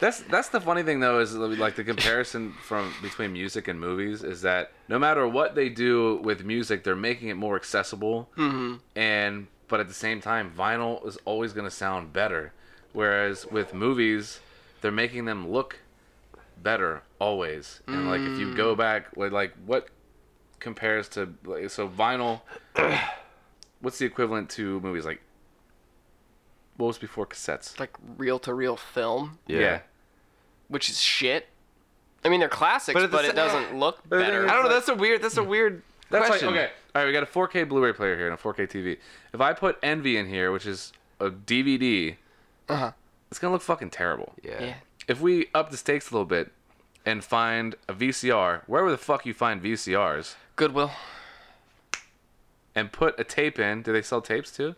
Speaker 8: That's that's the funny thing though is like the comparison from between music and movies is that no matter what they do with music, they're making it more accessible. And but at the same time, vinyl is always going to sound better. Whereas with movies, they're making them look better always. And like if you go back, like, like what compares to like, so vinyl? what's the equivalent to movies like? What was before cassettes?
Speaker 1: like reel to reel film,
Speaker 8: yeah.
Speaker 1: which is shit. I mean, they're classics,
Speaker 5: But
Speaker 1: but,
Speaker 5: at the
Speaker 1: it
Speaker 5: sa- <sighs>
Speaker 1: doesn't look
Speaker 8: the thing
Speaker 1: better.
Speaker 8: is-
Speaker 5: I don't know. That's a weird. Hmm. That's a weird
Speaker 8: That's
Speaker 5: question.
Speaker 8: like okay. All right, we got a 4K Blu-ray player here and a 4K TV. If I put Envy in here, which is a DVD,
Speaker 1: Uh-huh.
Speaker 8: it's gonna look fucking terrible.
Speaker 5: Yeah.
Speaker 1: Yeah.
Speaker 8: If we up the stakes a little bit and find a VCR, wherever the fuck you find VCRs,
Speaker 1: Goodwill.
Speaker 8: and put a tape in, do they sell tapes too?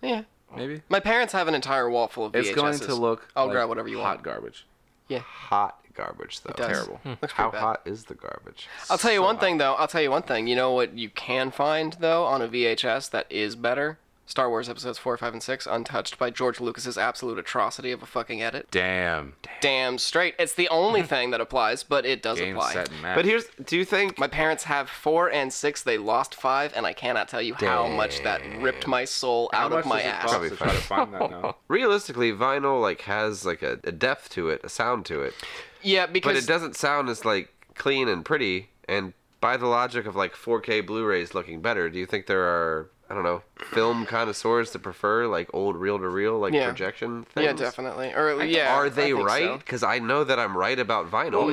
Speaker 1: Yeah.
Speaker 8: Maybe
Speaker 1: My parents have an entire wall full of VHSs.
Speaker 8: it's going to look.
Speaker 1: I'll
Speaker 8: like
Speaker 1: grab whatever you
Speaker 8: hot
Speaker 1: want.
Speaker 8: garbage.
Speaker 5: Hot garbage though.
Speaker 1: does. Hmm.
Speaker 8: Terrible.
Speaker 1: Looks
Speaker 5: How
Speaker 1: pretty bad.
Speaker 5: hot is the garbage?
Speaker 1: I'll tell you one thing though. I'll tell you one thing. You know what you can find though on a VHS that is better? Star Wars episodes 4, 5 and 6 untouched by George Lucas's absolute atrocity of a fucking edit.
Speaker 8: Damn.
Speaker 1: Damn straight. It's the only thing that applies, but it does
Speaker 8: Game
Speaker 1: apply.
Speaker 8: set and match.
Speaker 5: But here's. Do you think?
Speaker 1: My parents have 4 and 6. They lost 5 and I cannot tell you how much that ripped my soul
Speaker 8: How
Speaker 1: out
Speaker 8: much
Speaker 1: of my
Speaker 8: does it
Speaker 1: ass.
Speaker 8: cost to try to find that
Speaker 1: <laughs>
Speaker 8: now?
Speaker 5: realistically vinyl like has like a, a depth to it a sound to it
Speaker 1: Yeah,
Speaker 5: but
Speaker 1: because
Speaker 5: it doesn't sound as like clean and pretty and by the logic of like 4k blu-rays looking better do you think there are i don't know film connoisseurs that prefer like old reel-to-reel like
Speaker 1: Yeah.
Speaker 5: projection things
Speaker 1: yeah, definitely. Or yeah,
Speaker 5: are
Speaker 1: I
Speaker 5: they
Speaker 1: think
Speaker 5: right
Speaker 1: so.
Speaker 5: because i know that i'm right about vinyl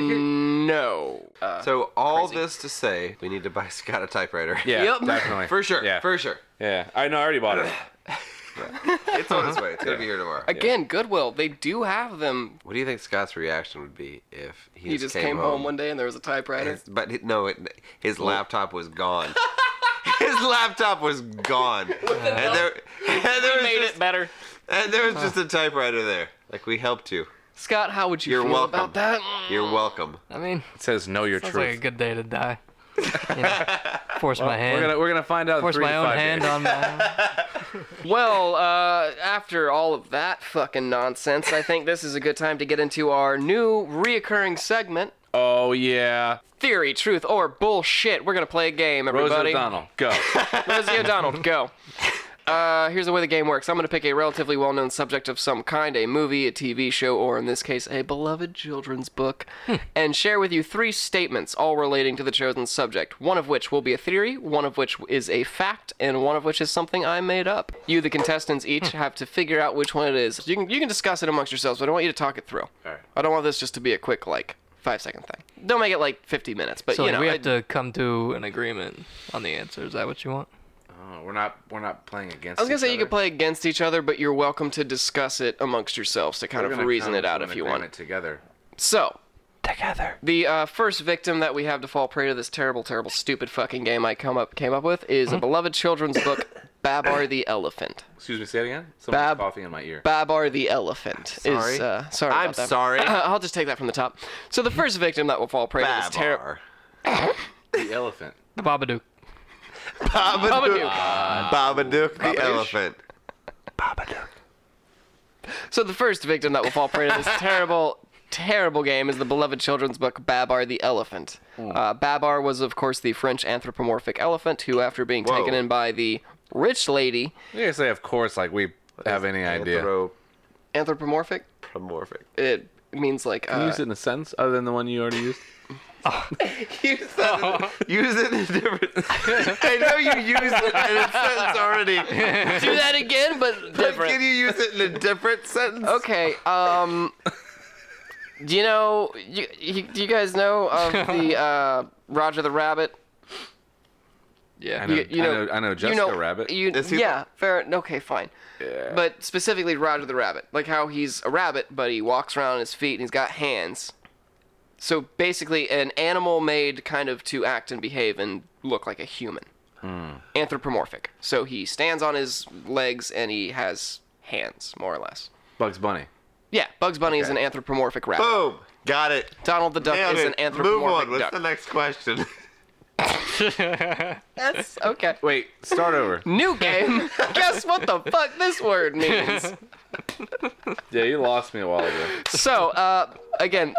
Speaker 1: No. Uh,
Speaker 5: so all this to say we
Speaker 9: <laughs>
Speaker 5: need to buy scott a typewriter
Speaker 8: Yeah,
Speaker 1: Yep.
Speaker 8: definitely.
Speaker 5: for sure
Speaker 8: Yeah.
Speaker 5: for sure
Speaker 8: yeah, I know. I already bought it.
Speaker 9: It's on its way. It's gonna be here tomorrow.
Speaker 1: Again, Goodwill, they do have them.
Speaker 9: What do you think Scott's reaction would be if he,
Speaker 1: He just came, home. one day and there was a
Speaker 9: and
Speaker 1: typewriter.
Speaker 5: <laughs>
Speaker 9: his- but he- no, it, his laptop was gone. <laughs> his laptop was gone, and there, <laughs> and there was
Speaker 7: made
Speaker 9: just,
Speaker 7: it better.
Speaker 9: and there was just a typewriter there. Like we helped you.
Speaker 1: Scott, how would you
Speaker 9: You're
Speaker 1: feel
Speaker 9: welcome.
Speaker 1: about that?
Speaker 9: You're welcome.
Speaker 2: I mean,
Speaker 8: It says know your
Speaker 2: sounds
Speaker 8: truth.
Speaker 2: like a good day to die. You know, force my hand.
Speaker 8: we're gonna we're gonna find out. in
Speaker 2: force
Speaker 8: three
Speaker 2: my
Speaker 8: to
Speaker 2: own
Speaker 8: five
Speaker 2: hand
Speaker 8: days.
Speaker 2: on
Speaker 8: <laughs>
Speaker 2: my.
Speaker 1: Well, uh, after all of that fucking nonsense, I think this is a good time to get into our new reoccurring segment.
Speaker 8: Oh yeah,
Speaker 1: Theory, truth, or bullshit. We're gonna play a game,
Speaker 8: Rose
Speaker 1: everybody.
Speaker 8: O'Donnell, go.
Speaker 1: Rosie O'Donnell,
Speaker 2: <laughs>
Speaker 1: go. Uh, here's the way the game works. I'm going to pick a relatively well known subject of some kind a movie, a TV show, or in this case, a beloved children's book
Speaker 2: Hmm.
Speaker 1: and share with you three statements, all relating to the chosen subject. One of which will be a theory, one of which is a fact, and one of which is something I made up. You, the contestants,
Speaker 2: Hmm.
Speaker 1: each have to figure out which one it is. You can, you can discuss it amongst yourselves, but I want you to talk it through.
Speaker 9: right.
Speaker 1: I don't want this just to be a quick, like, five second thing. Don't make it like 50 minutes, but
Speaker 2: So
Speaker 1: you
Speaker 2: like,
Speaker 1: know,
Speaker 2: we have
Speaker 1: I-
Speaker 2: to come to an agreement on the answer. Is that what you want?
Speaker 8: <laughs> Oh, we're not we're not playing against.
Speaker 1: I was gonna
Speaker 8: each
Speaker 1: say you
Speaker 8: other.
Speaker 1: could play against each other, but you're welcome to discuss it amongst yourselves to kind
Speaker 8: We're
Speaker 1: of
Speaker 8: gonna
Speaker 1: reason
Speaker 8: come
Speaker 1: it out
Speaker 8: to an
Speaker 1: if you
Speaker 8: agreement
Speaker 1: want.
Speaker 8: together.
Speaker 1: So,
Speaker 2: Together.
Speaker 1: the uh, first victim that we have to fall prey to this terrible, terrible, stupid fucking game I come up came up with is
Speaker 8: Mm-hmm.
Speaker 1: a beloved children's book, Babar the Elephant.
Speaker 8: Excuse me, say it again. Someone's
Speaker 1: Bab-
Speaker 8: coughing in
Speaker 1: <laughs>
Speaker 8: my ear.
Speaker 1: Babar the elephant is
Speaker 9: Sorry.
Speaker 1: uh, sorry.
Speaker 9: I'm
Speaker 1: about that. <laughs>
Speaker 9: sorry.
Speaker 1: I'll just take that from the top. So the first victim that will fall prey to this terrible.
Speaker 9: Babar.
Speaker 8: the elephant.
Speaker 2: The Babadook.
Speaker 9: Babadook. Babadook the elephant.
Speaker 1: So the first victim that will fall prey to this terrible, terrible game is the beloved children's book Babar the Elephant. Uh, Babar was, of course, the French anthropomorphic elephant who, after being
Speaker 9: Whoa.
Speaker 1: taken in by the rich lady,
Speaker 8: You guys say, of course, like we have any idea.
Speaker 1: anthropomorphic,
Speaker 9: Anthropomorphic.
Speaker 1: it means like uh,
Speaker 8: Use it in a sense other than the one you already used.
Speaker 9: Use that. Use it in a different. <laughs> I know you used it in a sentence already.
Speaker 1: do that again, but different.
Speaker 9: Can you use it in a different sentence?
Speaker 1: Okay. Um. Do you know? You, you, do you guys know of the uh, Roger the Rabbit?
Speaker 8: I
Speaker 2: Yeah.
Speaker 8: know,
Speaker 1: You- you
Speaker 8: I know, I know Jessica Rabbit.
Speaker 1: You,
Speaker 9: Is he
Speaker 1: yeah, fair. Okay, fine. But specifically Roger the Rabbit, like how he's a rabbit, but he walks around on his feet and he's got hands. So basically, an animal made kind of to act and behave and look like a human.
Speaker 8: Hmm.
Speaker 1: Anthropomorphic. So he stands on his legs and he has hands, more or less. <laughs>
Speaker 8: Bugs Bunny.
Speaker 1: Yeah, Bugs Bunny is an anthropomorphic rabbit.
Speaker 9: Boom. Got it.
Speaker 1: Donald the Duck
Speaker 9: Nailed
Speaker 1: is
Speaker 9: Oh, it.
Speaker 1: an
Speaker 9: Move
Speaker 1: anthropomorphic
Speaker 9: on. What's
Speaker 1: duck.
Speaker 9: the next question?
Speaker 1: That's okay.
Speaker 8: Wait, start over.
Speaker 1: New
Speaker 9: <laughs>
Speaker 1: game. Guess what the fuck this word means.
Speaker 8: yeah, you lost me a while ago.
Speaker 1: So, uh, again,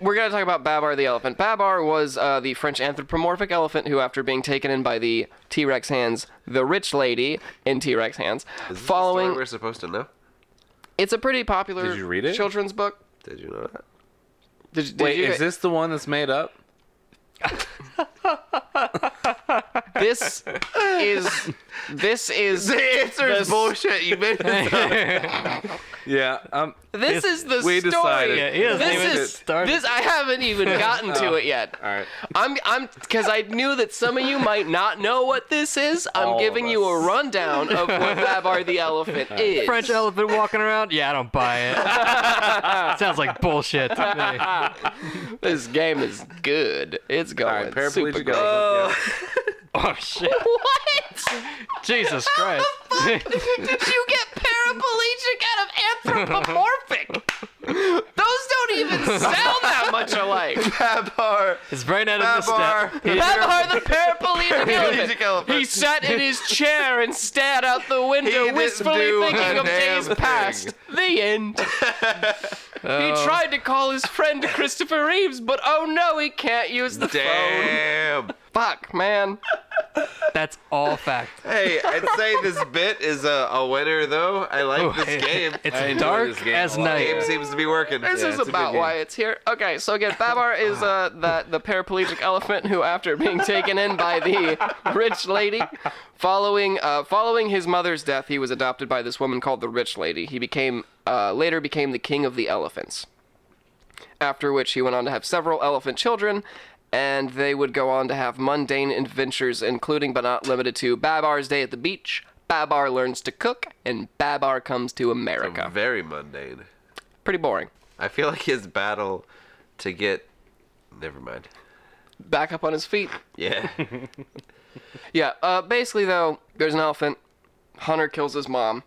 Speaker 1: we're going to talk about Babar the elephant. Babar was uh, the French anthropomorphic elephant who, after being taken in by the T Rex hands, the rich lady in T Rex hands,
Speaker 9: Following.
Speaker 1: following.
Speaker 9: we're supposed to know.
Speaker 1: It's a pretty popular
Speaker 8: Did you read it?
Speaker 1: children's book.
Speaker 9: Did you know that?
Speaker 1: Did, did
Speaker 8: Wait,
Speaker 1: you,
Speaker 8: is this the one that's made up?
Speaker 1: this is this
Speaker 8: <laughs>
Speaker 1: is the answer
Speaker 9: It's bullshit. You made it.
Speaker 8: Yeah. Um.
Speaker 1: This is the
Speaker 8: we
Speaker 1: story.
Speaker 8: decided. Oh. Yeah,
Speaker 2: he hasn't even
Speaker 1: this is
Speaker 2: started.
Speaker 1: this. I haven't even gotten
Speaker 8: <laughs>
Speaker 1: to it yet.
Speaker 8: <laughs> All right.
Speaker 1: I'm I'm because I knew that some of you might not know what this is. I'm
Speaker 8: All of
Speaker 1: giving you a
Speaker 8: us.
Speaker 1: rundown of what Babar the elephant
Speaker 9: <laughs>
Speaker 1: is.
Speaker 2: <laughs> French elephant walking around? Yeah, I don't buy it. Sounds like bullshit to
Speaker 1: This game is good. It's
Speaker 8: All
Speaker 1: going
Speaker 8: right.
Speaker 1: super
Speaker 8: Paraplegic
Speaker 1: good.
Speaker 8: elephant.
Speaker 2: me. Oh shit!
Speaker 1: What?
Speaker 2: Jesus Christ!
Speaker 1: Did you get paraplegic out of anthropomorphic? <laughs> Those don't even sound that much alike.
Speaker 9: Babar.
Speaker 2: His brain had a
Speaker 9: Babar.
Speaker 2: misstep. He-
Speaker 1: Babar the
Speaker 9: <laughs>
Speaker 1: paraplegic elephant.
Speaker 9: Paraplegic elephant.
Speaker 1: He sat in his chair and stared out the window,
Speaker 9: didn't
Speaker 1: wistfully
Speaker 9: do
Speaker 1: thinking
Speaker 9: a
Speaker 1: of days
Speaker 9: damn
Speaker 1: past. The
Speaker 9: <laughs>
Speaker 1: end.
Speaker 9: Oh.
Speaker 1: He tried to call his friend Christopher Reeves, but oh no, he can't use the phone.
Speaker 9: Damn.
Speaker 1: Fuck, man.
Speaker 2: That's all fact.
Speaker 9: hey, I'd say this bit is a, a winner though. I
Speaker 5: Oh,
Speaker 9: like this game.
Speaker 2: It's
Speaker 8: enjoy
Speaker 2: dark
Speaker 8: this game
Speaker 2: as
Speaker 8: a lot.
Speaker 2: night.
Speaker 9: game seems to be working.
Speaker 1: This is
Speaker 8: it's a good
Speaker 1: about
Speaker 8: game.
Speaker 1: why it's here. Okay, so again,
Speaker 8: <laughs>
Speaker 1: Babar is uh, the, the paraplegic elephant who, after being taken in by the rich lady, following uh, following his mother's death, he was adopted by this woman called the rich lady. He became uh, later became the king of the elephants. After which, he went on to have several elephant children. And they would go on to have mundane adventures, including but not limited to Babar's Day at the Beach,
Speaker 9: Babar learns to cook, and Babar comes to America.
Speaker 5: Very mundane.
Speaker 9: Pretty boring.
Speaker 5: I feel like his battle to get. Never mind.
Speaker 9: Back up on his feet.
Speaker 5: <laughs> Yeah.
Speaker 9: Yeah, uh, basically, though, there's an elephant. Hunter kills his mom.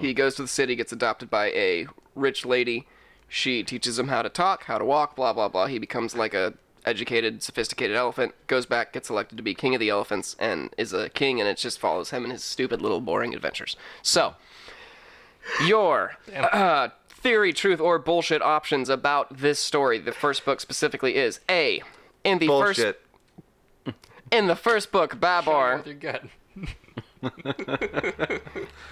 Speaker 9: He goes to the city, gets adopted by a rich lady. She teaches him how to talk, how to walk, blah, blah, blah. He becomes like a educated, sophisticated elephant, goes back, gets elected to be king of the elephants, and is a king, and it just follows him and his stupid little boring adventures. So, your uh, theory, truth, or bullshit options about this story, the first book specifically, is A. In the first
Speaker 5: Bullshit.
Speaker 9: in the first book, Babar.
Speaker 2: With your gut.
Speaker 9: <laughs>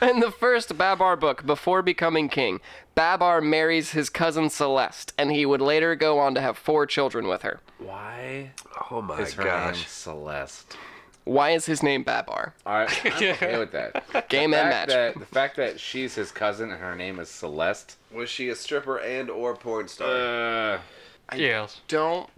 Speaker 9: In the first Babar book, before becoming king, Babar marries his cousin Celeste, and he would later go on to have four children with her.
Speaker 8: Why
Speaker 5: Oh my
Speaker 8: is her name
Speaker 5: gosh.
Speaker 8: Celeste?
Speaker 9: Why is his name Babar?
Speaker 8: All <laughs> right, I'm okay with that.
Speaker 9: Game
Speaker 8: The
Speaker 9: and
Speaker 8: fact
Speaker 9: match.
Speaker 8: that- the fact that she's his cousin and her name is Celeste.
Speaker 5: Was she a stripper and or porn star?
Speaker 8: Uh,
Speaker 2: Yes.
Speaker 9: Don't.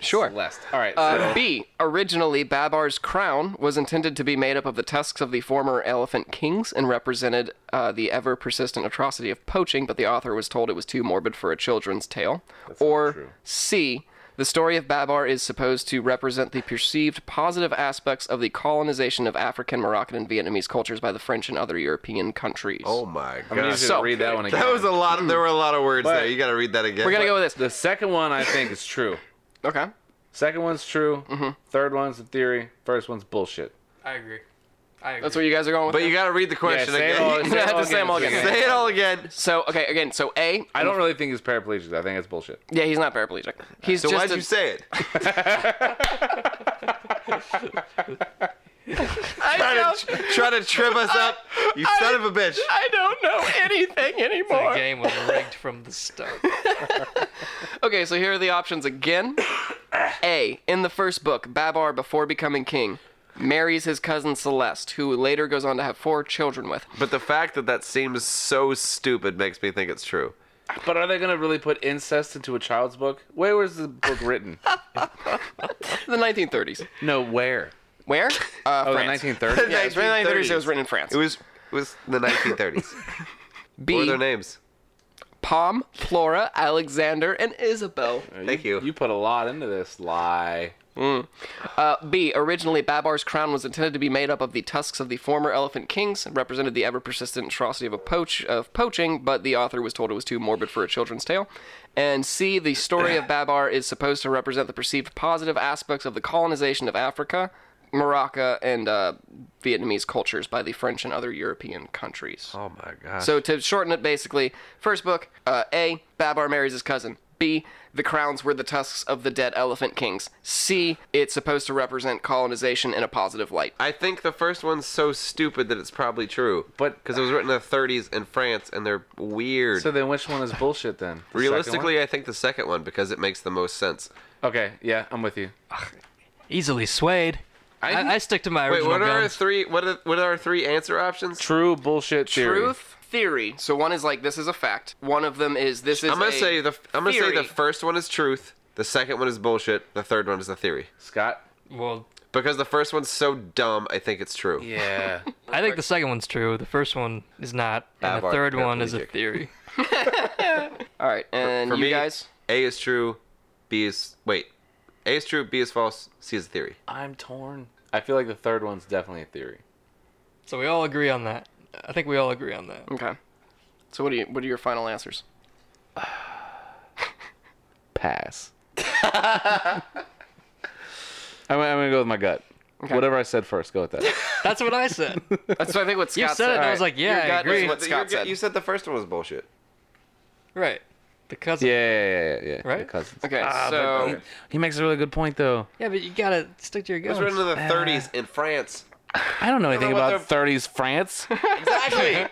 Speaker 9: sure.
Speaker 8: Celeste. All right.
Speaker 9: Uh, B. Originally, Babar's crown was intended to be made up of the tusks of the former elephant kings and represented uh, the ever persistent atrocity of poaching, but the author was told it was too morbid for a children's tale. or C. The story of Babar is supposed to represent the perceived positive aspects of the colonization of African, Moroccan, and Vietnamese cultures by the French and other European countries.
Speaker 5: Oh
Speaker 8: so,
Speaker 5: my
Speaker 8: I'm gonna
Speaker 5: gosh.
Speaker 8: need you
Speaker 9: so-
Speaker 8: to read that one again.
Speaker 5: That was a lot. There were a lot of words
Speaker 8: But-
Speaker 5: there. You got to read that again.
Speaker 9: We're going to go with
Speaker 8: the
Speaker 9: this.
Speaker 8: second one. I think is true.
Speaker 9: Okay.
Speaker 8: Second one's true. Third one's a theory. First one's bullshit.
Speaker 2: I agree. I agree.
Speaker 9: That's what you guys are going with?
Speaker 5: But you got to read the question
Speaker 8: say it
Speaker 5: again.
Speaker 8: all-
Speaker 5: <laughs>
Speaker 9: You have to say them all
Speaker 8: again.
Speaker 9: again.
Speaker 5: say it all again.
Speaker 9: so, okay, again, so A.
Speaker 8: I don't really think he's paraplegic. I think it's bullshit.
Speaker 9: Yeah, he's not paraplegic. He's
Speaker 5: So
Speaker 9: just
Speaker 5: why'd
Speaker 9: a-
Speaker 5: you say
Speaker 9: <laughs>
Speaker 5: it? <laughs>
Speaker 9: I
Speaker 5: Try
Speaker 9: don't,
Speaker 5: to, try to trip us up. You son of a bitch.
Speaker 9: I don't know anything
Speaker 2: the
Speaker 9: anymore.
Speaker 2: game was rigged from the start.
Speaker 9: Okay, so here are the options again. A. In the first book, Babar, before becoming king, marries his cousin Celeste, who later goes on to have four children with.
Speaker 5: But the fact that that seems so stupid makes me think it's <laughs> true.
Speaker 8: But are they gonna really put incest into a child's book? Where was the book written?
Speaker 9: The 1930s.
Speaker 8: no, where?
Speaker 9: Where? Uh,
Speaker 8: Oh, the
Speaker 9: France.
Speaker 8: 1930s.
Speaker 9: <laughs> Yeah, it's written in the 1930s. It was written in France.
Speaker 5: It was it was the
Speaker 9: <laughs>
Speaker 5: 1930s. what were
Speaker 9: B.
Speaker 5: their names?
Speaker 9: Palm, Flora, Alexander, and Isabel.
Speaker 5: Thank you.
Speaker 8: You put a lot into this lie.
Speaker 9: B. Originally, Babar's crown was intended to be made up of the tusks of the former elephant kings and represented the ever persistent atrocity of, a poach, of poaching, but the author was told it was too morbid for a children's tale. And C. The story of Babar is supposed to represent the perceived positive aspects of the colonization of Africa, Morocco, and uh, Vietnamese cultures by the French and other European countries.
Speaker 5: Oh my god.
Speaker 9: So to shorten it, basically, first book, uh, A. Babar marries his cousin. B. The crowns were the tusks of the dead elephant kings. C. It's supposed to represent colonization in a positive light.
Speaker 5: I think the first one's so stupid that it's probably true.
Speaker 8: But-
Speaker 5: because it was written in the 30s in France and they're weird.
Speaker 8: So then, which one is bullshit then? The second one?
Speaker 5: Realistically, I think the second one because it makes the most sense.
Speaker 8: Okay, yeah, I'm with you.
Speaker 2: <laughs> Easily swayed. I, I stick to my
Speaker 5: Wait,
Speaker 2: original
Speaker 5: what are our
Speaker 2: guns.
Speaker 5: three? What are what are our three answer options?
Speaker 8: True bullshit theory.
Speaker 9: Truth, theory. So one is like this is a fact. One of them is this is.
Speaker 5: I'm gonna
Speaker 9: a
Speaker 5: say the I'm gonna say
Speaker 9: theory.
Speaker 5: the first one is truth. The second one is bullshit. The third one is the theory.
Speaker 8: Scott.
Speaker 2: well,
Speaker 5: Because the first one's so dumb, I think it's true.
Speaker 8: Yeah.
Speaker 2: I think the second one's true. The first one is not, and
Speaker 5: Babar,
Speaker 2: the third one is a
Speaker 5: paraplegic.
Speaker 2: theory.
Speaker 9: All right, and
Speaker 5: for
Speaker 9: you
Speaker 5: me-
Speaker 9: guys.
Speaker 5: A is true. B is wait. A is true. B is false. C is a theory.
Speaker 8: I'm torn. I feel like the third one's definitely a theory.
Speaker 2: So we all agree on that. I think we all agree on that.
Speaker 9: Okay. So what do you? What are your final answers?
Speaker 8: <laughs> Pass. I'm, I'm gonna go with my gut. Whatever I said first, go with <laughs> that.
Speaker 2: That's what I said.
Speaker 9: That's what I think. What Scott
Speaker 2: You said it, and I was like,
Speaker 9: Your
Speaker 2: yeah, I
Speaker 9: gut was
Speaker 2: agree.
Speaker 9: what Scott said.
Speaker 5: You said the first one was bullshit.
Speaker 2: Right. The
Speaker 8: yeah,
Speaker 2: cousin.
Speaker 8: yeah, yeah, yeah, yeah.
Speaker 2: Right?
Speaker 8: the cousins.
Speaker 9: Okay, so
Speaker 8: He makes a really good point though.
Speaker 2: Yeah, but you gotta stick to your
Speaker 5: It <laughs>
Speaker 2: guns.
Speaker 5: was written in the 30s in France.
Speaker 8: I don't know anything
Speaker 5: what
Speaker 8: about 30s <laughs> France.
Speaker 5: Exactly.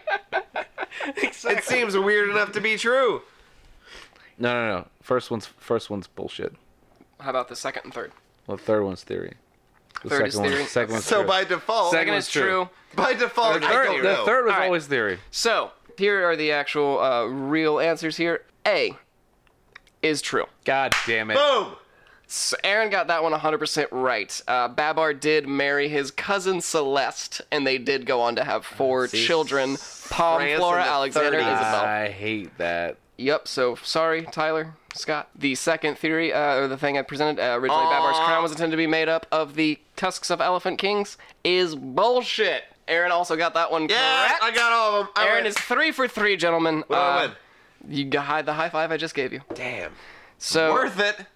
Speaker 5: It seems weird enough to be true.
Speaker 8: No, no, no. First one's first one's bullshit.
Speaker 9: how about the second and third?
Speaker 8: Well, the third one's theory. The
Speaker 9: Third
Speaker 8: second
Speaker 9: is
Speaker 8: one's,
Speaker 9: theory.
Speaker 8: Second one's
Speaker 5: So
Speaker 8: true.
Speaker 5: by default,
Speaker 8: Second
Speaker 9: Second
Speaker 8: one's
Speaker 9: is
Speaker 8: true.
Speaker 9: true.
Speaker 5: by default, I
Speaker 8: Third-
Speaker 5: don't
Speaker 8: the
Speaker 5: know.
Speaker 8: third was
Speaker 9: All right.
Speaker 8: always theory.
Speaker 9: So here are the actual uh, real answers here. A is true.
Speaker 8: God damn it.
Speaker 5: Boom.
Speaker 1: S Aaron got that one 100% right. Uh, Babar did marry his cousin Celeste, and they did go on to have four children Palm,
Speaker 9: France in
Speaker 1: Flora,
Speaker 9: the
Speaker 1: Alexander,
Speaker 9: 30s.
Speaker 1: Isabel.
Speaker 8: I hate that.
Speaker 1: Yep. So sorry, Tyler, Scott. The second theory, uh, or the thing I presented uh, originally, Babar's crown was intended to be made up of the tusks of elephant kings, is bullshit. Aaron also got that one
Speaker 9: Yeah,
Speaker 1: correct.
Speaker 9: I got all of them. I
Speaker 1: Aaron
Speaker 9: win.
Speaker 1: is three for three, gentlemen. Uh,
Speaker 9: What do
Speaker 5: Uh,
Speaker 9: I win?
Speaker 1: You got high- the high five I just gave you.
Speaker 9: Damn.
Speaker 1: So
Speaker 9: Worth it.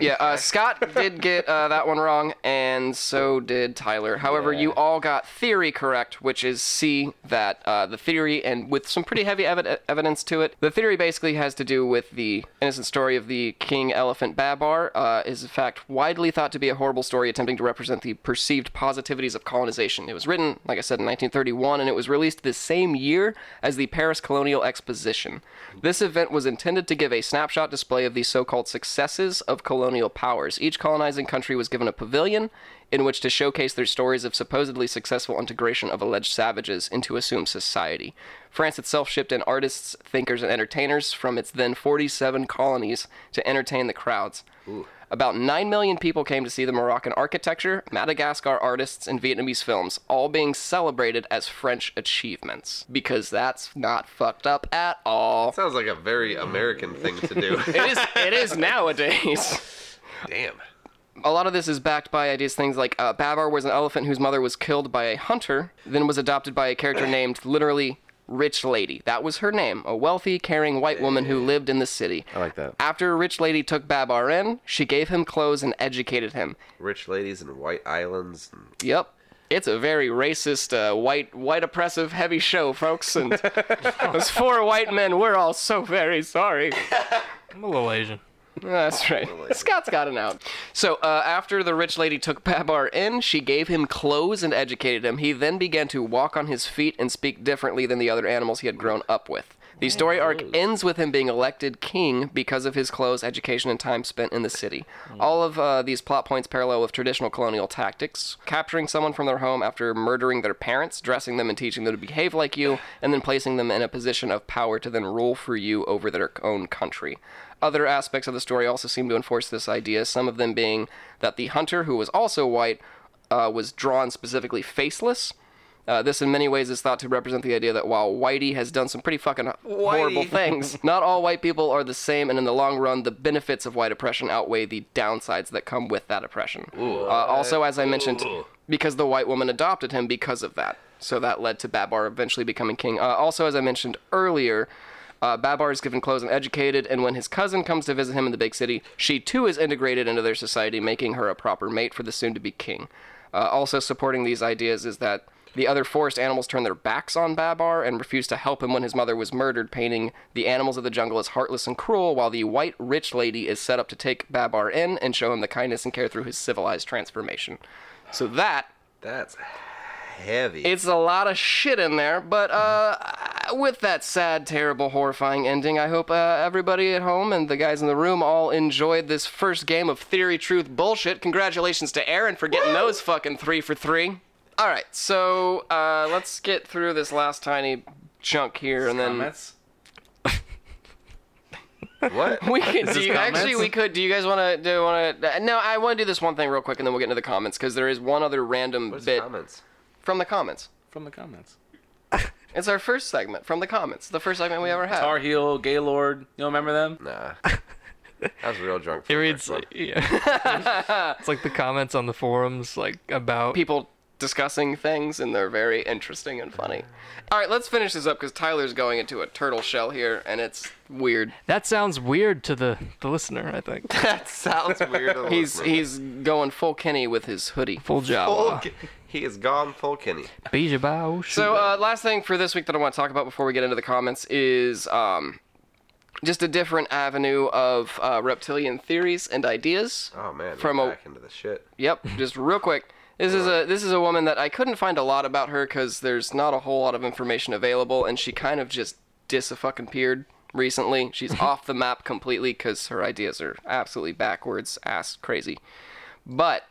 Speaker 1: yeah, uh, Scott did get uh, that one wrong, and so did Tyler. However, you all got theory correct, which is C, that uh, the theory, and with some pretty heavy evi- uh, evidence to it, the theory basically has to do with the innocent story of the king elephant Babar, uh, is in fact widely thought to be a horrible story attempting to represent the perceived positivities of colonization. It was written, like I said, in 1931, and it was released the same year as the Paris Colonial Exposition. This event was intended to give a snapshot display of the so called successes of colonial powers. Each colonizing country was given a pavilion in which to showcase their stories of supposedly successful integration of alleged savages into assumed society. France itself shipped in artists, thinkers, and entertainers from its then 47 colonies to entertain the crowds. About 9 million people came to see the Moroccan architecture, Madagascar artists, and Vietnamese films, all being celebrated as French achievements. Because that's not fucked up at all.
Speaker 9: Sounds like a very American thing to do.
Speaker 1: It is, it is nowadays.
Speaker 9: Damn.
Speaker 1: A lot of this is backed by ideas, things like uh, Babar was an elephant whose mother was killed by a hunter, then was adopted by a character named literally Rich Lady. That was her name, a wealthy, caring white woman who lived in the city.
Speaker 8: I like that.
Speaker 1: After a rich lady took Babar in, she gave him clothes and educated him.
Speaker 9: Rich ladies and white islands. And
Speaker 1: Yep. It's a very racist, uh, white, white oppressive, heavy show, folks. And those four white men, we're all so very sorry.
Speaker 2: I'm a little Asian.
Speaker 1: That's right. Scott's got an out. So uh, after the rich lady took Babar in, she gave him clothes and educated him. He then began to walk on his feet and speak differently than the other animals he had grown up with. The story arc ends with him being elected king because of his clothes, education, and time spent in the city. All of uh, these plot points parallel with traditional colonial tactics capturing someone from their home after murdering their parents, dressing them and teaching them to behave like you, and then placing them in a position of power to then rule for you over their own country. Other aspects of the story also seem to enforce this idea, some of them being that the hunter, who was also white, uh, was drawn specifically faceless. Uh, this, in many ways, is thought to represent the idea that while Whitey has done some pretty fucking horrible things, not all white people are the same, and in the long run, the benefits of white oppression outweigh the downsides that come with that oppression. Uh, also, as I mentioned, because the white woman adopted him because of that. So that led to Babar eventually becoming king. Uh, also, as I mentioned earlier, uh, Babar is given clothes and educated, and when his cousin comes to visit him in the big city, she too is integrated into their society, making her a proper mate for the soon to be king. Uh, also, supporting these ideas is that the other forest animals turn their backs on Babar and refuse to help him when his mother was murdered, painting the animals of the jungle as heartless and cruel, while the white rich lady is set up to take Babar in and show him the kindness and care through his civilized transformation. So that
Speaker 9: that's heavy.
Speaker 1: it's a lot of shit in there, but uh, with that sad, terrible, horrifying ending, I hope uh, everybody at home and the guys in the room all enjoyed this first game of theory, truth, bullshit. Congratulations to Aaron for getting those fucking three for three. All right, so uh, let's get through this last tiny chunk here, and then
Speaker 8: Comments?
Speaker 9: what?
Speaker 1: we could do. You, actually,
Speaker 8: comments?
Speaker 1: we could. Do you guys want to? Do want to? No, I want to do this one thing real quick, and then we'll get into the comments because there is one other random
Speaker 9: What's
Speaker 1: bit
Speaker 9: comments?
Speaker 1: from the comments.
Speaker 8: From the comments.
Speaker 1: It's our first segment from the comments. The first segment we ever had.
Speaker 8: Tar Heel, Gaylord. You don't remember them?
Speaker 9: Nah. I was real drunk. For
Speaker 2: It
Speaker 9: the
Speaker 2: reads,
Speaker 9: first one.
Speaker 2: yeah. it's like the comments on the forums, like about
Speaker 1: people discussing things and they're very interesting and funny. All right, let's finish this up because Tyler's going into a turtle shell here and it's weird.
Speaker 2: That sounds weird to the, the listener, I think.
Speaker 9: <laughs> That sounds
Speaker 1: <laughs>
Speaker 9: weird. to
Speaker 1: He's
Speaker 9: listen.
Speaker 1: he's going full Kenny with his hoodie.
Speaker 2: Full
Speaker 5: <laughs>
Speaker 9: Full
Speaker 2: job.
Speaker 9: Ke-
Speaker 5: Oh,
Speaker 9: He is gone full Kenny.
Speaker 2: Bija Bao.
Speaker 1: So uh, last thing for this week that I want to talk about before we get into the comments is um, just a different avenue of uh, reptilian theories and ideas.
Speaker 9: Oh man.
Speaker 1: From
Speaker 9: From
Speaker 1: a-
Speaker 9: back into the shit.
Speaker 1: Yep, just real quick. This is a this is a woman that I couldn't find a lot about her because there's not a whole lot of information available, and she kind of just dis fucking peered recently. She's off the map completely because her ideas are absolutely backwards, ass crazy. But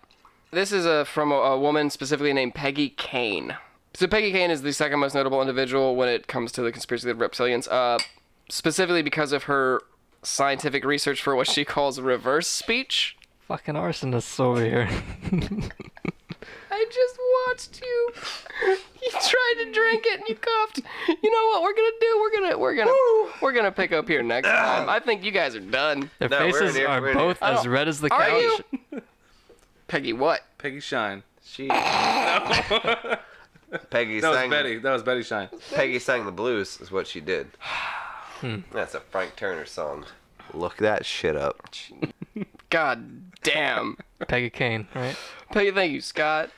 Speaker 1: this is a from a, a woman specifically named Peggy Kane. So Peggy Kane is the second most notable individual when it comes to the conspiracy of reptilians. Uh, specifically because of her scientific research for what she calls reverse speech
Speaker 2: fucking arsonists over here. <laughs>
Speaker 1: I just watched you. You <laughs> tried to drink it and you coughed. You know what we're gonna do? We're gonna we're gonna we're gonna pick up here next time. I think you guys are done.
Speaker 2: Their
Speaker 5: No, we're in
Speaker 2: faces
Speaker 5: here, we're
Speaker 2: are
Speaker 5: in here.
Speaker 2: both
Speaker 1: I
Speaker 2: as
Speaker 1: don't-
Speaker 2: red as the
Speaker 1: Oh, Are
Speaker 2: couch.
Speaker 1: you? Peggy, what?
Speaker 8: Peggy Shine.
Speaker 5: She. <laughs> Peggy
Speaker 8: That was
Speaker 5: sang.
Speaker 8: Betty. That was Betty Shine.
Speaker 5: Peggy sang the blues is what she did. That's a Frank Turner song. Look that shit up.
Speaker 1: God damn.
Speaker 2: <laughs> Peggy Kane, right?
Speaker 1: Peggy, thank you, Scott.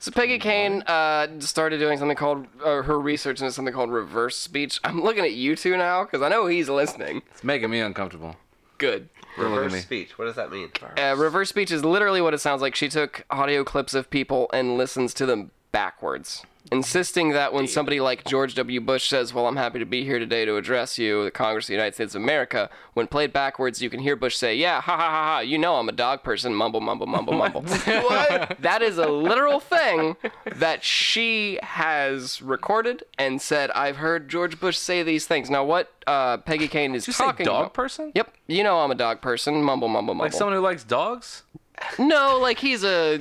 Speaker 1: So Peggy Kane uh, started doing something called uh, her research into something called reverse speech. I'm looking at you two now because I know he's listening.
Speaker 8: It's making me uncomfortable.
Speaker 1: Good.
Speaker 8: Don't look at me.
Speaker 5: Reverse speech. What does that mean?
Speaker 1: Uh, reverse speech is literally what it sounds like. She took audio clips of people and listens to them backwards, insisting that when somebody like George W. Bush says, Well, I'm happy to be here today to address you, the Congress of the United States of America, when played backwards, you can hear Bush say, Yeah, ha ha ha ha, you know I'm a dog person, mumble, mumble, mumble,
Speaker 8: <laughs>
Speaker 1: mumble. what? That is a literal thing that she has recorded and said, I've heard George Bush say these things. Now, what uh, Peggy Kane is
Speaker 8: Did you say
Speaker 1: talking
Speaker 8: dog
Speaker 1: about.
Speaker 8: person?
Speaker 1: Yep, you know I'm a dog person, mumble, mumble, mumble.
Speaker 8: Like someone who likes dogs?
Speaker 1: No, like he's a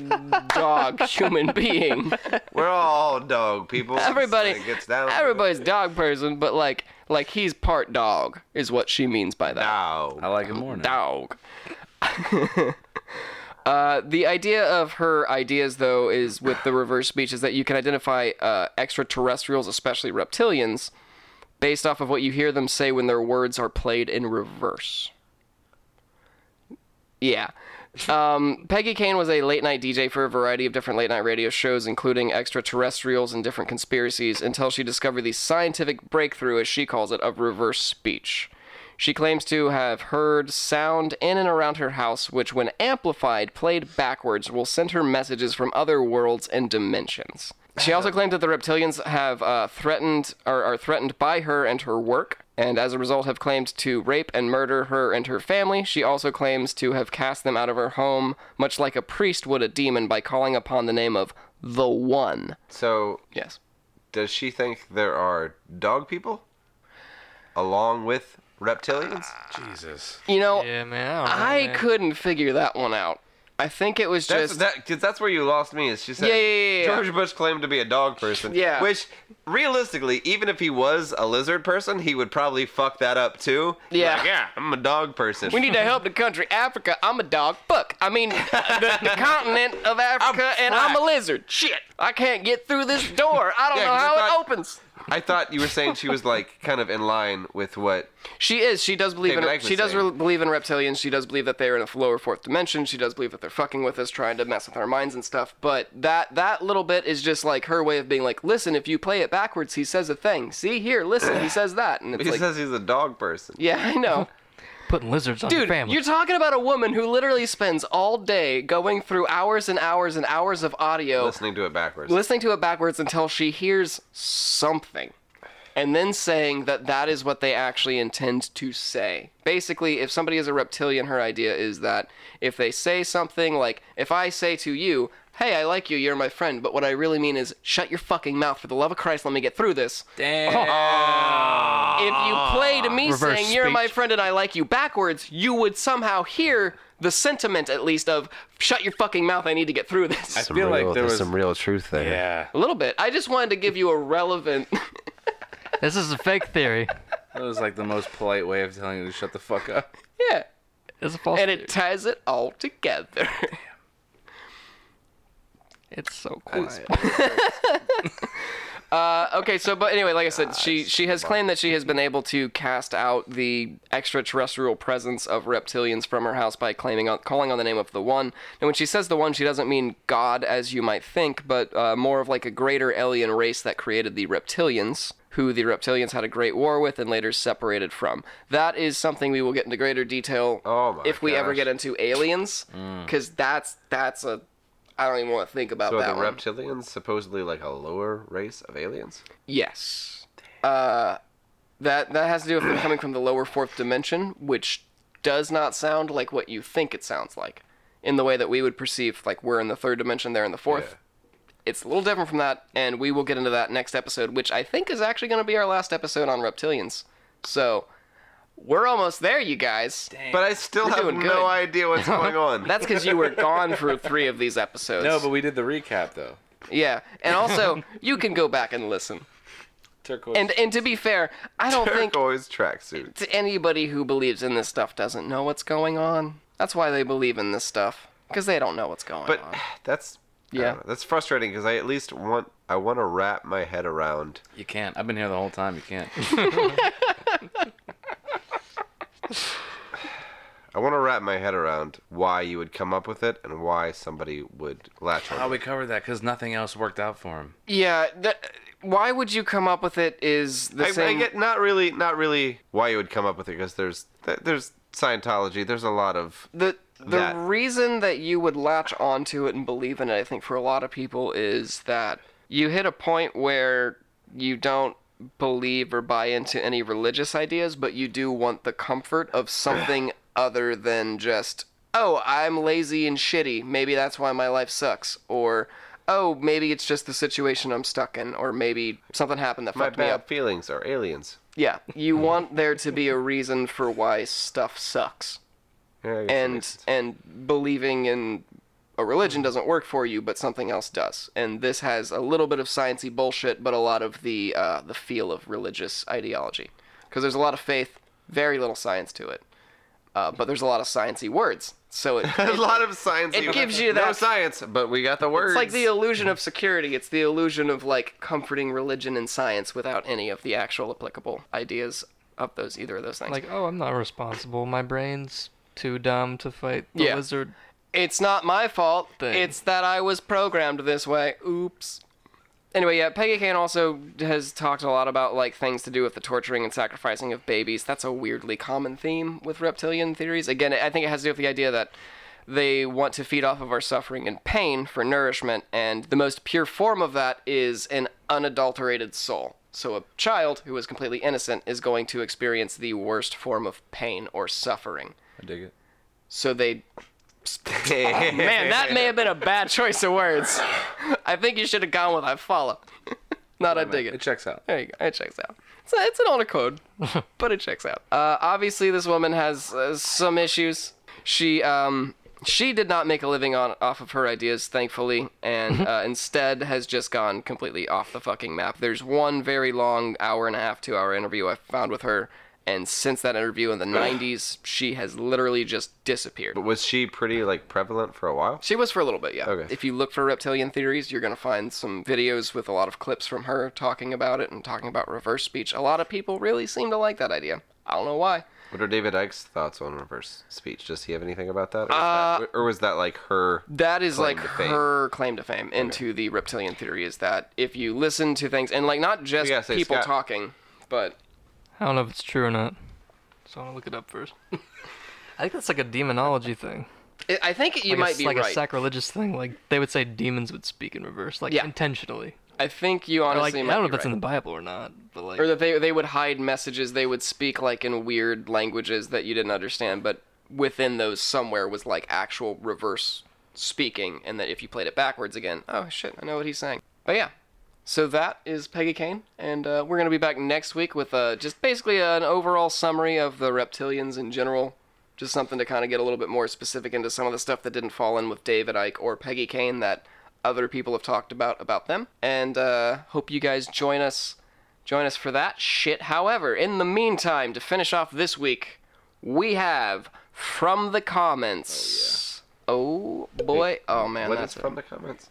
Speaker 8: <laughs>
Speaker 1: dog human being.
Speaker 5: We're all dog people.
Speaker 1: Everybody,
Speaker 5: It gets down. to it.
Speaker 1: everybody's dog person, but like, like he's part dog is what she means by that.
Speaker 5: Ow.
Speaker 8: I like it more now.
Speaker 1: Dog. uh, the idea of her ideas, though, is with the reverse speech is that you can identify uh, extraterrestrials, especially reptilians, based off of what you hear them say when their words are played in reverse. Yeah. Um, Peggy Kane was a late night DJ for a variety of different late night radio shows, including extraterrestrials and different conspiracies, until she discovered the scientific breakthrough, as she calls it, of reverse speech. She claims to have heard sound in and around her house, which, when amplified, played backwards, will send her messages from other worlds and dimensions. She also claimed that the reptilians have uh, threatened or are threatened by her and her work, and as a result have claimed to rape and murder her and her family. She also claims to have cast them out of her home, much like a priest would a demon, by calling upon the name of the One.
Speaker 5: So,
Speaker 1: Yes.
Speaker 5: does she think there are dog people along with reptilians?
Speaker 1: Uh,
Speaker 8: Jesus.
Speaker 1: You know,
Speaker 2: Yeah, man. I, don't know,
Speaker 1: I
Speaker 2: man.
Speaker 1: couldn't figure that one out. I think it was
Speaker 5: That's,
Speaker 1: just.
Speaker 5: that, cause that's where you lost me. Is she said
Speaker 1: Yeah, yeah, yeah, yeah.
Speaker 5: George Bush claimed to be a dog person.
Speaker 1: Yeah.
Speaker 5: Which, realistically, even if he was a lizard person, he would probably fuck that up too. He's
Speaker 1: Yeah.
Speaker 5: like, yeah, I'm a dog person.
Speaker 1: we need to help the country Africa. I'm a dog. Fuck. I mean, the, <laughs> the continent of Africa, and I'm a lizard. Shit. I can't get through this door. I don't
Speaker 5: Yeah,
Speaker 1: know
Speaker 5: 'cause I
Speaker 1: how
Speaker 5: thought-
Speaker 1: it opens.
Speaker 5: I thought you were saying she was
Speaker 1: <laughs>
Speaker 5: like kind of in line with what.
Speaker 1: She is. She does believe
Speaker 5: David
Speaker 1: in.
Speaker 5: Icke was
Speaker 1: She does
Speaker 5: saying.
Speaker 1: re- believe in reptilians. She does believe that they are in a lower fourth dimension. She does believe that they're fucking with us, trying to mess with our minds and stuff. But that that little bit is just like her way of being like, listen, if you play it backwards, he says a thing. See here, listen, he says that, and it's
Speaker 5: He
Speaker 1: like,
Speaker 5: says he's a dog person.
Speaker 1: yeah, I know.
Speaker 2: putting lizards on your
Speaker 1: Dude,
Speaker 2: family.
Speaker 1: you're talking about a woman who literally spends all day going through hours and hours and hours of audio
Speaker 5: Listening to it backwards.
Speaker 1: listening to it backwards until she hears something and then saying that that is what they actually intend to say. Basically, if somebody is a reptilian, her idea is that if they say something like, if I say to you, hey, I like you, you're my friend, but what I really mean is, shut your fucking mouth for the love of Christ, let me get through this. If you play to me
Speaker 2: Ah, Reverse
Speaker 1: saying, you're my
Speaker 2: speech.
Speaker 1: friend and I like you backwards, you would somehow hear the sentiment at least of, shut your fucking mouth, I need to get through this.
Speaker 8: I feel like there was
Speaker 5: real truth there.
Speaker 8: Yeah.
Speaker 1: A little bit. I just wanted to give you a relevant. <laughs>
Speaker 2: This is a fake theory. <laughs>
Speaker 8: That was like the most polite way of telling you to shut the
Speaker 1: <laughs>
Speaker 8: fuck up.
Speaker 1: yeah.
Speaker 2: It's a false.
Speaker 1: And
Speaker 2: theory.
Speaker 1: it ties it all together. <laughs>
Speaker 2: it's so quiet.
Speaker 1: okay, so but anyway, like I said, she she has claimed that she has been able to cast out the extraterrestrial presence of reptilians from her house by claiming on, calling on the name of the one. And when she says the one, she doesn't mean God as you might think, but uh, more of like a greater alien race that created the reptilians. Who the reptilians had a great war with and later separated from. That is something we will get into greater detail
Speaker 5: Oh my
Speaker 1: if we ever
Speaker 5: gosh. Mm.
Speaker 1: get into aliens, because that's that's a I don't even want to think about
Speaker 5: So are
Speaker 1: that
Speaker 5: the
Speaker 1: one.
Speaker 5: reptilians supposedly like a lower race of aliens?
Speaker 1: Yes. Uh, that that has to do with them coming from the lower fourth dimension, which does not sound like what you think it sounds like, in the way that we would perceive like we're in the third dimension, they're in the fourth. It's a little different from that, and we will get into that next episode, which I think is actually going to be our last episode on reptilians. So We're almost there, you guys.
Speaker 9: But I still
Speaker 1: We're
Speaker 9: have no
Speaker 1: doing good.
Speaker 9: idea what's <laughs> going on.
Speaker 1: That's because you were gone for three of these episodes.
Speaker 8: No, but we did the recap though.
Speaker 1: yeah, and also you can go back and listen.
Speaker 8: Turquoise.
Speaker 1: And and to be fair, I don't think
Speaker 9: turquoise tracksuit.
Speaker 1: to anybody who believes in this stuff doesn't know what's going on. That's why they believe in this stuff because they don't know what's going
Speaker 9: But
Speaker 1: on.
Speaker 9: that's I don't
Speaker 1: Yeah.
Speaker 9: know, that's frustrating because I at least want I want to wrap my head around.
Speaker 8: you can't. I've been here the whole time.
Speaker 1: <laughs>
Speaker 8: You can't.
Speaker 9: I want to wrap my head around why you would come up with it and why somebody would latch
Speaker 8: How
Speaker 9: on.
Speaker 8: we covered that because nothing else worked out for him.
Speaker 1: Yeah, that, why would you come up with it? Is the
Speaker 9: I, I
Speaker 1: same?
Speaker 9: get not really not really why you would come up with it because there's th- there's Scientology. There's a lot of
Speaker 1: the the
Speaker 9: that.
Speaker 1: reason that you would latch onto it and believe in it, I think, for a lot of people is that you hit a point where you don't believe or buy into any religious ideas, but you do want the comfort
Speaker 9: <sighs>
Speaker 1: of something other than just, oh, I'm lazy and shitty. Maybe that's why my life sucks. Or, oh, maybe it's just the situation I'm stuck in. Or maybe something happened that
Speaker 9: my
Speaker 1: fucked me
Speaker 9: bad
Speaker 1: up.
Speaker 9: feelings are aliens.
Speaker 1: Yeah, you want there to be a reason for why stuff sucks
Speaker 9: Yeah, I guess that makes
Speaker 1: and
Speaker 9: sense.
Speaker 1: and believing in a religion doesn't work for you, but something else does. And this has a little bit of sciency bullshit, but a lot of the uh, the feel of religious ideology, because there's a lot of faith, very little science to it, uh, but there's a lot of sciency words.
Speaker 9: <laughs>
Speaker 1: So it,
Speaker 9: a
Speaker 1: it-
Speaker 9: lot of science.
Speaker 1: it gives you
Speaker 9: no
Speaker 1: that-
Speaker 9: science, but we got the words.
Speaker 1: it's
Speaker 9: <laughs>
Speaker 1: like the illusion of security. It's the illusion of like comforting religion and science without any of the actual applicable ideas of those either of those things.
Speaker 2: Like, oh, I'm not responsible. My brain's too dumb to fight the
Speaker 1: Yeah.
Speaker 2: lizard.
Speaker 1: It's not my fault.
Speaker 2: Thing.
Speaker 1: It's that I was programmed this way. Oops. Anyway, yeah, Peggy Kane also has talked a lot about like things to do with the torturing and sacrificing of babies. That's a weirdly common theme with reptilian theories. Again, I think it has to do with the idea that they want to feed off of our suffering and pain for nourishment, and the most pure form of that is an unadulterated soul. So a child who is completely innocent is going to experience the worst form of pain or suffering.
Speaker 8: I dig it.
Speaker 1: So they Man, that may have been a bad choice of words. I think you should have gone with I follow. Not I dig
Speaker 8: It
Speaker 1: it.
Speaker 8: checks out.
Speaker 1: There you go. It checks out. It's, a- it's an older
Speaker 2: <laughs>
Speaker 1: code, but it checks out. Uh, obviously, this woman has uh, some issues. She um she did not make a living on off of her ideas, thankfully,
Speaker 2: <laughs>
Speaker 1: and uh, instead has just gone completely off the fucking map. There's one very long hour and a half, two hour interview I found with her. And since that interview in the 90s, she has literally just disappeared.
Speaker 9: Was she pretty like prevalent for a while?
Speaker 1: She was for a little bit, yeah.
Speaker 9: Okay.
Speaker 1: If you look for reptilian theories, you're going to find some videos with a lot of clips from her talking about it and talking about reverse speech. A lot of people really seem to like that idea. I don't know why.
Speaker 9: What are David Ike's thoughts on reverse speech? Does he have anything about that? Or was, that, or was that like her?
Speaker 1: That is
Speaker 9: Claim
Speaker 1: like
Speaker 9: to fame.
Speaker 1: her claim to fame into the reptilian theory is that if you listen to things and like not just
Speaker 9: We gotta say,
Speaker 1: people
Speaker 9: Scott-
Speaker 1: talking, but
Speaker 2: I don't know if it's true or not. So I want to look it up first. <laughs> I think that's like a demonology thing.
Speaker 1: I- I think you
Speaker 2: like
Speaker 1: might
Speaker 2: a,
Speaker 1: be
Speaker 2: like
Speaker 1: right.
Speaker 2: a sacrilegious thing. Like they would say demons would speak in reverse, like
Speaker 1: Yeah.
Speaker 2: intentionally.
Speaker 1: I think you
Speaker 2: Or,
Speaker 1: honestly
Speaker 2: like
Speaker 1: might
Speaker 2: I don't know
Speaker 1: be
Speaker 2: if that's
Speaker 1: right.
Speaker 2: in the Bible or not, but like
Speaker 1: or that they they would hide messages. They would speak like in weird languages that you didn't understand, but within those somewhere was like actual reverse speaking, and that if you played it backwards again, oh shit, I know what he's saying. But yeah, so that is Peggy Kane, and uh, we're gonna be back next week with uh, just basically an overall summary of the reptilians in general. Just something to kind of get a little bit more specific into some of the stuff that didn't fall in with David Ike or Peggy Kane that other people have talked about about them. And uh, hope you guys join us Join us for that shit. However, in the meantime, to finish off this week, we have from the comments. Oh, boy. Oh man,
Speaker 9: What is
Speaker 1: that's
Speaker 9: from the comments?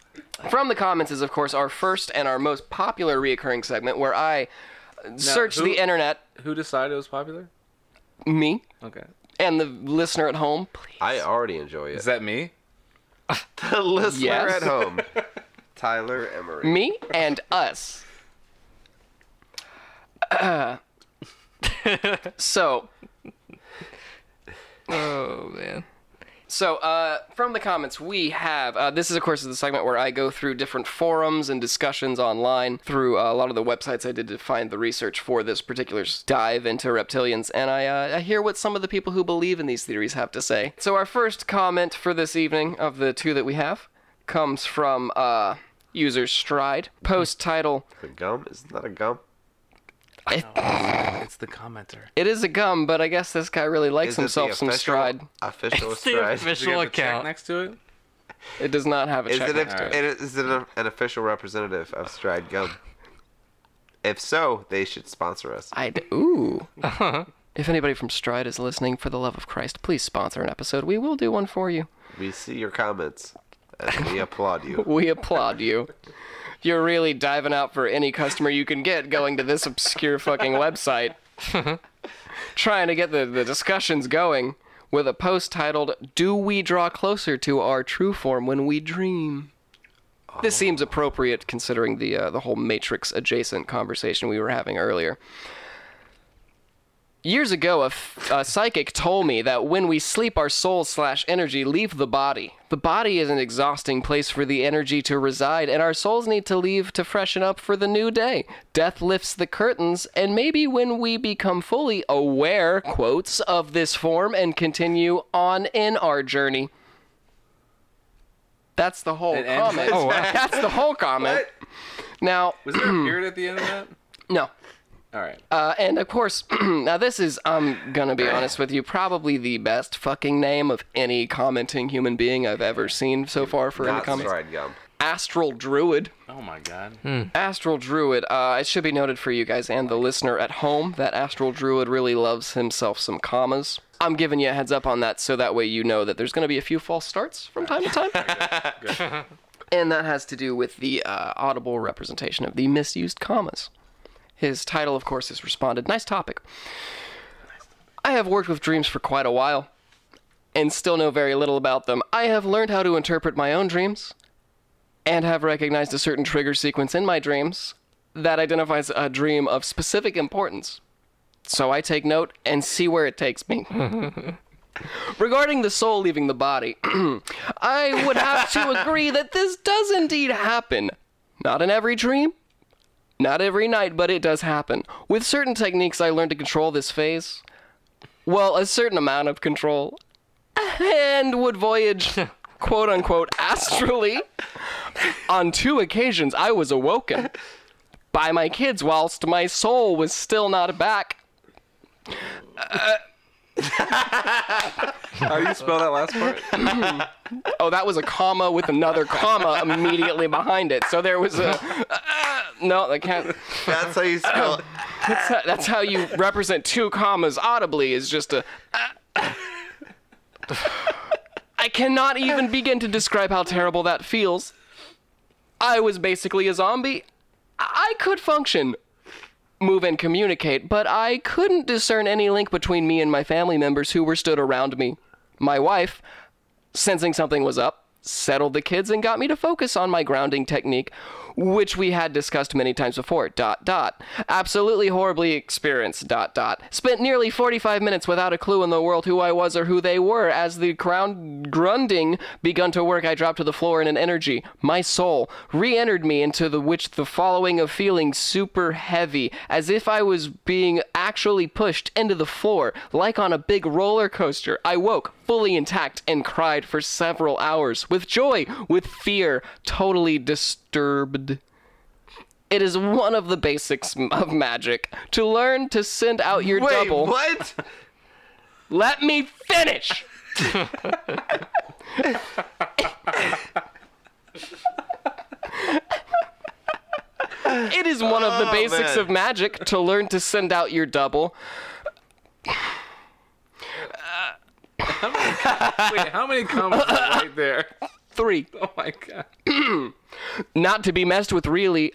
Speaker 1: from the comments is of course our first and our most popular reoccurring segment where I search
Speaker 8: who-
Speaker 1: the internet.
Speaker 8: Who decided it was popular?
Speaker 1: Me
Speaker 8: Okay.
Speaker 1: and the listener at home. Please.
Speaker 9: I already enjoy it.
Speaker 8: Is that me?
Speaker 9: the listener
Speaker 1: Yes.
Speaker 5: <laughs>
Speaker 9: at home, Tyler Emery.
Speaker 1: Me and
Speaker 9: <laughs>
Speaker 1: us. so
Speaker 2: oh man.
Speaker 1: So, uh, from the comments, we have uh, this is, of course, the segment where I go through different forums and discussions online through uh, a lot of the websites I did to find the research for this particular s- dive into reptilians, and I, uh, I hear what some of the people who believe in these theories have to say. So, our first comment for this evening of the two that we have comes from uh, user Stride, post title
Speaker 9: The gum is that a gum?
Speaker 8: It's the commenter.
Speaker 9: It is a gum, but I guess this guy really likes
Speaker 5: Is it the
Speaker 9: himself some
Speaker 5: official-
Speaker 9: stride. <laughs>
Speaker 5: Official
Speaker 2: It's the
Speaker 5: stride.
Speaker 8: Does
Speaker 2: <laughs>
Speaker 8: he
Speaker 2: official
Speaker 8: have a
Speaker 1: <laughs>
Speaker 8: check
Speaker 2: account.
Speaker 8: next to it?
Speaker 9: It does not have a
Speaker 5: Is
Speaker 9: check.
Speaker 5: it,
Speaker 9: next
Speaker 5: a,
Speaker 9: to it.
Speaker 5: it is it a, an official representative of Stride Gum? If so, they should sponsor us.
Speaker 9: I'd
Speaker 5: <laughs>
Speaker 9: ooh. If anybody from Stride is listening, for the love of Christ, please sponsor an episode. We will do one for you.
Speaker 5: We see your comments and we applaud
Speaker 9: <laughs>
Speaker 5: you.
Speaker 9: We applaud you. You're really diving out for any customer you can get going to this obscure fucking website. Trying to get the, the discussions going with a post titled, Do We Draw Closer to Our True Form When We Dream? This seems appropriate considering the, uh, the whole Matrix adjacent conversation we were having earlier. Years ago, a, f- a psychic told me that when we sleep, our soul slash energy leave the body. The body is an exhausting place for the energy to reside, and our souls need to leave to freshen up for the new day. Death lifts the curtains, and maybe when we become fully aware, quotes, of this form and continue on in our journey. That's the whole
Speaker 8: It ends
Speaker 9: comment.
Speaker 8: like
Speaker 9: <laughs> That's the whole comment. Now,
Speaker 8: Was there a period at the end of that?
Speaker 9: no.
Speaker 8: All right.
Speaker 9: Uh, and of course, <clears throat> now this is, I'm gonna be honest with you, probably the best fucking name of any commenting human being I've ever seen so far for any
Speaker 5: Not
Speaker 9: comments.
Speaker 5: Stride Gum.
Speaker 9: Astral Druid.
Speaker 8: oh my god.
Speaker 9: Astral Druid. Uh, it should be noted for you guys and the listener at home that Astral Druid really loves himself some commas. I'm giving you a heads up on that so that way you know that there's going to be a few false starts from time to time. and that has to do with the uh, audible representation of the misused commas. His title, of course, is Responded. Nice topic. I have worked with dreams for quite a while and still know very little about them. I have learned how to interpret my own dreams and have recognized a certain trigger sequence in my dreams that identifies a dream of specific importance. So I take note and see where it takes me. <laughs> Regarding the soul leaving the body, <clears throat> I would have to agree that this does indeed happen. Not in every dream, not every night, but it does happen. With certain techniques, I learned to control this phase. Well, a certain amount of control. And would voyage, <laughs> quote unquote, astrally on two occasions, I was awoken by my kids whilst my soul was still not back.
Speaker 5: How do you spell that last part?
Speaker 9: <clears throat> Oh, that was a comma with another comma immediately behind it. So there was a. uh, no, that can't.
Speaker 5: That's how you spell
Speaker 9: That's, <laughs> that's how you represent two commas audibly, is just a. uh, <laughs> I cannot even begin to describe how terrible that feels. I was basically a zombie. I could function, move, and communicate, but I couldn't discern any link between me and my family members who were stood around me. My wife, sensing something was up, settled the kids and got me to focus on my grounding technique, which we had discussed many times before. Dot dot. Absolutely horribly experienced. Dot dot. Spent nearly 45 minutes without a clue in the world who I was or who they were. As the ground grunding begun to work, I dropped to the floor in an energy. My soul re-entered me into the which the following of feeling super heavy, as if I was being actually pushed into the floor, like on a big roller coaster. I woke fully intact and cried for several hours with joy, with fear, totally disturbed. It is one of the basics m- of magic to learn to send out your
Speaker 5: Wait,
Speaker 9: double.
Speaker 5: what?
Speaker 9: Let me finish. it is one of the basics
Speaker 5: Oh, man.
Speaker 9: of magic to learn to send out your double.
Speaker 8: Wait, how many comments are right there? <laughs>
Speaker 9: Three.
Speaker 8: Oh my god.
Speaker 9: not to be messed with really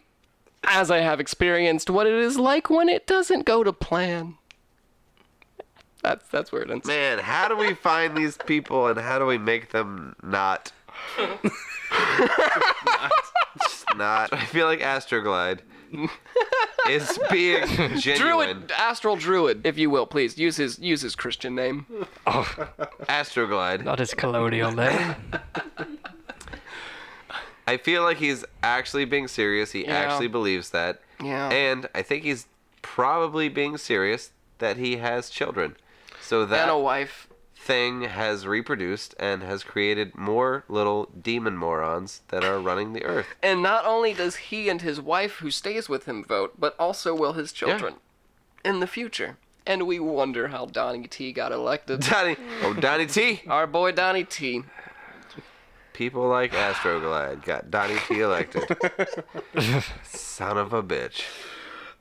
Speaker 9: as i have experienced what it is like when it doesn't go to plan that's that's where it ends
Speaker 5: Man, how do we find these people and how do we make them <laughs> not? Just not. I feel like Astroglide is <laughs> being genuine.
Speaker 9: druid astral druid if you will please use his use his christian name
Speaker 5: Astroglide.
Speaker 2: Not his colonial name.
Speaker 5: I feel like he's actually being serious. He actually believes that.
Speaker 9: Yeah.
Speaker 5: And I think he's probably being serious that he has children. So that
Speaker 9: and a wife
Speaker 5: thing has reproduced and has created more little demon morons that are running the earth.
Speaker 9: and not only does he and his wife who stays with him vote but also will his children
Speaker 1: in the future. And we wonder how Donnie T got
Speaker 5: <laughs>
Speaker 1: elected.
Speaker 5: Donnie, oh Donnie T.
Speaker 1: Our boy Donnie T.
Speaker 5: People like Astroglide got Donnie T elected. Son of a bitch.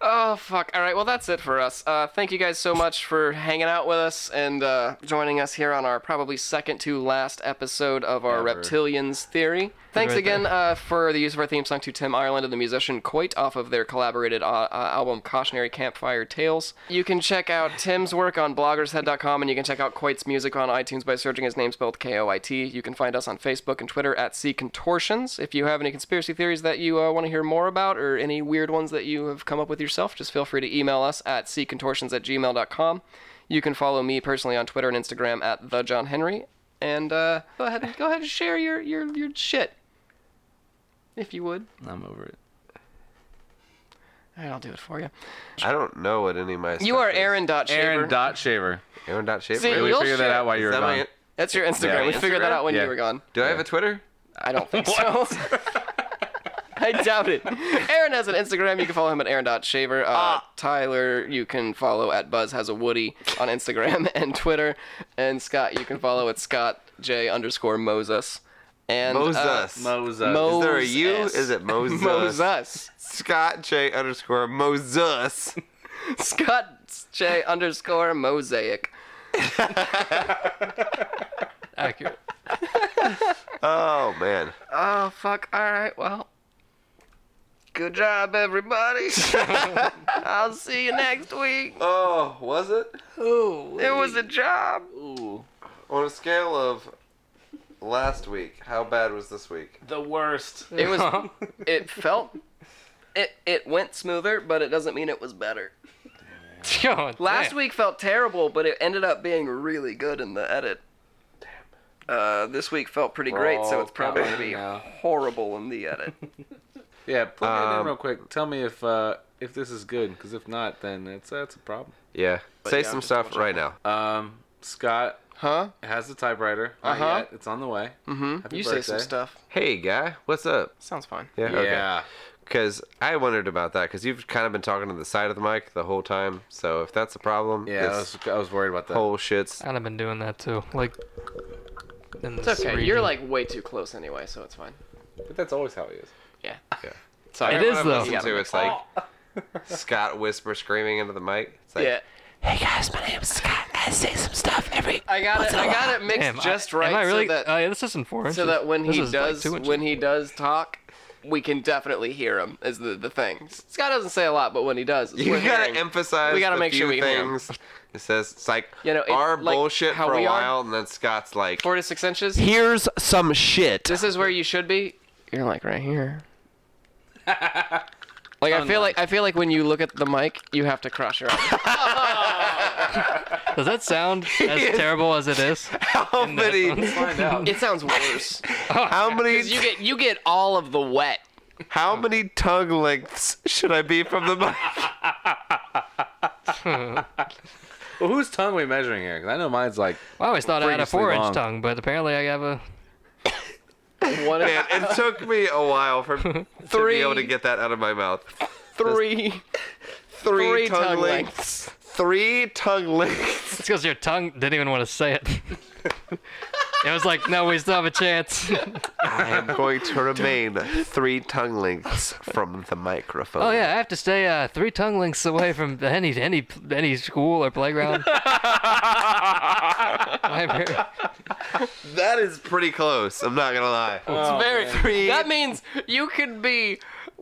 Speaker 1: Oh fuck! All right, well that's it for us. Uh, thank you guys so much for hanging out with us and uh, joining us here on our probably second to last episode of our Reptilians Theory. Thanks again uh, for the use of our theme song to Tim Ireland and the musician Coit off of their collaborated uh, uh, album Cautionary Campfire Tales. You can check out Tim's work on bloggershead.com and you can check out Coit's music on iTunes by searching his name spelled K-O-I-T. You can find us on Facebook and Twitter at C Contortions. If you have any conspiracy theories that you uh, want to hear more about or any weird ones that you have come up with yourself, just feel free to email us at ccontortions at gmail.com. You can follow me personally on Twitter and Instagram at the John Henry. And uh, go ahead and go ahead and share your, your, your shit. If you would.
Speaker 8: I'm over it.
Speaker 1: All right, I'll do it for you.
Speaker 5: I don't know what any of my
Speaker 1: You
Speaker 5: stuff
Speaker 1: are
Speaker 5: is.
Speaker 1: Aaron dot Shaver.
Speaker 8: Aaron Dot Shaver.
Speaker 5: Aaron dot Shaver.
Speaker 1: See,
Speaker 5: Really?
Speaker 8: We
Speaker 1: You'll
Speaker 8: figured that
Speaker 1: share-
Speaker 8: out while you
Speaker 5: Is
Speaker 8: were
Speaker 5: that my
Speaker 8: gone.
Speaker 5: in-
Speaker 1: That's your Instagram.
Speaker 8: Yeah.
Speaker 1: we figured that out when
Speaker 8: Yeah.
Speaker 1: you were gone.
Speaker 5: Do I have a Twitter?
Speaker 1: I don't think so.
Speaker 5: <laughs>
Speaker 1: I doubt it. Aaron has an Instagram. You can follow him at aaron.shaver. Uh, Tyler, you can follow at Buzz has a Woody on Instagram <laughs> and Twitter. And Scott, you can follow at Scott J underscore Moses. And, Uh,
Speaker 5: Moses.
Speaker 8: Moses.
Speaker 1: Mo-
Speaker 5: is there a U?
Speaker 1: Moses.
Speaker 5: Is it
Speaker 1: <laughs>
Speaker 5: Moses?
Speaker 1: Moses.
Speaker 5: Scott J underscore Moses.
Speaker 1: Scott J underscore Mosaic.
Speaker 2: Accurate.
Speaker 5: Oh man.
Speaker 1: Oh, fuck. All right. Well, good job, <laughs> everybody. I'll see you next week.
Speaker 5: Oh, was it?
Speaker 1: It was a job.
Speaker 5: On a scale of last week, how bad was this week?
Speaker 11: The worst.
Speaker 1: It was. it felt. It it went smoother, but it doesn't mean it was better.
Speaker 2: <laughs> God,
Speaker 1: Last
Speaker 2: damn.
Speaker 1: week felt terrible, but it ended up being really good in the edit. Uh, this week felt pretty great, so
Speaker 8: all
Speaker 1: it's probably gonna
Speaker 8: covered
Speaker 1: be
Speaker 8: now.
Speaker 1: horrible in the edit.
Speaker 8: Yeah, plug it in
Speaker 5: Um,
Speaker 8: real quick. Tell me if uh, if this is good, because if not, then it's that's a problem.
Speaker 5: Yeah. Say some stuff right now.
Speaker 8: Um, Scott
Speaker 1: Huh?
Speaker 8: has a typewriter. Not
Speaker 1: Uh-huh.
Speaker 8: yet. It's on the way.
Speaker 1: Mm-hmm.
Speaker 8: Happy
Speaker 1: you say some
Speaker 8: birthday.
Speaker 1: stuff.
Speaker 5: Hey guy, what's up?
Speaker 1: Sounds fine.
Speaker 5: Yeah.
Speaker 8: Yeah.
Speaker 5: Because I wondered about that because you've kind of been talking to the side of the mic the whole time. So if that's a problem,
Speaker 8: Yeah, I
Speaker 5: this
Speaker 8: was, I was worried about that.
Speaker 5: whole shit's
Speaker 2: I've been doing that too. Like. in
Speaker 1: It's
Speaker 2: this
Speaker 1: okay.
Speaker 2: region.
Speaker 1: You're like way too close anyway, so it's fine.
Speaker 8: But that's always how it is.
Speaker 1: Yeah.
Speaker 5: Yeah.
Speaker 1: Sorry.
Speaker 2: It is, though.
Speaker 5: listen to.
Speaker 1: <laughs>
Speaker 5: It's like Scott whisper screaming into the mic. It's like,
Speaker 1: yeah. Hey guys, my name's Scott. I say some stuff every. I got it. I got it mixed
Speaker 2: Damn, I-
Speaker 1: just right
Speaker 2: Am I really?
Speaker 1: so that
Speaker 2: uh, yeah, this isn't four inches.
Speaker 1: so that when
Speaker 2: This
Speaker 1: he
Speaker 2: is, like,
Speaker 1: does
Speaker 2: two inches.
Speaker 1: when he does talk, we can definitely hear him. Is the the thing. Scott doesn't say a lot, but when he does, it's
Speaker 5: You
Speaker 1: worth
Speaker 5: gotta
Speaker 1: hearing.
Speaker 5: emphasize.
Speaker 1: We gotta
Speaker 5: the
Speaker 1: make sure
Speaker 5: few
Speaker 1: we can hear 'em.
Speaker 5: things. It says it's like
Speaker 1: You know, it-
Speaker 5: our
Speaker 1: like,
Speaker 5: bullshit
Speaker 1: how
Speaker 5: for a
Speaker 1: we are-
Speaker 5: while, and then Scott's like,
Speaker 1: four to six inches.
Speaker 5: "Here's some shit."
Speaker 1: This is where you should be. You're like right here.
Speaker 2: <laughs>
Speaker 1: Like I feel like I feel like when you look at the mic, you have to cross your eyes.
Speaker 2: Does that
Speaker 1: <laughs>
Speaker 2: sound as terrible as it is? <laughs>
Speaker 5: How many?
Speaker 1: It sounds worse.
Speaker 5: How
Speaker 1: Cause you
Speaker 5: many?
Speaker 1: get you get all of the wet.
Speaker 5: How many tongue lengths should I be from
Speaker 1: <laughs>
Speaker 5: the mic?
Speaker 8: Well, whose tongue are we measuring here? 'Cause I know mine's like
Speaker 2: I always thought I had a
Speaker 8: Previously
Speaker 2: four-inch
Speaker 8: long.
Speaker 2: tongue, but apparently I have a.
Speaker 1: One of
Speaker 5: Man, it took me a while for to
Speaker 1: Three.
Speaker 5: be able to get that out of my mouth.
Speaker 1: three.
Speaker 5: Three,
Speaker 1: Three
Speaker 5: tongue,
Speaker 1: tongue
Speaker 5: lengths. Three tongue lengths.
Speaker 2: It's because your tongue didn't even want to say it. <laughs> it was like, no, we still have
Speaker 1: <laughs>
Speaker 2: a chance.
Speaker 5: I am going to remain three tongue lengths from the microphone.
Speaker 2: oh yeah, I have to stay uh, three tongue lengths away from any any any school
Speaker 1: <laughs>
Speaker 2: or playground. Library.
Speaker 5: That is pretty close. I'm not gonna lie.
Speaker 1: Very
Speaker 5: Three.
Speaker 1: That means you could be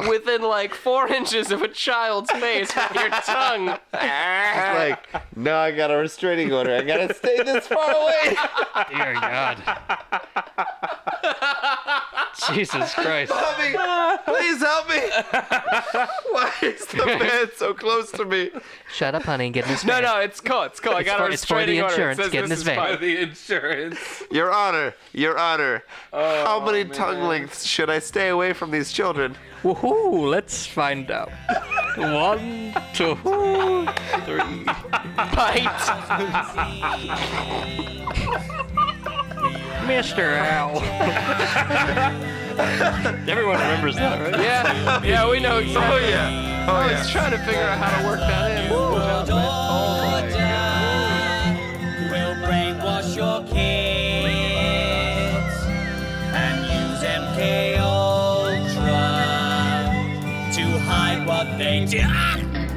Speaker 1: within like four inches of a child's face with your tongue.
Speaker 5: like, no, I got a restraining order. I gotta stay this far away.
Speaker 2: Dear God. Jesus Christ.
Speaker 5: Help me. Please help me. Why is the man so close to me?
Speaker 2: Shut up, honey. Get in this
Speaker 1: No,
Speaker 2: van.
Speaker 1: no, it's cool. It's cool. I got
Speaker 2: for-
Speaker 1: a
Speaker 2: it's for the
Speaker 1: restraining order. It
Speaker 2: insurance.
Speaker 1: says
Speaker 2: Get in
Speaker 1: this
Speaker 2: this
Speaker 1: is
Speaker 2: van.
Speaker 1: fine.
Speaker 8: the insurance.
Speaker 5: Your Honor, Your Honor, how many tongue lengths should I stay away from these children?
Speaker 2: Woohoo! Let's find out. One, two, three.
Speaker 1: Bite.
Speaker 2: Mr. Owl. Everyone remembers that, right?
Speaker 1: Yeah, yeah, we know exactly.
Speaker 5: yeah. Oh,
Speaker 1: I was trying to figure out how to work that in.
Speaker 7: or die. We'll brainwash your kids and use MK Ultra to hide what they Ah! did.